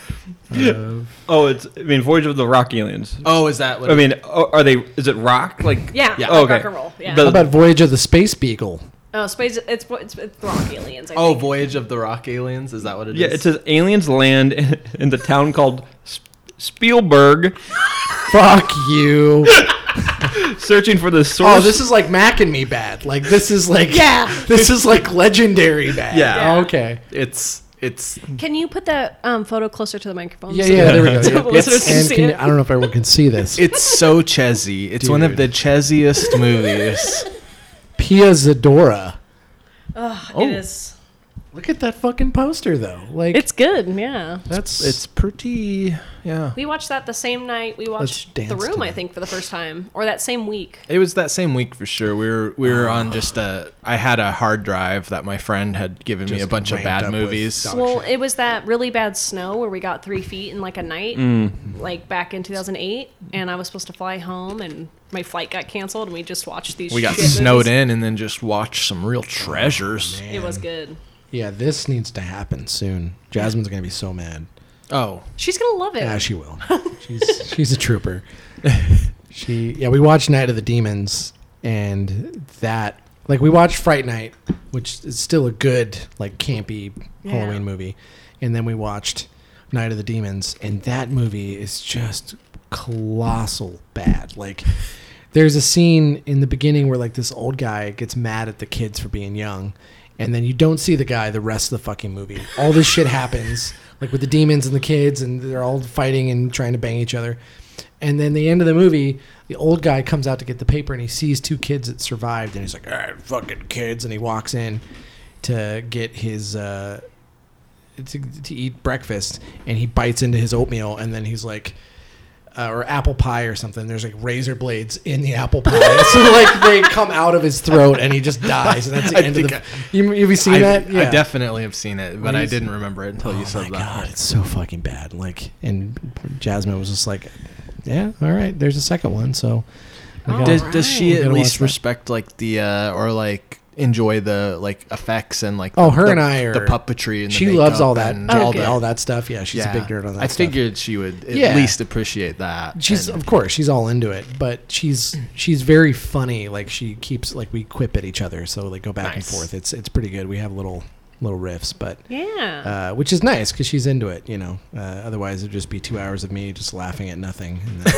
[SPEAKER 5] Oh, it's I mean Voyage of the Rock Aliens.
[SPEAKER 3] Oh, is that what?
[SPEAKER 5] I mean, oh, are they? Is it rock? Like
[SPEAKER 4] yeah,
[SPEAKER 3] Yeah.
[SPEAKER 4] like
[SPEAKER 5] okay.
[SPEAKER 4] rock and roll. Yeah.
[SPEAKER 5] The-
[SPEAKER 2] How about Voyage of the Space Beagle?
[SPEAKER 4] oh, space. It's it's, it's rock aliens. I
[SPEAKER 3] Oh,
[SPEAKER 4] think.
[SPEAKER 3] Voyage of the Rock Aliens. Is that what it is?
[SPEAKER 5] Yeah, it says aliens land in, in the town called S- Spielberg,
[SPEAKER 2] Fuck you!
[SPEAKER 5] searching for the source.
[SPEAKER 2] Oh, this is like Mac and me bad. Like this is like
[SPEAKER 4] Yeah.
[SPEAKER 2] this is like legendary bad.
[SPEAKER 3] Yeah.
[SPEAKER 2] Oh, okay.
[SPEAKER 3] It's it's
[SPEAKER 4] Can you put that um, photo closer to the microphone?
[SPEAKER 2] Yeah,
[SPEAKER 4] so
[SPEAKER 2] yeah. There we
[SPEAKER 4] the
[SPEAKER 2] go. Yeah.
[SPEAKER 4] listeners can
[SPEAKER 2] And
[SPEAKER 4] see
[SPEAKER 2] can,
[SPEAKER 4] it?
[SPEAKER 2] I don't know if everyone can see this.
[SPEAKER 3] it's so chesy. It's one of the chesiest movies.
[SPEAKER 2] Pia Zadora.
[SPEAKER 4] Ugh,
[SPEAKER 3] Oh.
[SPEAKER 4] It is.
[SPEAKER 2] Look at that fucking poster, though. Like
[SPEAKER 4] It's good. Yeah.
[SPEAKER 2] that's
[SPEAKER 3] It's pretty. Yeah.
[SPEAKER 4] We watched that the same night we watched
[SPEAKER 2] dance
[SPEAKER 4] The Room, I
[SPEAKER 2] tonight.
[SPEAKER 4] think, for the first time, or that same week.
[SPEAKER 3] It was that same week for sure. We were we were on just a. I had a hard drive that my friend had given me a
[SPEAKER 2] Just
[SPEAKER 3] bunch of
[SPEAKER 2] ramped
[SPEAKER 3] bad
[SPEAKER 2] up with
[SPEAKER 3] movies.
[SPEAKER 2] dog- Oh,
[SPEAKER 4] Well, it was that really bad snow where we got three feet in like a night,
[SPEAKER 2] Mm.
[SPEAKER 4] like back in 2008, and I was supposed to fly home, and my flight got canceled, and we just watched these.
[SPEAKER 3] We got
[SPEAKER 4] shit
[SPEAKER 3] snowed
[SPEAKER 4] movies.
[SPEAKER 3] in and then just watched some real treasures.
[SPEAKER 4] It was good.
[SPEAKER 2] Yeah, this needs to happen soon. Jasmine's gonna be so mad.
[SPEAKER 3] Oh,
[SPEAKER 4] She's gonna love it.
[SPEAKER 2] Yeah, she will. She's she's a trooper. She yeah, we watched Night of the Demons and that like we watched Fright Night, which is still a good like campy
[SPEAKER 4] Yeah.
[SPEAKER 2] Halloween movie, and then we watched Night of the Demons, and that movie is just colossal bad. Like, there's a scene in the beginning where like this old guy gets mad at the kids for being young, and then you don't see the guy the rest of the fucking movie. All this shit happens, like with the demons and the kids, and they're all fighting and trying to bang each other. And then the end of the movie, the old guy comes out to get the paper and he sees two kids that survived, and he's like, "All right, fucking kids," and he walks in to get his. Uh, to, to eat breakfast and he bites into his oatmeal and then he's like uh, or apple pie or something there's like razor blades in the apple pie so like they come out of his throat and he just dies and that's the
[SPEAKER 3] I
[SPEAKER 2] end of the
[SPEAKER 3] think
[SPEAKER 2] you, have you seen
[SPEAKER 3] I,
[SPEAKER 2] that
[SPEAKER 3] I definitely have seen it, but I
[SPEAKER 2] is-
[SPEAKER 3] didn't remember it until you
[SPEAKER 2] oh
[SPEAKER 3] said
[SPEAKER 2] my
[SPEAKER 3] that.
[SPEAKER 2] god it's so fucking bad like and jasmine was just like yeah all right there's a second one so we gotta-
[SPEAKER 3] Does, does
[SPEAKER 2] we
[SPEAKER 3] she at
[SPEAKER 2] gotta
[SPEAKER 3] least
[SPEAKER 2] watch that.
[SPEAKER 3] respect like the uh, or like enjoy the like effects and like
[SPEAKER 2] Oh,
[SPEAKER 3] the-
[SPEAKER 2] her
[SPEAKER 3] the-
[SPEAKER 2] and I are-
[SPEAKER 3] the puppetry and the
[SPEAKER 2] she loves
[SPEAKER 3] makeup
[SPEAKER 2] all that
[SPEAKER 3] and
[SPEAKER 2] all,
[SPEAKER 4] Okay.
[SPEAKER 2] that all that stuff yeah she's
[SPEAKER 3] Yeah.
[SPEAKER 2] a big nerd on that
[SPEAKER 3] I
[SPEAKER 2] stuff.
[SPEAKER 3] figured she would at
[SPEAKER 2] Yeah.
[SPEAKER 3] least appreciate that.
[SPEAKER 2] She's
[SPEAKER 3] and-
[SPEAKER 2] of course she's all into it, but she's she's very funny. Like she keeps like we quip at each other, so like go back and
[SPEAKER 3] Nice.
[SPEAKER 2] forth. It's it's pretty good. We have little little riffs, but
[SPEAKER 4] Yeah.
[SPEAKER 2] uh, which is nice because she's into it. You know, uh, otherwise it'd just be two hours of me just laughing at nothing, and then,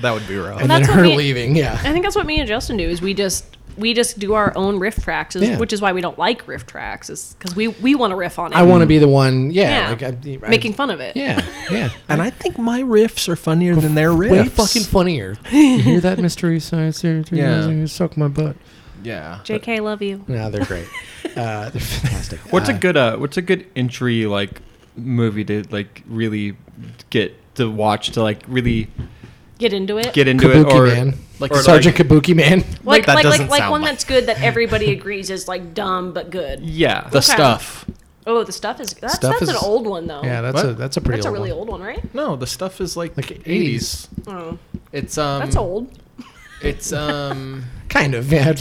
[SPEAKER 3] that would be rough.
[SPEAKER 2] and then
[SPEAKER 4] That's what
[SPEAKER 2] her
[SPEAKER 4] me-
[SPEAKER 2] leaving. Yeah,
[SPEAKER 4] I think that's what me and Justin do is we just we just do our own riff tracks, is-
[SPEAKER 2] Yeah.
[SPEAKER 4] which is why we don't like riff tracks, is because we we want to riff on it.
[SPEAKER 2] I want to be the one. Yeah,
[SPEAKER 4] Yeah.
[SPEAKER 2] like I, I,
[SPEAKER 4] making fun of it.
[SPEAKER 2] Yeah, yeah.
[SPEAKER 3] And I think my riffs are funnier than their riffs.
[SPEAKER 2] Way fucking funnier. you hear that, mystery science theater?
[SPEAKER 3] Yeah.
[SPEAKER 2] Yeah, suck my butt.
[SPEAKER 3] yeah.
[SPEAKER 4] Jk, love you.
[SPEAKER 2] No, they're great. Uh, they're fantastic.
[SPEAKER 5] What's
[SPEAKER 2] Uh,
[SPEAKER 5] a good uh, What's a good entry like movie to like really get to watch to like really
[SPEAKER 4] Get into it.
[SPEAKER 5] get into
[SPEAKER 2] Kabuki
[SPEAKER 5] it or
[SPEAKER 2] man,
[SPEAKER 5] like
[SPEAKER 2] like Sergeant Kabuki man.
[SPEAKER 4] like
[SPEAKER 3] That
[SPEAKER 4] like like,
[SPEAKER 3] doesn't
[SPEAKER 4] like
[SPEAKER 3] sound
[SPEAKER 4] one
[SPEAKER 3] like-
[SPEAKER 4] that's good that everybody agrees is like dumb but good.
[SPEAKER 5] yeah
[SPEAKER 3] The
[SPEAKER 4] Okay.
[SPEAKER 3] stuff.
[SPEAKER 4] Oh, the stuff is that's
[SPEAKER 2] Stuff is-
[SPEAKER 4] that's an old one though.
[SPEAKER 2] Yeah, that's
[SPEAKER 3] What?
[SPEAKER 2] a that's a pretty
[SPEAKER 4] Oh, that's a
[SPEAKER 2] old
[SPEAKER 4] really
[SPEAKER 2] one. Mm-hmm.
[SPEAKER 4] old one, right?
[SPEAKER 3] No, the stuff is like,
[SPEAKER 2] Like
[SPEAKER 3] 80s.
[SPEAKER 4] Oh,
[SPEAKER 3] It's um
[SPEAKER 4] that's old.
[SPEAKER 3] it's um
[SPEAKER 2] kind of yeah.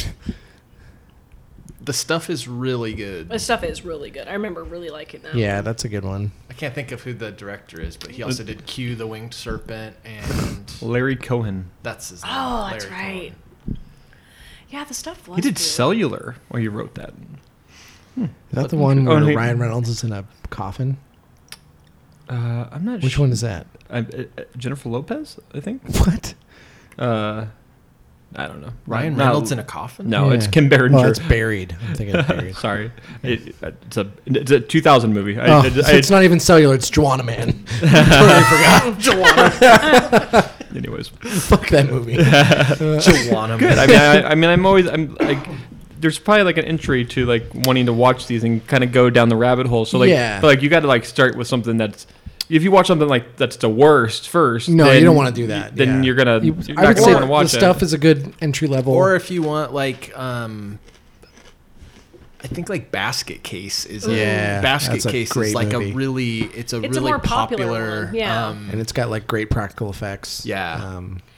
[SPEAKER 3] the stuff is really good.
[SPEAKER 4] The stuff is really good. I remember really liking that.
[SPEAKER 2] Yeah, that's a good one.
[SPEAKER 3] I can't think of who the director is, but he also did Q the Winged Serpent and
[SPEAKER 5] Larry Cohen.
[SPEAKER 3] that's his name.
[SPEAKER 4] Oh, that's
[SPEAKER 3] Larry Cohen.
[SPEAKER 4] right. Yeah, the stuff was.
[SPEAKER 5] He did
[SPEAKER 4] good.
[SPEAKER 5] cellular. Well, you wrote that.
[SPEAKER 2] Is that the one
[SPEAKER 5] Oh,
[SPEAKER 2] where
[SPEAKER 5] hey-
[SPEAKER 2] Ryan Reynolds is in a coffin?
[SPEAKER 5] Uh, I'm not.
[SPEAKER 2] Which
[SPEAKER 5] sh-
[SPEAKER 2] one is that?
[SPEAKER 5] I, uh, uh, Jennifer Lopez, I think.
[SPEAKER 2] What?
[SPEAKER 5] Uh, I don't know.
[SPEAKER 3] Ryan
[SPEAKER 5] No,
[SPEAKER 3] Reynolds in a coffin?
[SPEAKER 5] No, it's
[SPEAKER 2] Yeah.
[SPEAKER 5] Kim Berenger.
[SPEAKER 2] Well, it's buried. I'm thinking of buried.
[SPEAKER 5] Sorry, it, it's a it's a 2000 movie. I,
[SPEAKER 2] Oh,
[SPEAKER 5] I-
[SPEAKER 2] so
[SPEAKER 5] I-
[SPEAKER 2] it's not even cellular. It's Joanna Man. totally forgot. Joanna.
[SPEAKER 5] anyways,
[SPEAKER 2] Fuck that movie.
[SPEAKER 3] Joanna.
[SPEAKER 5] good. I mean, I, I mean, I'm always I'm like. There's probably like an entry to like wanting to watch these and kind of go down the rabbit hole. So like,
[SPEAKER 2] Yeah.
[SPEAKER 5] but, like you got to like start with something that's if you watch something like that's the worst first.
[SPEAKER 2] No,
[SPEAKER 5] then
[SPEAKER 2] you don't want to do that.
[SPEAKER 5] Then
[SPEAKER 2] yeah.
[SPEAKER 5] you're gonna
[SPEAKER 2] You-
[SPEAKER 5] you're
[SPEAKER 2] I
[SPEAKER 5] not
[SPEAKER 2] would
[SPEAKER 5] gonna
[SPEAKER 2] say
[SPEAKER 5] want to watch
[SPEAKER 2] the
[SPEAKER 5] it.
[SPEAKER 2] stuff is a good entry level.
[SPEAKER 3] Or if you want like um I think like Basket Case is a
[SPEAKER 2] Yeah,
[SPEAKER 3] Basket
[SPEAKER 2] that's a
[SPEAKER 3] Case
[SPEAKER 2] great
[SPEAKER 3] is like
[SPEAKER 2] movie.
[SPEAKER 3] a really it's a
[SPEAKER 4] It's a
[SPEAKER 3] really
[SPEAKER 4] more popular
[SPEAKER 3] popular,
[SPEAKER 4] one, yeah.
[SPEAKER 3] um
[SPEAKER 2] and it's got like great practical effects.
[SPEAKER 3] Yeah.
[SPEAKER 2] Um,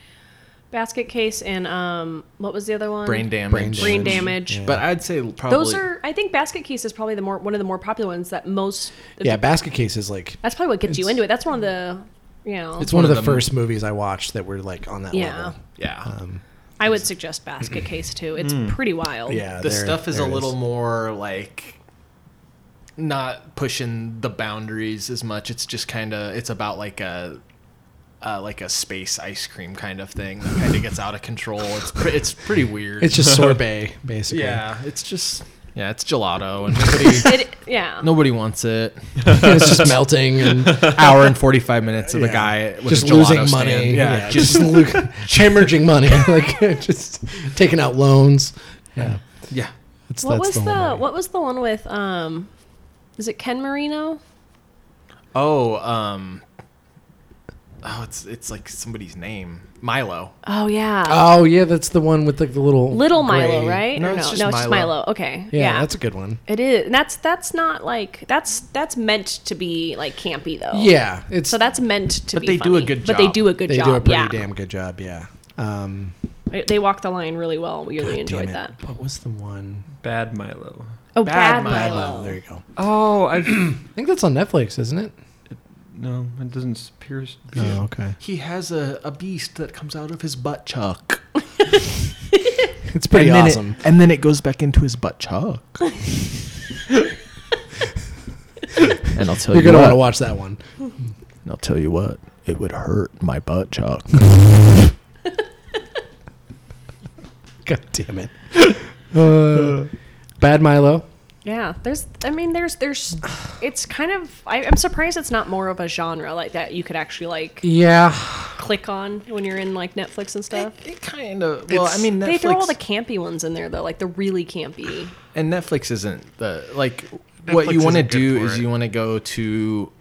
[SPEAKER 4] basket case and um, what was the other one?
[SPEAKER 3] brain damage.
[SPEAKER 2] brain damage.
[SPEAKER 4] Brain damage.
[SPEAKER 2] Yeah.
[SPEAKER 3] But I'd say probably
[SPEAKER 4] Those are. I think basket case is probably the more one of the more popular ones that most.
[SPEAKER 2] yeah, Basket Case is like
[SPEAKER 4] That's probably what gets you
[SPEAKER 2] It's-
[SPEAKER 4] into it. That's one of the. You know,
[SPEAKER 2] it's one, of the
[SPEAKER 3] them.
[SPEAKER 2] first movies I watched that were like on that
[SPEAKER 4] Yeah.
[SPEAKER 2] level.
[SPEAKER 3] yeah.
[SPEAKER 4] I would suggest basket case too. It's pretty wild.
[SPEAKER 2] Mm. Yeah,
[SPEAKER 3] Oh, the
[SPEAKER 2] Uh, there-
[SPEAKER 3] stuff is a
[SPEAKER 2] there it
[SPEAKER 3] little more like not pushing the boundaries as much. It's just kind of it's about like a uh, like a space ice cream kind of thing that kind of gets out of control. It's pre- it's pretty weird.
[SPEAKER 2] It's just sorbet, basically.
[SPEAKER 3] yeah, it's just yeah, it's gelato and nobody
[SPEAKER 4] It, yeah.
[SPEAKER 3] nobody wants it.
[SPEAKER 2] it's just melting and
[SPEAKER 3] Hour and forty five minutes of a
[SPEAKER 2] Yeah.
[SPEAKER 3] guy with
[SPEAKER 2] just
[SPEAKER 3] a gelato
[SPEAKER 2] losing
[SPEAKER 3] stand.
[SPEAKER 2] money.
[SPEAKER 3] Yeah, just
[SPEAKER 2] just lo- hemorrhaging money, like just taking out loans. Yeah,
[SPEAKER 3] yeah.
[SPEAKER 2] that's,
[SPEAKER 4] What
[SPEAKER 2] that's
[SPEAKER 4] was the,
[SPEAKER 2] whole movie.
[SPEAKER 4] What was the one with? Um, is it Ken Marino?
[SPEAKER 3] Oh, um, oh, it's it's like somebody's name, Milo.
[SPEAKER 4] Oh yeah.
[SPEAKER 2] Oh yeah, that's the one with like the little
[SPEAKER 4] Little
[SPEAKER 2] gray-
[SPEAKER 4] Milo, right?
[SPEAKER 3] No,
[SPEAKER 4] Or
[SPEAKER 3] it's just
[SPEAKER 4] no, it's just
[SPEAKER 3] Milo.
[SPEAKER 4] Milo. Okay.
[SPEAKER 2] Yeah,
[SPEAKER 4] Yeah,
[SPEAKER 2] that's a good one.
[SPEAKER 4] it is. And that's that's not like that's that's meant to be like campy though.
[SPEAKER 2] Yeah, it's
[SPEAKER 4] Oh. So that's meant to
[SPEAKER 3] But
[SPEAKER 4] be.
[SPEAKER 3] they do a
[SPEAKER 4] funny.
[SPEAKER 3] good
[SPEAKER 4] But they
[SPEAKER 3] job.
[SPEAKER 4] do a good
[SPEAKER 2] they
[SPEAKER 4] job.
[SPEAKER 2] do a pretty
[SPEAKER 4] yeah.
[SPEAKER 2] damn good job. Yeah, um,
[SPEAKER 4] They- They walk the line really well. We really
[SPEAKER 2] God
[SPEAKER 4] enjoyed
[SPEAKER 2] damn it.
[SPEAKER 4] that.
[SPEAKER 2] What was the one?
[SPEAKER 5] Bad Milo.
[SPEAKER 4] Oh,
[SPEAKER 3] Bad
[SPEAKER 4] bad,
[SPEAKER 3] Milo.
[SPEAKER 4] Milo.
[SPEAKER 2] Milo. There you go.
[SPEAKER 5] Oh, I
[SPEAKER 2] I think that's on Netflix, isn't it?
[SPEAKER 5] no, it doesn't appear.
[SPEAKER 2] Oh, okay.
[SPEAKER 3] He has a, a beast that comes out of his butt chuck.
[SPEAKER 2] It's pretty
[SPEAKER 3] and
[SPEAKER 2] awesome.
[SPEAKER 3] Then it, and then it goes back into his butt chuck. and I'll tell
[SPEAKER 2] You're
[SPEAKER 3] you
[SPEAKER 2] gonna want
[SPEAKER 3] what,
[SPEAKER 2] to watch that one.
[SPEAKER 3] And I'll tell you what, it would hurt my butt, Chuck.
[SPEAKER 2] God damn it. Uh, bad Milo.
[SPEAKER 4] Yeah, there's. I mean, there's. There's. It's kind of. I, I'm surprised it's not more of a genre like that. You could actually like
[SPEAKER 2] Yeah.
[SPEAKER 4] click on when you're in like Netflix and stuff.
[SPEAKER 3] It kind of. Well, I mean, Netflix,
[SPEAKER 4] They throw all the campy ones in there though, like the really campy.
[SPEAKER 3] and Netflix isn't the like. what
[SPEAKER 5] Netflix
[SPEAKER 3] you want to
[SPEAKER 5] isn't good
[SPEAKER 3] do
[SPEAKER 5] for
[SPEAKER 3] is
[SPEAKER 5] it.
[SPEAKER 3] you want to go to.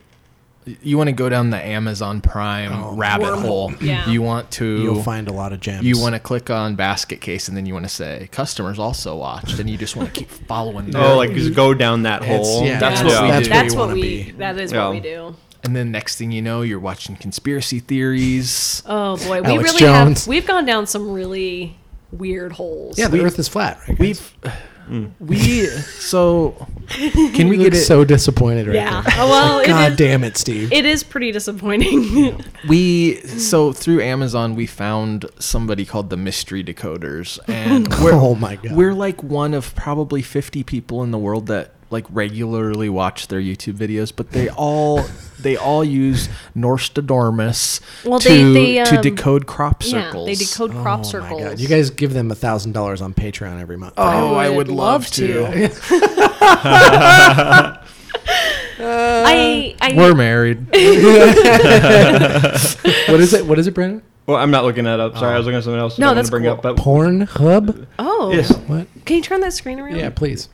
[SPEAKER 3] You want to go down the Amazon Prime rabbit
[SPEAKER 4] Wormhole.
[SPEAKER 3] hole.
[SPEAKER 4] Yeah.
[SPEAKER 3] You want to.
[SPEAKER 2] Oh, You'll find a lot of gems.
[SPEAKER 3] you want to click on basket case and then you want to say customers also watched and you just want to keep following them.
[SPEAKER 5] Oh, like just go down that hole.
[SPEAKER 2] yeah,
[SPEAKER 5] that's
[SPEAKER 2] that's-
[SPEAKER 5] what we
[SPEAKER 2] that's
[SPEAKER 5] do.
[SPEAKER 2] where
[SPEAKER 4] That's
[SPEAKER 2] you
[SPEAKER 4] what
[SPEAKER 2] wanna
[SPEAKER 4] we.
[SPEAKER 2] be.
[SPEAKER 4] That is
[SPEAKER 5] Yeah.
[SPEAKER 4] what we do.
[SPEAKER 3] and then next thing you know you're watching conspiracy theories.
[SPEAKER 4] Oh boy, we
[SPEAKER 2] Alex
[SPEAKER 4] really
[SPEAKER 2] Jones.
[SPEAKER 4] have. We've gone down some really weird holes.
[SPEAKER 2] Yeah, the Earth is flat. Right?
[SPEAKER 3] We've we so can we
[SPEAKER 2] You
[SPEAKER 3] get
[SPEAKER 2] look
[SPEAKER 3] it
[SPEAKER 2] so disappointed right
[SPEAKER 4] Yeah.
[SPEAKER 2] now.
[SPEAKER 4] Oh, well, it
[SPEAKER 2] God
[SPEAKER 4] is-
[SPEAKER 2] damn it, Steve.
[SPEAKER 4] It is pretty disappointing.
[SPEAKER 3] we so through Amazon we found somebody called the Mystery Decoders and we're,
[SPEAKER 2] oh my god.
[SPEAKER 3] we're like one of probably 50 people in the world that like regularly watch their YouTube videos, but they all they all use Norstadormus
[SPEAKER 4] Well,
[SPEAKER 3] to,
[SPEAKER 4] they- they,
[SPEAKER 3] to
[SPEAKER 4] um,
[SPEAKER 3] decode crop
[SPEAKER 4] yeah,
[SPEAKER 3] circles.
[SPEAKER 4] they decode crop
[SPEAKER 2] oh
[SPEAKER 4] circles.
[SPEAKER 2] my god. You guys give them a thousand dollars on Patreon every month. Oh,
[SPEAKER 3] Oh, I would love to.
[SPEAKER 4] I, I
[SPEAKER 3] We're married.
[SPEAKER 2] what is it? What is it, Brandon?
[SPEAKER 5] Well, I'm not looking that up. Sorry, I
[SPEAKER 2] Oh.
[SPEAKER 5] was looking at something else.
[SPEAKER 4] No,
[SPEAKER 5] I wanted
[SPEAKER 4] that's
[SPEAKER 5] to bring
[SPEAKER 4] cool.
[SPEAKER 5] up, but
[SPEAKER 2] Pornhub.
[SPEAKER 4] oh,
[SPEAKER 5] yes,
[SPEAKER 2] What?
[SPEAKER 4] can you turn that screen around?
[SPEAKER 2] Yeah, please.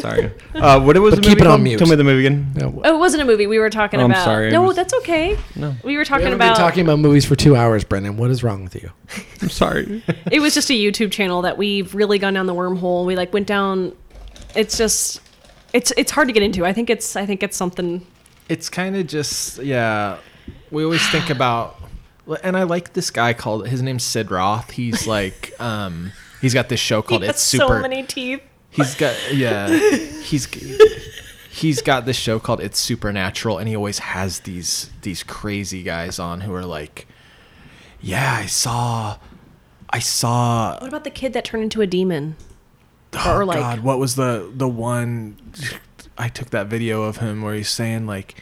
[SPEAKER 5] sorry. Uh, what it was?
[SPEAKER 2] But
[SPEAKER 5] the
[SPEAKER 2] keep it on
[SPEAKER 5] movie called?
[SPEAKER 2] mute.
[SPEAKER 5] Tell me the movie again.
[SPEAKER 2] No,
[SPEAKER 4] Oh, it wasn't a movie. We were talking
[SPEAKER 5] Oh, I'm
[SPEAKER 4] about.
[SPEAKER 5] sorry, I
[SPEAKER 4] No,
[SPEAKER 5] was-
[SPEAKER 4] that's okay. No, we were
[SPEAKER 2] we
[SPEAKER 4] talking
[SPEAKER 2] haven't
[SPEAKER 4] about.
[SPEAKER 2] been talking about movies for two hours, Brendan. What is wrong with you?
[SPEAKER 5] I'm sorry.
[SPEAKER 4] It was just a YouTube channel that we've really gone down the wormhole. We like went down. It's just, it's it's hard to get into. I think it's I think it's something.
[SPEAKER 3] it's kind of just yeah we always think about and i like this guy called his name's sid roth he's like um he's got this show called
[SPEAKER 4] He
[SPEAKER 3] it's
[SPEAKER 4] has
[SPEAKER 3] super
[SPEAKER 4] so many teeth.
[SPEAKER 3] he's got yeah he's he's got this show called it's supernatural and he always has these these crazy guys on who are like yeah i saw i saw
[SPEAKER 4] What about the kid that turned into a demon?
[SPEAKER 3] Oh
[SPEAKER 4] or like
[SPEAKER 3] God, what was the the one? I took that video of him where he's saying like,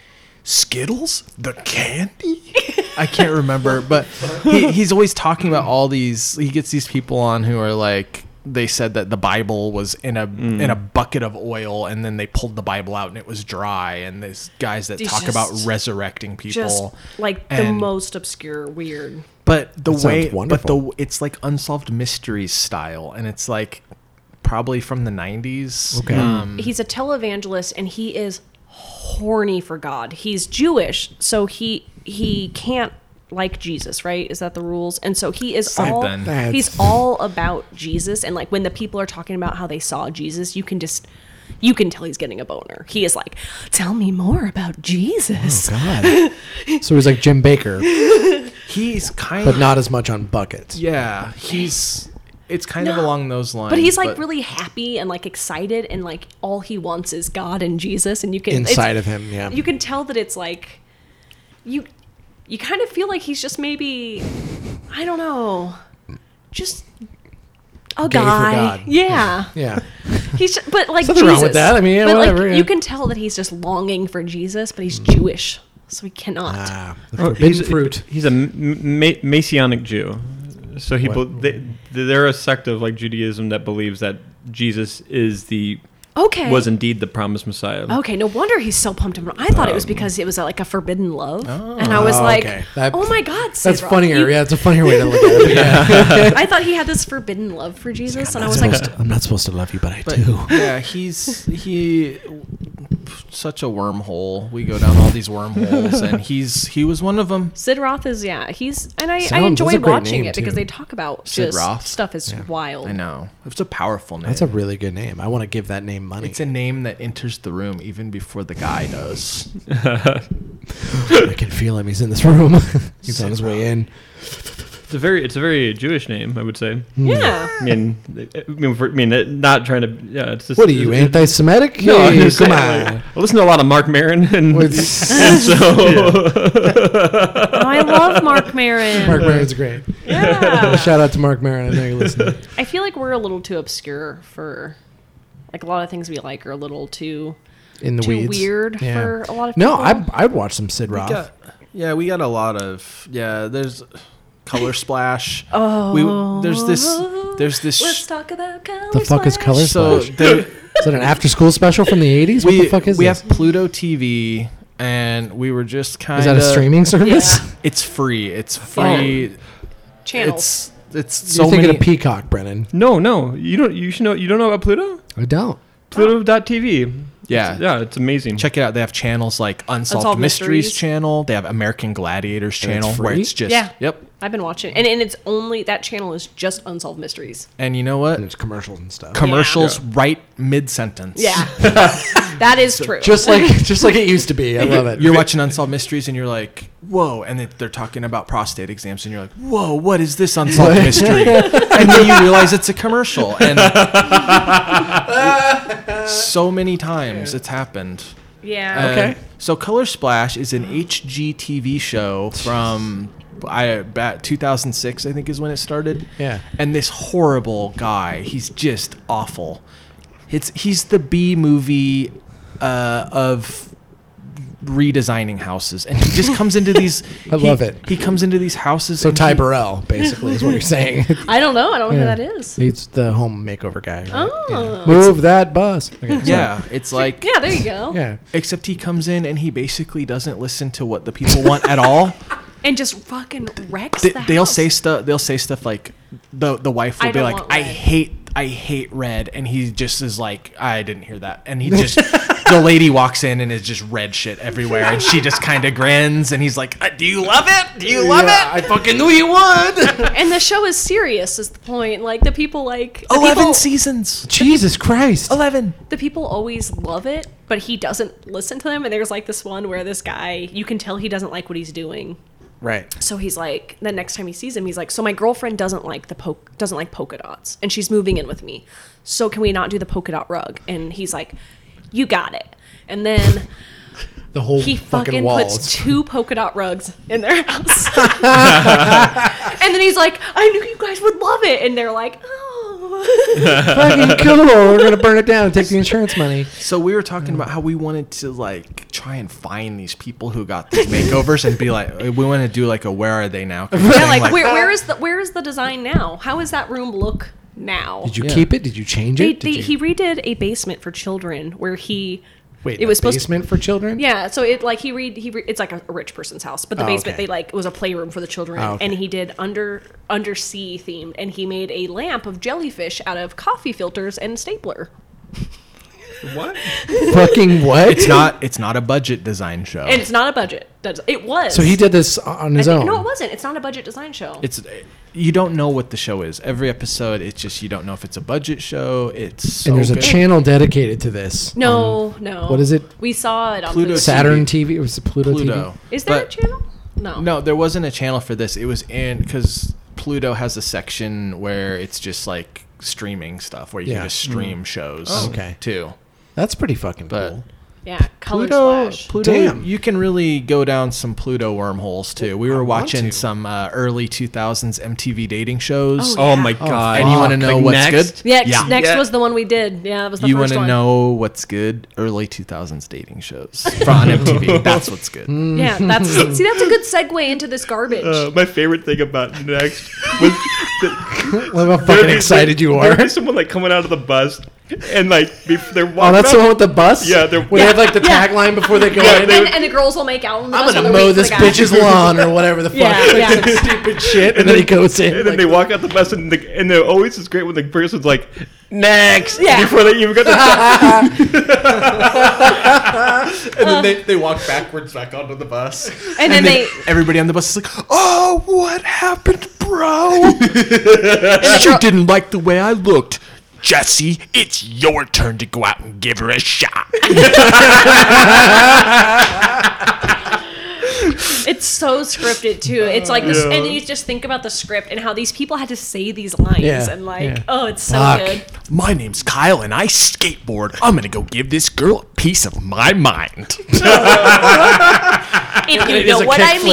[SPEAKER 3] "Skittles, the candy." I can't remember, but he, he's always talking about all these. He gets these people on who are like, they said that the Bible was in a
[SPEAKER 2] Mm.
[SPEAKER 3] in a bucket of oil, and then they pulled the Bible out and it was dry. And these guys that
[SPEAKER 4] These
[SPEAKER 3] talk about
[SPEAKER 4] just-
[SPEAKER 3] resurrecting
[SPEAKER 4] just
[SPEAKER 3] people,
[SPEAKER 4] like the
[SPEAKER 3] and-
[SPEAKER 4] most obscure, weird.
[SPEAKER 3] but the
[SPEAKER 2] That sounds
[SPEAKER 3] way, but the
[SPEAKER 2] wonderful.
[SPEAKER 3] it's like unsolved mysteries style, and it's like probably from the Um, '90s.
[SPEAKER 2] Okay.
[SPEAKER 4] Mm-hmm. He's a televangelist and he is horny for God. He's Jewish, so he he can't like Jesus, right? Is that the rules? And so he is all
[SPEAKER 3] then.
[SPEAKER 4] he's all about Jesus and like when the people are talking about how they saw Jesus, you can just you can tell he's getting a boner. He is like, "Tell me more about Jesus."
[SPEAKER 2] Oh, God. so he's like Jim Baker,
[SPEAKER 3] He's kind
[SPEAKER 2] but
[SPEAKER 3] of
[SPEAKER 2] not as much on buckets.
[SPEAKER 3] yeah. He's it's kind of
[SPEAKER 4] No.
[SPEAKER 3] along those lines.
[SPEAKER 4] But he's like really happy and like excited and like all he wants is God and Jesus and you can it's-
[SPEAKER 2] Inside of him, yeah.
[SPEAKER 4] you can tell that it's like you you kind of feel like he's just maybe I don't know just a
[SPEAKER 2] Gay for
[SPEAKER 4] guy
[SPEAKER 2] God.
[SPEAKER 4] yeah
[SPEAKER 2] yeah.
[SPEAKER 4] he's just, but like
[SPEAKER 2] Nothing wrong
[SPEAKER 4] Jesus
[SPEAKER 2] with that. I mean, yeah,
[SPEAKER 4] but
[SPEAKER 2] whatever,
[SPEAKER 4] like
[SPEAKER 2] yeah. Hmm.
[SPEAKER 4] you can tell that he's just longing for Jesus but he's Jewish so he cannot
[SPEAKER 2] Ah, the
[SPEAKER 5] Oh,
[SPEAKER 2] forbidden
[SPEAKER 5] he's-
[SPEAKER 2] fruit.
[SPEAKER 5] He's a M- Ma- Messianic Jew, so he
[SPEAKER 2] What?
[SPEAKER 5] be- they, they're a sect of like Judaism that believes that Jesus is the
[SPEAKER 4] okay
[SPEAKER 5] was indeed the promised Messiah.
[SPEAKER 4] Okay, no wonder he's so pumped up. I thought it was because it was like a forbidden love, and I was
[SPEAKER 2] Um. Oh,
[SPEAKER 4] like,
[SPEAKER 2] okay. That-
[SPEAKER 4] "Oh my God,
[SPEAKER 2] That's
[SPEAKER 4] Sidra,
[SPEAKER 2] funnier.
[SPEAKER 4] you-
[SPEAKER 2] yeah, it's a funnier way to look at it. Yeah.
[SPEAKER 4] I thought he had this forbidden love for Jesus, and I was like,
[SPEAKER 2] I'm not supposed to love you, but I
[SPEAKER 3] but, yeah. He's he such a wormhole. We go down all these wormholes, and he's he was one of them.
[SPEAKER 4] Sid Roth is yeah, he's and I, I
[SPEAKER 2] Sounds- that's
[SPEAKER 4] enjoy
[SPEAKER 2] a great
[SPEAKER 4] watching
[SPEAKER 2] name,
[SPEAKER 4] it because
[SPEAKER 2] too.
[SPEAKER 4] they talk about
[SPEAKER 3] Sid
[SPEAKER 4] just
[SPEAKER 3] Roth?
[SPEAKER 4] stuff is wild.
[SPEAKER 3] I know it's a powerful name.
[SPEAKER 2] That's a really good name. I want to give that name money.
[SPEAKER 3] it's a name that enters the room even before the guy does.
[SPEAKER 2] I can feel him. He's in this room. He's on his way in.
[SPEAKER 5] It's a very it's a very Jewish name, I would say.
[SPEAKER 4] Yeah.
[SPEAKER 3] Hmm.
[SPEAKER 5] I mean, I mean, for, I mean, it- not trying to. Yeah, it's just,
[SPEAKER 2] What are you,
[SPEAKER 5] it- it-
[SPEAKER 2] anti-Semitic?
[SPEAKER 5] No, I'm
[SPEAKER 2] Hey,
[SPEAKER 5] just
[SPEAKER 2] come
[SPEAKER 5] saying,
[SPEAKER 2] on.
[SPEAKER 5] like, I listen to a lot of Mark Maron, and, and
[SPEAKER 2] What's-
[SPEAKER 5] so
[SPEAKER 4] I love Mark Maron.
[SPEAKER 2] Mark Maron's great.
[SPEAKER 4] Yeah.
[SPEAKER 2] Shout out to Mark Maron. I know you're listening.
[SPEAKER 4] I feel like we're a little too obscure for like a lot of things we like are a little too
[SPEAKER 2] In the
[SPEAKER 4] Too
[SPEAKER 2] weeds.
[SPEAKER 4] weird for a lot of
[SPEAKER 2] No,
[SPEAKER 4] people.
[SPEAKER 2] I, I'd watch some Sid Roth.
[SPEAKER 3] got- Yeah, we got a lot of yeah. There's color splash.
[SPEAKER 4] Oh,
[SPEAKER 3] we, there's this there's this.
[SPEAKER 4] Let's
[SPEAKER 3] sh-
[SPEAKER 4] talk about Oh. color.
[SPEAKER 2] The fuck is
[SPEAKER 4] splash.
[SPEAKER 2] color
[SPEAKER 3] so
[SPEAKER 2] splash?
[SPEAKER 3] there,
[SPEAKER 2] Is that an after school special from the eighties? What
[SPEAKER 3] we
[SPEAKER 2] the fuck is
[SPEAKER 3] we
[SPEAKER 2] this?
[SPEAKER 3] have Pluto TV, and we were just kind
[SPEAKER 2] is
[SPEAKER 3] of
[SPEAKER 2] that a streaming service?
[SPEAKER 3] It's free. It's free.
[SPEAKER 4] Channels.
[SPEAKER 3] It's it's
[SPEAKER 2] So
[SPEAKER 3] so
[SPEAKER 2] You're thinking
[SPEAKER 3] many.
[SPEAKER 2] of Peacock, Brennan.
[SPEAKER 5] No, no, you don't. You should know. You don't know about Pluto?
[SPEAKER 2] I don't.
[SPEAKER 5] Pluto.tv.
[SPEAKER 3] Yeah.
[SPEAKER 5] It's, yeah, it's amazing.
[SPEAKER 3] Check it out. They have channels like Unsolved,
[SPEAKER 4] Unsolved
[SPEAKER 3] Mysteries,
[SPEAKER 4] Mysteries.
[SPEAKER 3] channel. They have American Gladiators channel
[SPEAKER 2] it's
[SPEAKER 3] where
[SPEAKER 2] free?
[SPEAKER 3] it's just
[SPEAKER 4] Yeah.
[SPEAKER 3] Yep.
[SPEAKER 4] I've been watching, and, and it's only that channel is just unsolved mysteries.
[SPEAKER 3] And you know what?
[SPEAKER 2] There's commercials and stuff.
[SPEAKER 3] Commercials right mid sentence.
[SPEAKER 4] Yeah, that is true.
[SPEAKER 2] just like just like it used to be. I love it.
[SPEAKER 3] You're watching Unsolved Mysteries and you're like, whoa. And they- they're talking about prostate exams and you're like, whoa, what is this Unsolved Mystery? and then you realize it's a commercial. And so many times it's happened.
[SPEAKER 4] yeah,
[SPEAKER 3] And So Color Splash is an HGTV show from I about 2006 I think is when it started.
[SPEAKER 2] Yeah.
[SPEAKER 3] And this horrible guy, he's just awful. It's he's the B movie uh, of redesigning houses and he just comes into these
[SPEAKER 2] I
[SPEAKER 3] he-
[SPEAKER 2] love it.
[SPEAKER 3] He comes into these houses
[SPEAKER 2] so
[SPEAKER 3] and
[SPEAKER 2] Ty
[SPEAKER 3] he-
[SPEAKER 2] Burrell basically is what you're saying.
[SPEAKER 4] I don't know. I don't
[SPEAKER 2] Yeah.
[SPEAKER 4] know who Mm-hmm. Oh, that is.
[SPEAKER 2] He's the home makeover guy. right?
[SPEAKER 4] Oh.
[SPEAKER 2] Yeah. Move that bus. Okay, sorry.
[SPEAKER 3] Yeah, it's like
[SPEAKER 4] Yeah, there you go.
[SPEAKER 2] Yeah.
[SPEAKER 3] except he comes in and he basically doesn't listen to what the people want at all.
[SPEAKER 4] And just fucking wrecks.
[SPEAKER 3] they,
[SPEAKER 4] the
[SPEAKER 3] they'll
[SPEAKER 4] house.
[SPEAKER 3] say stuff. They'll say stuff like the the wife will
[SPEAKER 4] I
[SPEAKER 3] be
[SPEAKER 4] don't
[SPEAKER 3] like,
[SPEAKER 4] want
[SPEAKER 3] "I
[SPEAKER 4] red."
[SPEAKER 3] hate, I hate red," and he just is like, "I didn't hear that," and he just the lady walks in and is just red shit everywhere, and she just kind of grins, and he's like, uh, "Do you love it? Do you love
[SPEAKER 2] Yeah,
[SPEAKER 3] it?"
[SPEAKER 2] I fucking knew you would.
[SPEAKER 4] and the show is serious. Is the point? Like the people like the
[SPEAKER 3] Eleven
[SPEAKER 4] people,
[SPEAKER 3] seasons.
[SPEAKER 2] Jesus Christ.
[SPEAKER 4] Oh,
[SPEAKER 3] Eleven.
[SPEAKER 4] the people always love it, but he doesn't listen to them. And there's like this one where this guy, you can tell he doesn't like what he's doing.
[SPEAKER 2] Right.
[SPEAKER 4] So he's like, the next time he sees him, he's like, so my girlfriend doesn't like the po- doesn't like polka dots, and she's moving in with me. So can we not do the polka dot rug? And he's like, you got it. And then
[SPEAKER 2] The whole
[SPEAKER 4] he
[SPEAKER 2] fucking,
[SPEAKER 4] fucking
[SPEAKER 2] walls.
[SPEAKER 4] puts two polka dot rugs in their house. and then he's like, I knew you guys would love it. And they're like, oh.
[SPEAKER 2] fucking cool. We're gonna burn it down and take the insurance money.
[SPEAKER 3] So we were talking about how we wanted to like try and find these people who got these makeovers and be like, we want to do like a where are they now? kind of
[SPEAKER 4] yeah,
[SPEAKER 3] thing,
[SPEAKER 4] like, where, where
[SPEAKER 3] Uh,
[SPEAKER 4] is the where is the design now? How does that room look now?
[SPEAKER 2] Did you keep it? Did you change
[SPEAKER 4] They,
[SPEAKER 2] it?
[SPEAKER 4] they,
[SPEAKER 2] Did you-
[SPEAKER 4] he redid a basement for children where he
[SPEAKER 2] Wait,
[SPEAKER 4] it
[SPEAKER 2] it
[SPEAKER 4] was
[SPEAKER 2] was
[SPEAKER 4] supposed to-
[SPEAKER 2] basement for children.
[SPEAKER 4] Yeah, so it like he read he re- it's like a, a rich person's house, but the
[SPEAKER 2] Oh,
[SPEAKER 4] basement
[SPEAKER 2] okay.
[SPEAKER 4] they like it was a playroom for the children,
[SPEAKER 2] Oh, okay.
[SPEAKER 4] and he did under undersea themed, and he made a lamp of jellyfish out of coffee filters and stapler.
[SPEAKER 5] What?
[SPEAKER 2] Fucking what?
[SPEAKER 3] It's not. It's not a budget design show.
[SPEAKER 4] And it's not a budget. That's, it was.
[SPEAKER 2] So he did this on
[SPEAKER 4] I
[SPEAKER 2] his
[SPEAKER 4] think-
[SPEAKER 2] own.
[SPEAKER 4] No, it wasn't. It's not a budget design show.
[SPEAKER 3] it's you don't know what the show is. Every episode, it's just you don't know if it's a budget show. It's so
[SPEAKER 2] and there's a
[SPEAKER 3] good.
[SPEAKER 2] channel dedicated to this.
[SPEAKER 4] no, no.
[SPEAKER 2] what is it?
[SPEAKER 4] We saw it on
[SPEAKER 3] Pluto
[SPEAKER 4] Pluto.
[SPEAKER 2] Saturn TV. It was Pluto,
[SPEAKER 3] Pluto.
[SPEAKER 2] TV.
[SPEAKER 4] Is there a
[SPEAKER 3] But-
[SPEAKER 4] channel? No.
[SPEAKER 3] No, there wasn't a channel for this. It was in because Pluto has a section where it's just like streaming stuff where you
[SPEAKER 2] Yeah. Oh,
[SPEAKER 3] can just stream
[SPEAKER 4] Mm-hmm.
[SPEAKER 3] shows.
[SPEAKER 2] okay.
[SPEAKER 3] too.
[SPEAKER 2] That's pretty fucking
[SPEAKER 3] But-
[SPEAKER 2] cool.
[SPEAKER 4] Yeah, color
[SPEAKER 3] Pluto,
[SPEAKER 4] splash.
[SPEAKER 3] Pluto,
[SPEAKER 2] Damn.
[SPEAKER 3] you can really go down some Pluto wormholes too. We were watching
[SPEAKER 2] to.
[SPEAKER 3] some uh, early 2000s MTV dating shows.
[SPEAKER 5] Oh my
[SPEAKER 2] Oh,
[SPEAKER 5] god!
[SPEAKER 3] and you want to
[SPEAKER 2] fuck.
[SPEAKER 3] know
[SPEAKER 5] Like,
[SPEAKER 3] what's
[SPEAKER 5] next?
[SPEAKER 3] good?
[SPEAKER 4] Yeah, 'cause
[SPEAKER 3] Yeah.
[SPEAKER 4] next
[SPEAKER 5] Yeah.
[SPEAKER 4] was the one we did. Yeah, that was the
[SPEAKER 3] you want
[SPEAKER 4] first
[SPEAKER 3] to
[SPEAKER 4] one.
[SPEAKER 3] know what's good? Early 2000s dating shows from on MTV. That's what's good.
[SPEAKER 2] Hmm.
[SPEAKER 4] Yeah, that's see, that's a good segue into this garbage.
[SPEAKER 5] Uh, my favorite thing about next was
[SPEAKER 2] Look how fucking excited you are.
[SPEAKER 5] There's someone like coming out of the bus and like bef- they're walking.
[SPEAKER 2] Oh, that's the
[SPEAKER 5] up-
[SPEAKER 2] one with the bus.
[SPEAKER 5] Yeah, they're-
[SPEAKER 2] Where they have like the
[SPEAKER 4] Yeah.
[SPEAKER 2] tagline before they go
[SPEAKER 5] Yeah,
[SPEAKER 2] in.
[SPEAKER 5] they-
[SPEAKER 4] and, and the girls will make out. On the
[SPEAKER 2] I'm
[SPEAKER 4] bus
[SPEAKER 2] gonna
[SPEAKER 4] while they're
[SPEAKER 2] mow
[SPEAKER 4] waiting
[SPEAKER 2] this
[SPEAKER 4] for the guy.
[SPEAKER 2] bitch's lawn or whatever the fuck.
[SPEAKER 4] Yeah,
[SPEAKER 2] Like
[SPEAKER 4] yeah.
[SPEAKER 2] some stupid shit, and then he goes in.
[SPEAKER 5] And then
[SPEAKER 2] like,
[SPEAKER 5] they walk out the bus, and the, and they're always is great when the person's like next
[SPEAKER 4] Yeah.
[SPEAKER 5] before they even got the.
[SPEAKER 3] And then they, they walk backwards back onto the bus.
[SPEAKER 4] And then they
[SPEAKER 3] Everybody on the bus is like, "Oh, what happened, bro? she didn't like the way I looked." Jesse, it's your turn to go out and give her a shot.
[SPEAKER 4] it's so scripted too. It's like this and you just think about the script and how these people had to say these lines
[SPEAKER 2] Yeah,
[SPEAKER 4] and like,
[SPEAKER 2] yeah.
[SPEAKER 4] oh, it's so
[SPEAKER 2] Fuck.
[SPEAKER 4] good.
[SPEAKER 3] My name's Kyle and I skateboard. I'm gonna go give this girl a piece of my mind.
[SPEAKER 4] If you
[SPEAKER 2] does
[SPEAKER 4] know
[SPEAKER 2] a
[SPEAKER 4] what I
[SPEAKER 2] kickflip,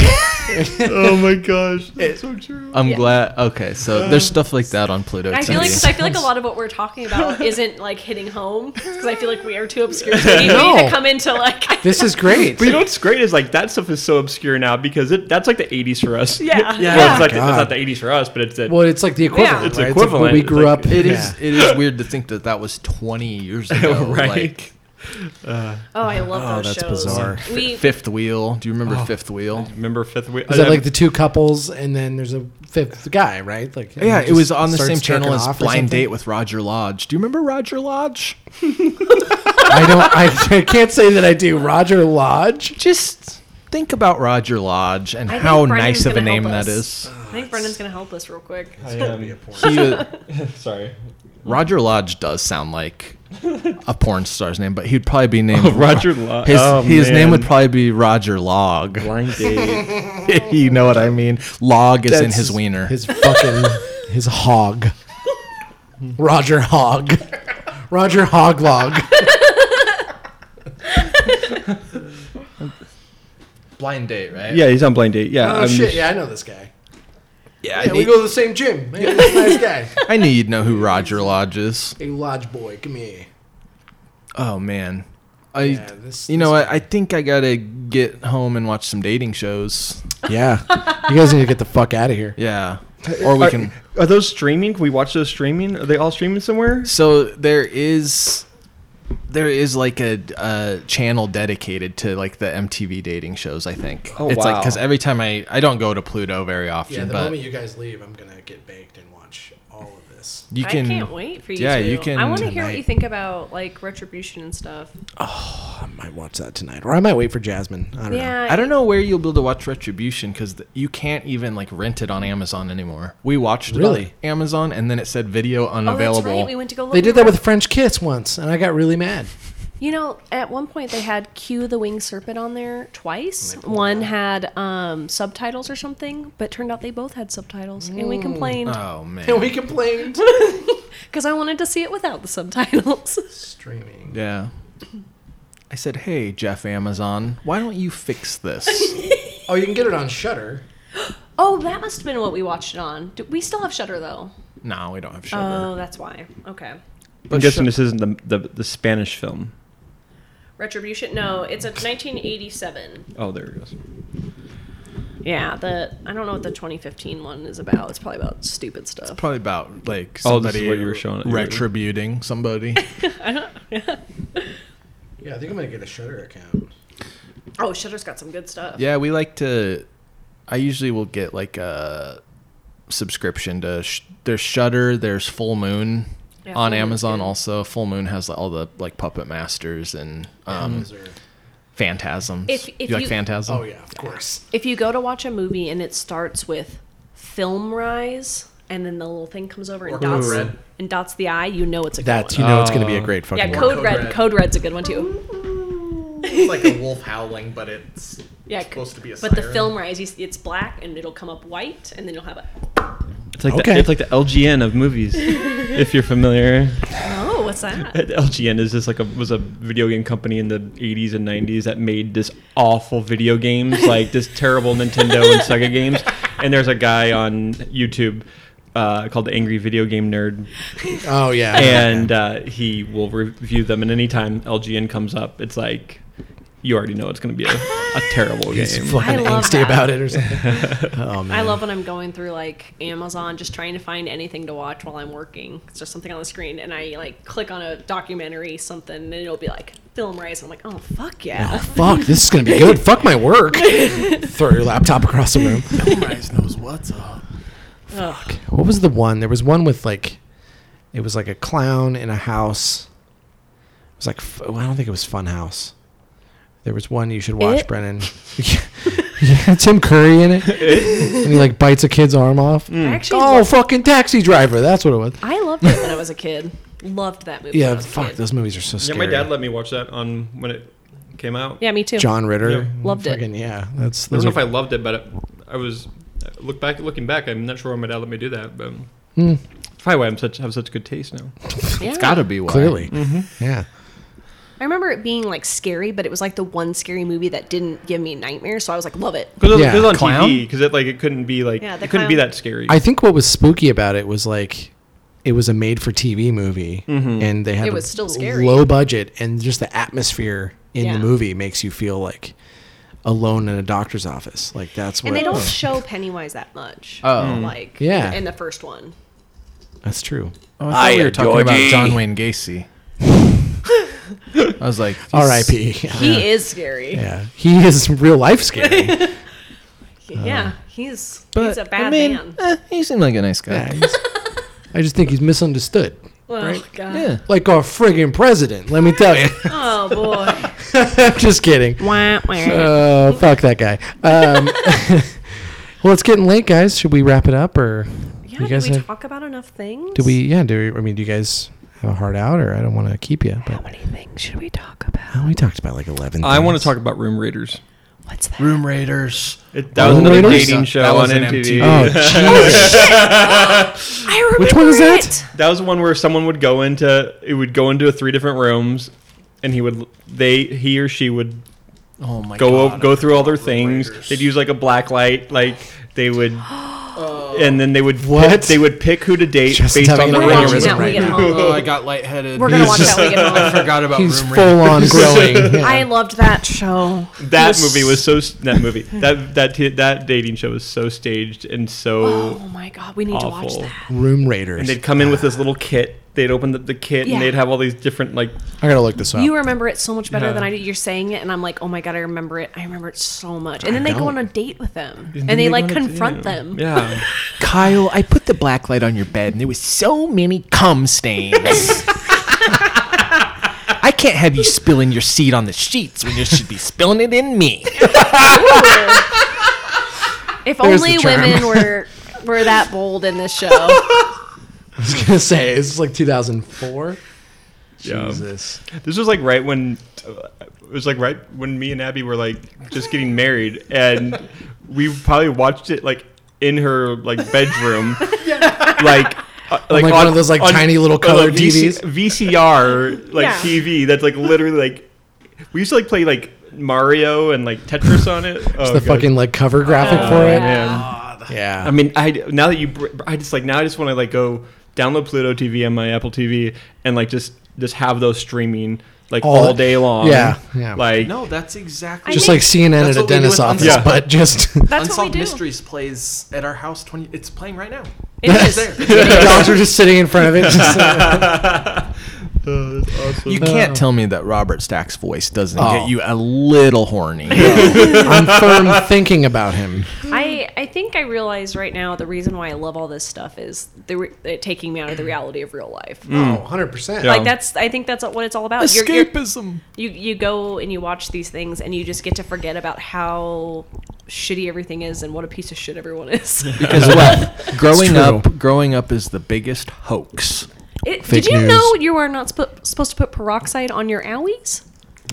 [SPEAKER 4] mean.
[SPEAKER 2] Yeah.
[SPEAKER 5] oh my gosh, that's so true.
[SPEAKER 3] I'm
[SPEAKER 4] Yeah.
[SPEAKER 3] glad. Okay, so there's stuff like that on Pluto.
[SPEAKER 4] I feel like
[SPEAKER 3] TV.
[SPEAKER 4] cause I feel like a lot of what we're talking about isn't like hitting home because I feel like we are too obscure. So we no. need to come into like
[SPEAKER 6] This is great.
[SPEAKER 5] But you know what's great is like that stuff is so obscure now because it that's like the 80s for us.
[SPEAKER 4] Yeah. Yeah.
[SPEAKER 5] Well, it's like it's
[SPEAKER 6] God.
[SPEAKER 5] not the 80s for us, but it's the,
[SPEAKER 6] well, it's like the equivalent.
[SPEAKER 4] Yeah. It's
[SPEAKER 6] right?
[SPEAKER 5] equivalent.
[SPEAKER 6] It's like
[SPEAKER 5] It's
[SPEAKER 6] what we grew
[SPEAKER 5] like-
[SPEAKER 6] up.
[SPEAKER 3] It is. It is weird to think that that was 20 years ago.
[SPEAKER 5] right.
[SPEAKER 3] Like,
[SPEAKER 4] oh, I love those
[SPEAKER 6] that's
[SPEAKER 4] shows.
[SPEAKER 6] bizarre.
[SPEAKER 4] We
[SPEAKER 3] Fifth Wheel. Do you remember Fifth Wheel?
[SPEAKER 5] remember Fifth Uh, Wheel?
[SPEAKER 2] Is that like the two couples and then there's a fifth guy, right? Like and
[SPEAKER 3] Yeah,
[SPEAKER 2] he
[SPEAKER 3] it was
[SPEAKER 2] just
[SPEAKER 3] on the
[SPEAKER 2] starts
[SPEAKER 3] same channel
[SPEAKER 2] jerking
[SPEAKER 3] as
[SPEAKER 2] off or
[SPEAKER 3] Blind
[SPEAKER 2] something?
[SPEAKER 3] Date with Roger Lodge. Do you remember Roger Lodge?
[SPEAKER 2] I don't. I, I can't say that I do. Roger Lodge.
[SPEAKER 3] Just think about Roger Lodge and
[SPEAKER 4] I think
[SPEAKER 3] how
[SPEAKER 4] Brendan's
[SPEAKER 3] nice of a
[SPEAKER 4] gonna help
[SPEAKER 3] name that
[SPEAKER 4] us.
[SPEAKER 3] is.
[SPEAKER 4] I think Brendan's gonna help us real quick.
[SPEAKER 3] He was-
[SPEAKER 5] Sorry.
[SPEAKER 3] Roger Lodge does sound like a porn star's name, but he'd probably be named
[SPEAKER 5] Oh, Roger Lodge.
[SPEAKER 3] His,
[SPEAKER 5] Oh,
[SPEAKER 3] his name would
[SPEAKER 5] man.
[SPEAKER 3] probably be Roger Log.
[SPEAKER 5] Blind date.
[SPEAKER 3] If you know what I mean. Log is in
[SPEAKER 2] That's
[SPEAKER 3] his wiener.
[SPEAKER 2] His fucking his hog. Roger Hog. Roger Hog Log.
[SPEAKER 3] blind date, right?
[SPEAKER 5] yeah, he's on blind date. Yeah. um,
[SPEAKER 2] Oh
[SPEAKER 5] I'm
[SPEAKER 2] shit!
[SPEAKER 5] just-
[SPEAKER 2] Yeah, I know this guy.
[SPEAKER 3] yeah. I,
[SPEAKER 2] Yeah, we
[SPEAKER 3] knew,
[SPEAKER 2] go to the same gym. Man, he's a nice guy.
[SPEAKER 3] I knew you'd know who Roger Lodge is.
[SPEAKER 2] Hey, Lodge boy, come here.
[SPEAKER 3] Oh man, I.
[SPEAKER 2] this-
[SPEAKER 3] you know what? I think I gotta get home and watch some dating shows.
[SPEAKER 2] Yeah, you guys need to get the fuck out of here.
[SPEAKER 3] Yeah, or we
[SPEAKER 5] Are,
[SPEAKER 3] can.
[SPEAKER 5] are those streaming? Can we watch those streaming? Are they all streaming somewhere?
[SPEAKER 3] So there is, there is like a, a channel dedicated to like the MTV dating shows. I think.
[SPEAKER 5] Oh,
[SPEAKER 3] it's like
[SPEAKER 5] wow.
[SPEAKER 3] because every time I I don't go to Pluto very often,
[SPEAKER 2] Yeah, the
[SPEAKER 3] but
[SPEAKER 2] moment you guys leave, I'm gonna get baked and watch all of this.
[SPEAKER 3] you
[SPEAKER 4] I
[SPEAKER 3] can.
[SPEAKER 4] can't wait for you.
[SPEAKER 3] yeah,
[SPEAKER 4] to.
[SPEAKER 3] you can
[SPEAKER 4] I want to hear what
[SPEAKER 2] tonight.
[SPEAKER 4] you think about like retribution and stuff.
[SPEAKER 2] I might watch that tonight, or I might wait for Jasmine. I don't know.
[SPEAKER 4] Yeah,
[SPEAKER 3] I don't know where you'll be able to watch Retribution because you can't even like rent it on Amazon anymore. We watched it
[SPEAKER 2] Really?
[SPEAKER 3] on Amazon and then it said video
[SPEAKER 4] Oh, that's
[SPEAKER 3] unavailable.
[SPEAKER 4] right. We went to go look.
[SPEAKER 2] They did
[SPEAKER 4] and
[SPEAKER 2] that
[SPEAKER 4] we're-
[SPEAKER 2] with French Kiss once, and I got really mad.
[SPEAKER 4] You know, at one point they had "Cue the Winged Serpent" on there twice. One had um, subtitles or something, but turned out they both had subtitles, and we complained
[SPEAKER 3] oh man.
[SPEAKER 2] And we complained.
[SPEAKER 4] because I wanted to see it without the subtitles.
[SPEAKER 2] Streaming.
[SPEAKER 3] Yeah. I said, "Hey, Jeff Amazon, why don't you fix this?"
[SPEAKER 2] Oh, you can get it on Shutter.
[SPEAKER 4] oh, that must have been what we watched it on. Do, we still have Shutter though.
[SPEAKER 3] no, we don't have Sugar.
[SPEAKER 4] Oh, that's why. Okay.
[SPEAKER 5] I'm guessing
[SPEAKER 3] Shudder-
[SPEAKER 5] this isn't the, the the Spanish film.
[SPEAKER 4] Retribution? No, it's a 1987.
[SPEAKER 5] Oh, there it goes.
[SPEAKER 4] Yeah, the I don't know what the 2015 one is about. It's probably about stupid stuff.
[SPEAKER 3] Probably about like
[SPEAKER 5] Oh, this is
[SPEAKER 3] somebody
[SPEAKER 5] what you were showing-
[SPEAKER 3] retributing somebody.
[SPEAKER 2] Yeah, I think I'm gonna get a Shutter account.
[SPEAKER 4] Oh, Shutter's got some good stuff.
[SPEAKER 3] yeah, we like to. I usually will get like a subscription to. Sh- there's Shutter. There's Full Moon
[SPEAKER 4] Yeah, Full
[SPEAKER 3] on
[SPEAKER 4] Moon's
[SPEAKER 3] Amazon.
[SPEAKER 4] good.
[SPEAKER 3] Also, Full Moon has all the like Puppet Masters and um,
[SPEAKER 2] Those are-
[SPEAKER 3] Phantasms.
[SPEAKER 4] If- if
[SPEAKER 3] you like
[SPEAKER 4] you-
[SPEAKER 3] Phantasm?
[SPEAKER 2] Oh yeah, of course.
[SPEAKER 4] If you go to watch a movie and it starts with film rise and then the little thing comes over and
[SPEAKER 2] Or
[SPEAKER 4] dots
[SPEAKER 2] Code Red.
[SPEAKER 4] and dots the eye, you know it's a good
[SPEAKER 2] That's
[SPEAKER 4] one.
[SPEAKER 2] you know it's gonna be a
[SPEAKER 3] Oh.
[SPEAKER 2] great fucking.
[SPEAKER 4] yeah, code,
[SPEAKER 2] Code
[SPEAKER 4] red. Mm-hmm.
[SPEAKER 2] Red.
[SPEAKER 4] Code red's a good one too.
[SPEAKER 3] It's like a wolf howling, but it's
[SPEAKER 4] Yeah,
[SPEAKER 3] supposed to be a
[SPEAKER 4] But the
[SPEAKER 3] siren.
[SPEAKER 4] film rise, you see- it's black and it'll come up white and then you'll have a
[SPEAKER 5] It's like
[SPEAKER 2] Okay.
[SPEAKER 5] the, it's like the LGN of movies, if you're familiar.
[SPEAKER 4] oh, what's that?
[SPEAKER 5] LGN is just like a was a video game company in the 80s and 90s that made this awful video games like this terrible Nintendo and Sega games. And there's a guy on YouTube uh, called the Angry Video Game Nerd,
[SPEAKER 2] Oh yeah.
[SPEAKER 5] and uh, he will review them. And anytime LGN comes up, it's like you already know it's going to be a, a terrible
[SPEAKER 2] He's
[SPEAKER 5] game.
[SPEAKER 2] fucking
[SPEAKER 4] I love
[SPEAKER 2] angsty
[SPEAKER 4] that.
[SPEAKER 2] about it or something. oh man.
[SPEAKER 4] I love when I'm going through like Amazon, just trying to find anything to watch while I'm working. It's just something on the screen, and I like click on a documentary, something, and it'll be like film rise. And I'm like, oh fuck yeah,
[SPEAKER 2] Fuck, this is gonna be good. Fuck my work. Throw your laptop across the room.
[SPEAKER 3] knows what's up.
[SPEAKER 4] Ugh.
[SPEAKER 2] What was the one? There was one with like, it was like a clown in a house. It was like f- I don't think it was Fun House. There was one you should watch,
[SPEAKER 4] It?
[SPEAKER 2] Brennan. yeah, Tim Curry in it, and he like bites a kid's arm off.
[SPEAKER 4] I actually,
[SPEAKER 2] Oh,
[SPEAKER 4] loved,
[SPEAKER 2] fucking Taxi Driver. That's what it was.
[SPEAKER 4] I loved it when I was a kid. Loved that movie.
[SPEAKER 2] Yeah,
[SPEAKER 4] when I was a
[SPEAKER 2] fuck.
[SPEAKER 4] kid.
[SPEAKER 2] Those movies are so scary.
[SPEAKER 5] let me watch that on when it came out.
[SPEAKER 4] Yeah, me too.
[SPEAKER 2] John Ritter.
[SPEAKER 5] Yeah.
[SPEAKER 4] Loved it.
[SPEAKER 2] fucking, Yeah, that's.
[SPEAKER 5] I don't
[SPEAKER 2] Those
[SPEAKER 5] know
[SPEAKER 2] are,
[SPEAKER 5] if I loved it, but it- I was look back looking back. I'm not sure why my dad let me do that, but
[SPEAKER 2] Hmm.
[SPEAKER 5] it's probably why I'm such have such good taste now.
[SPEAKER 4] Yeah.
[SPEAKER 3] It's gotta be why.
[SPEAKER 2] clearly. Yeah.
[SPEAKER 4] I remember it being like scary, but it was like the one scary movie that didn't give me nightmares. So I was like, love it.
[SPEAKER 5] Because
[SPEAKER 2] Yeah.
[SPEAKER 5] it was on
[SPEAKER 6] Clown?
[SPEAKER 5] TV. Because it like it couldn't be like
[SPEAKER 4] Yeah,
[SPEAKER 5] it
[SPEAKER 4] the
[SPEAKER 5] couldn't be
[SPEAKER 4] clown.
[SPEAKER 5] that scary.
[SPEAKER 2] I think what was spooky about it was like it was a made for TV movie and they had
[SPEAKER 4] It
[SPEAKER 2] a
[SPEAKER 4] was still scary.
[SPEAKER 2] low budget and just the atmosphere in
[SPEAKER 4] Yeah.
[SPEAKER 2] the movie makes you feel like alone in a doctor's office. Like that's what Oh,
[SPEAKER 4] And they don't show Pennywise that much.
[SPEAKER 3] Oh.
[SPEAKER 4] like
[SPEAKER 2] Hmm. Yeah.
[SPEAKER 4] in the first one.
[SPEAKER 2] That's true.
[SPEAKER 3] Oh, I thought we
[SPEAKER 6] Hiya,
[SPEAKER 3] were talking about
[SPEAKER 6] Georgie.
[SPEAKER 3] John Wayne Gacy. I was like, he's-
[SPEAKER 2] R.I.P.
[SPEAKER 4] He is scary. Yeah,
[SPEAKER 2] Yeah. He is real life scary.
[SPEAKER 4] he's
[SPEAKER 3] But
[SPEAKER 4] he's a bad
[SPEAKER 3] I mean,
[SPEAKER 4] man.
[SPEAKER 3] eh, he seemed like a nice guy.
[SPEAKER 2] Yeah, he's- I just think he's misunderstood.
[SPEAKER 4] Oh god.
[SPEAKER 3] Yeah.
[SPEAKER 2] Like our friggin' president, let me tell you.
[SPEAKER 4] Oh boy.
[SPEAKER 2] I'm just kidding.
[SPEAKER 4] wah, wah.
[SPEAKER 2] Oh, fuck that guy. Um, well, it's getting late, guys. Should we wrap it up or
[SPEAKER 4] Yeah,
[SPEAKER 2] you
[SPEAKER 4] did
[SPEAKER 2] guys
[SPEAKER 4] we
[SPEAKER 2] have-
[SPEAKER 4] talk about enough things?
[SPEAKER 2] do we? Yeah, do we, I mean, do you guys have a heart out or I don't want to keep you?
[SPEAKER 4] How
[SPEAKER 2] But
[SPEAKER 4] many things should we talk about?
[SPEAKER 2] oh, we talked about like eleven.
[SPEAKER 5] I want
[SPEAKER 2] things.
[SPEAKER 5] to talk about Room Raiders.
[SPEAKER 4] What's that?
[SPEAKER 3] Room Raiders.
[SPEAKER 5] It, that
[SPEAKER 2] Room
[SPEAKER 5] was another
[SPEAKER 2] Raiders?
[SPEAKER 5] dating show
[SPEAKER 3] That
[SPEAKER 5] on
[SPEAKER 3] was an
[SPEAKER 5] MTV.
[SPEAKER 2] Oh, jeez.
[SPEAKER 4] I remember
[SPEAKER 2] Which one is that?
[SPEAKER 4] it!
[SPEAKER 5] That was the one where someone would go into it would go into three different rooms, and he would they he or she would
[SPEAKER 3] Oh my
[SPEAKER 5] go
[SPEAKER 3] god.
[SPEAKER 5] go through all their things. They'd use like a black light, like they would, and then they would
[SPEAKER 2] What?
[SPEAKER 5] pick, they would pick who to date
[SPEAKER 2] Justin's
[SPEAKER 5] based on
[SPEAKER 2] having
[SPEAKER 5] their
[SPEAKER 2] an
[SPEAKER 4] We're watching
[SPEAKER 2] aneurysm
[SPEAKER 4] that
[SPEAKER 5] aneurysm.
[SPEAKER 4] when we
[SPEAKER 2] right
[SPEAKER 4] get
[SPEAKER 2] now.
[SPEAKER 4] home.
[SPEAKER 3] Oh, I got lightheaded.
[SPEAKER 4] We're gonna watch that when we get
[SPEAKER 3] I
[SPEAKER 4] home.
[SPEAKER 3] forgot about
[SPEAKER 2] He's
[SPEAKER 3] Room
[SPEAKER 2] full
[SPEAKER 3] Raiders.
[SPEAKER 2] on growing. Yeah.
[SPEAKER 4] I loved that show.
[SPEAKER 5] That movie was so s- that movie that that t- that dating show was so staged and so.
[SPEAKER 4] Oh my god, we need to
[SPEAKER 5] Awful.
[SPEAKER 4] watch that.
[SPEAKER 2] Room Raiders.
[SPEAKER 5] And they'd come in with this little kit. They'd open the, the kit
[SPEAKER 4] Yeah.
[SPEAKER 5] and they'd have all these different like
[SPEAKER 2] I gotta look this up.
[SPEAKER 4] You remember it so much better
[SPEAKER 5] Yeah.
[SPEAKER 4] than I do. You're saying it, and I'm like, oh my god, I remember it. I remember it so much. And then they go
[SPEAKER 2] don't.
[SPEAKER 4] on a date with them, and, they like confront them.
[SPEAKER 5] yeah.
[SPEAKER 3] Kyle, I put the black light on your bed and there was so many cum stains. I can't have you spilling your seed on the sheets when you should be spilling it in me.
[SPEAKER 4] If
[SPEAKER 2] There's the
[SPEAKER 4] only
[SPEAKER 2] charm.
[SPEAKER 4] women were were that bold in this show.
[SPEAKER 2] I was gonna say it's like 2004.
[SPEAKER 5] Yeah.
[SPEAKER 2] Jesus.
[SPEAKER 5] This was like right when uh, it was like right when me and Abby were like just getting married, and we probably watched it like in her like bedroom, like. uh,
[SPEAKER 2] like one of those, like, tiny little color TVs?
[SPEAKER 5] VCR like
[SPEAKER 4] Yeah.
[SPEAKER 5] TV that's like literally like we used to like play like Mario and like Tetris on it. Oh,
[SPEAKER 2] the
[SPEAKER 5] God. Oh,
[SPEAKER 2] fucking like cover graphic for it.
[SPEAKER 5] man.
[SPEAKER 2] Yeah.
[SPEAKER 5] Uh, I mean, I now that you, br- I just like now I just want to like go download Pluto TV on my Apple TV and like just just have those streaming like
[SPEAKER 2] All-
[SPEAKER 5] all, day long.
[SPEAKER 2] yeah, yeah.
[SPEAKER 5] Like
[SPEAKER 3] that's exactly
[SPEAKER 2] just
[SPEAKER 4] I
[SPEAKER 2] like CNN at
[SPEAKER 3] That's
[SPEAKER 2] a
[SPEAKER 3] what we do
[SPEAKER 2] dentist's
[SPEAKER 3] with
[SPEAKER 2] office,
[SPEAKER 5] Unsolved.
[SPEAKER 2] but just
[SPEAKER 4] That's what we do.
[SPEAKER 3] plays at our house. Twenty, it's playing right now.
[SPEAKER 4] It is.
[SPEAKER 2] the dogs are just sitting in front of it. just, uh,
[SPEAKER 3] You can't tell me that Robert Stack's voice doesn't
[SPEAKER 2] Oh.
[SPEAKER 3] get you a little horny.
[SPEAKER 2] I'm firm thinking about him.
[SPEAKER 4] I,
[SPEAKER 3] Mm.
[SPEAKER 4] I think I realize right now the reason why I love all this stuff is the re- it taking me out of the reality of real life.
[SPEAKER 3] Mm.
[SPEAKER 2] Oh, 100 percent.
[SPEAKER 5] Hmm. Yeah.
[SPEAKER 4] Like that's I think that's what it's all about. You're- you're-
[SPEAKER 3] Escapism.
[SPEAKER 4] you you go and you watch these things and you just get to forget about how shitty everything is and what a piece of shit everyone is.
[SPEAKER 3] Because what? growing
[SPEAKER 2] true.
[SPEAKER 3] up, growing up is the biggest hoax.
[SPEAKER 4] It-
[SPEAKER 2] Fake
[SPEAKER 4] did you
[SPEAKER 2] news.
[SPEAKER 4] know you are not sp- supposed to put peroxide on your owies?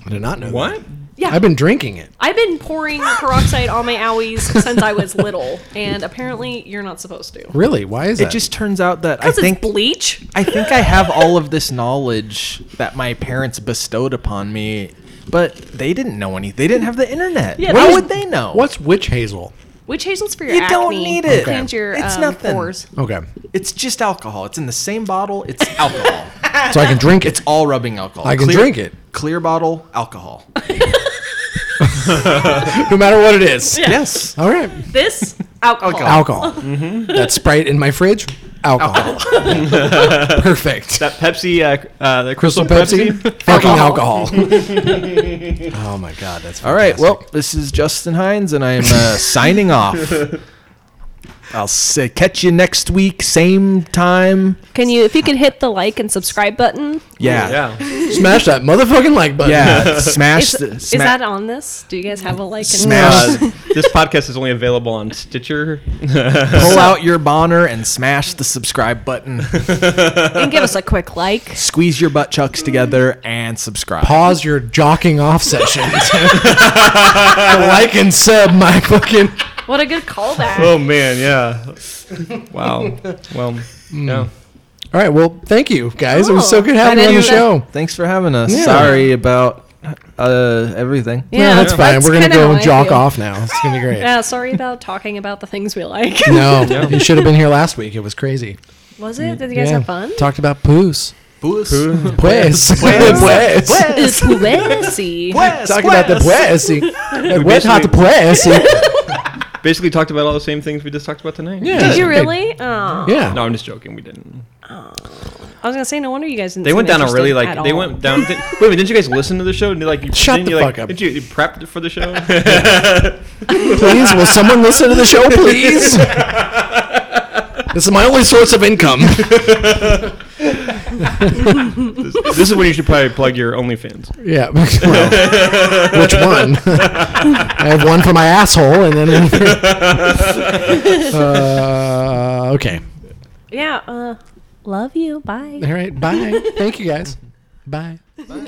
[SPEAKER 2] I did not know
[SPEAKER 5] what?
[SPEAKER 4] Yeah,
[SPEAKER 2] I've been drinking it.
[SPEAKER 4] I've been pouring peroxide on my owies since I was little, and apparently you're not supposed to.
[SPEAKER 2] Really? Why is
[SPEAKER 3] It just turns out that I
[SPEAKER 4] Because it's
[SPEAKER 3] think
[SPEAKER 4] bleach.
[SPEAKER 3] I think I have all of this knowledge that my parents bestowed upon me, but they didn't know anything. They didn't have the internet.
[SPEAKER 4] Yeah,
[SPEAKER 3] How
[SPEAKER 4] they-
[SPEAKER 3] would they know?
[SPEAKER 2] What's witch hazel?
[SPEAKER 4] Witch hazel's for your
[SPEAKER 3] You
[SPEAKER 4] acne.
[SPEAKER 3] don't need it.
[SPEAKER 4] Cleans your
[SPEAKER 3] It's
[SPEAKER 4] um,
[SPEAKER 3] nothing.
[SPEAKER 4] pores.
[SPEAKER 2] Okay,
[SPEAKER 3] It's just alcohol. It's in the same bottle. It's alcohol.
[SPEAKER 2] so I can drink it.
[SPEAKER 3] it's all rubbing alcohol.
[SPEAKER 2] I can drink it.
[SPEAKER 3] Clear bottle alcohol.
[SPEAKER 2] no matter what it is.
[SPEAKER 3] Yes.
[SPEAKER 2] All right,
[SPEAKER 4] This alcohol.
[SPEAKER 2] alcohol. That Sprite in my fridge, alcohol. Perfect.
[SPEAKER 5] That Pepsi, uh, uh, the
[SPEAKER 2] Crystal
[SPEAKER 5] Crystal,
[SPEAKER 2] Pepsi,
[SPEAKER 5] Pepsi.
[SPEAKER 2] fucking alcohol. oh my god, that's
[SPEAKER 3] All right. Well, this is Justin Hines, and I'm uh, signing off. I'll say, catch you next week, same time.
[SPEAKER 4] Can you, if you could hit the like and subscribe button?
[SPEAKER 3] Yeah.
[SPEAKER 5] Yeah.
[SPEAKER 2] smash that motherfucking like button.
[SPEAKER 3] Yeah. Smash
[SPEAKER 4] Is,
[SPEAKER 3] the.
[SPEAKER 4] is
[SPEAKER 3] sma-
[SPEAKER 4] that on this? Do you guys have a like? And
[SPEAKER 3] Smash.
[SPEAKER 5] Uh, this podcast is only available on Stitcher.
[SPEAKER 3] pull out your bonner and smash the subscribe button.
[SPEAKER 4] and give us a quick like.
[SPEAKER 3] Squeeze your butt chucks together and subscribe.
[SPEAKER 2] Pause your jocking off session. like and sub my fucking. Oh.
[SPEAKER 4] What a good callback.
[SPEAKER 5] Oh man, yeah. Wow. Well, yeah.
[SPEAKER 2] All right. Well, thank you guys. It was so
[SPEAKER 4] Oh.
[SPEAKER 2] good
[SPEAKER 4] I
[SPEAKER 2] having you on
[SPEAKER 4] didn't
[SPEAKER 2] the
[SPEAKER 4] know-
[SPEAKER 2] show.
[SPEAKER 3] Thanks for having us.
[SPEAKER 2] Yeah.
[SPEAKER 3] Sorry about uh, everything.
[SPEAKER 2] Yeah, that's fine. We're gonna
[SPEAKER 4] kinda
[SPEAKER 2] go
[SPEAKER 4] how
[SPEAKER 2] and
[SPEAKER 4] I
[SPEAKER 2] jock
[SPEAKER 4] feel.
[SPEAKER 2] off now. It's gonna be great.
[SPEAKER 4] Yeah, sorry about talking about the things we like.
[SPEAKER 2] No, you should have been here last week. It was crazy.
[SPEAKER 4] Was it? Did you guys
[SPEAKER 2] Yeah.
[SPEAKER 4] have fun?
[SPEAKER 2] Talked about poos.
[SPEAKER 3] Puss.
[SPEAKER 2] Pues. Pues.
[SPEAKER 4] It's puessy.
[SPEAKER 2] Talk about the puessy. Like, Wet hot the
[SPEAKER 5] basically-
[SPEAKER 2] puessy.
[SPEAKER 5] Basically, talked about all the same things we just talked about tonight.
[SPEAKER 2] Yeah.
[SPEAKER 4] Did you really? Oh,
[SPEAKER 2] Yeah.
[SPEAKER 5] No, I'm just joking. We didn't.
[SPEAKER 4] I was gonna say no wonder you guys didn't.
[SPEAKER 5] They
[SPEAKER 4] seem
[SPEAKER 5] went down a
[SPEAKER 4] interested
[SPEAKER 5] really
[SPEAKER 4] at
[SPEAKER 5] like. They
[SPEAKER 4] all.
[SPEAKER 5] went down. Did, wait, a minute, didn't you guys listen to the show? And they, like, you-
[SPEAKER 2] Shut
[SPEAKER 5] didn't
[SPEAKER 2] the
[SPEAKER 5] you, like,
[SPEAKER 2] fuck up.
[SPEAKER 5] Did you, you prep for the show?
[SPEAKER 2] Please, will someone listen to the show, please? This is my only source of income.
[SPEAKER 5] this, this is when you should probably plug your OnlyFans.
[SPEAKER 2] Yeah. Well, which one? I have one for my asshole, and then one for. Uh, okay.
[SPEAKER 4] Yeah. Uh, love you. Bye.
[SPEAKER 2] All right. Bye. Thank you guys. Bye.
[SPEAKER 4] Bye.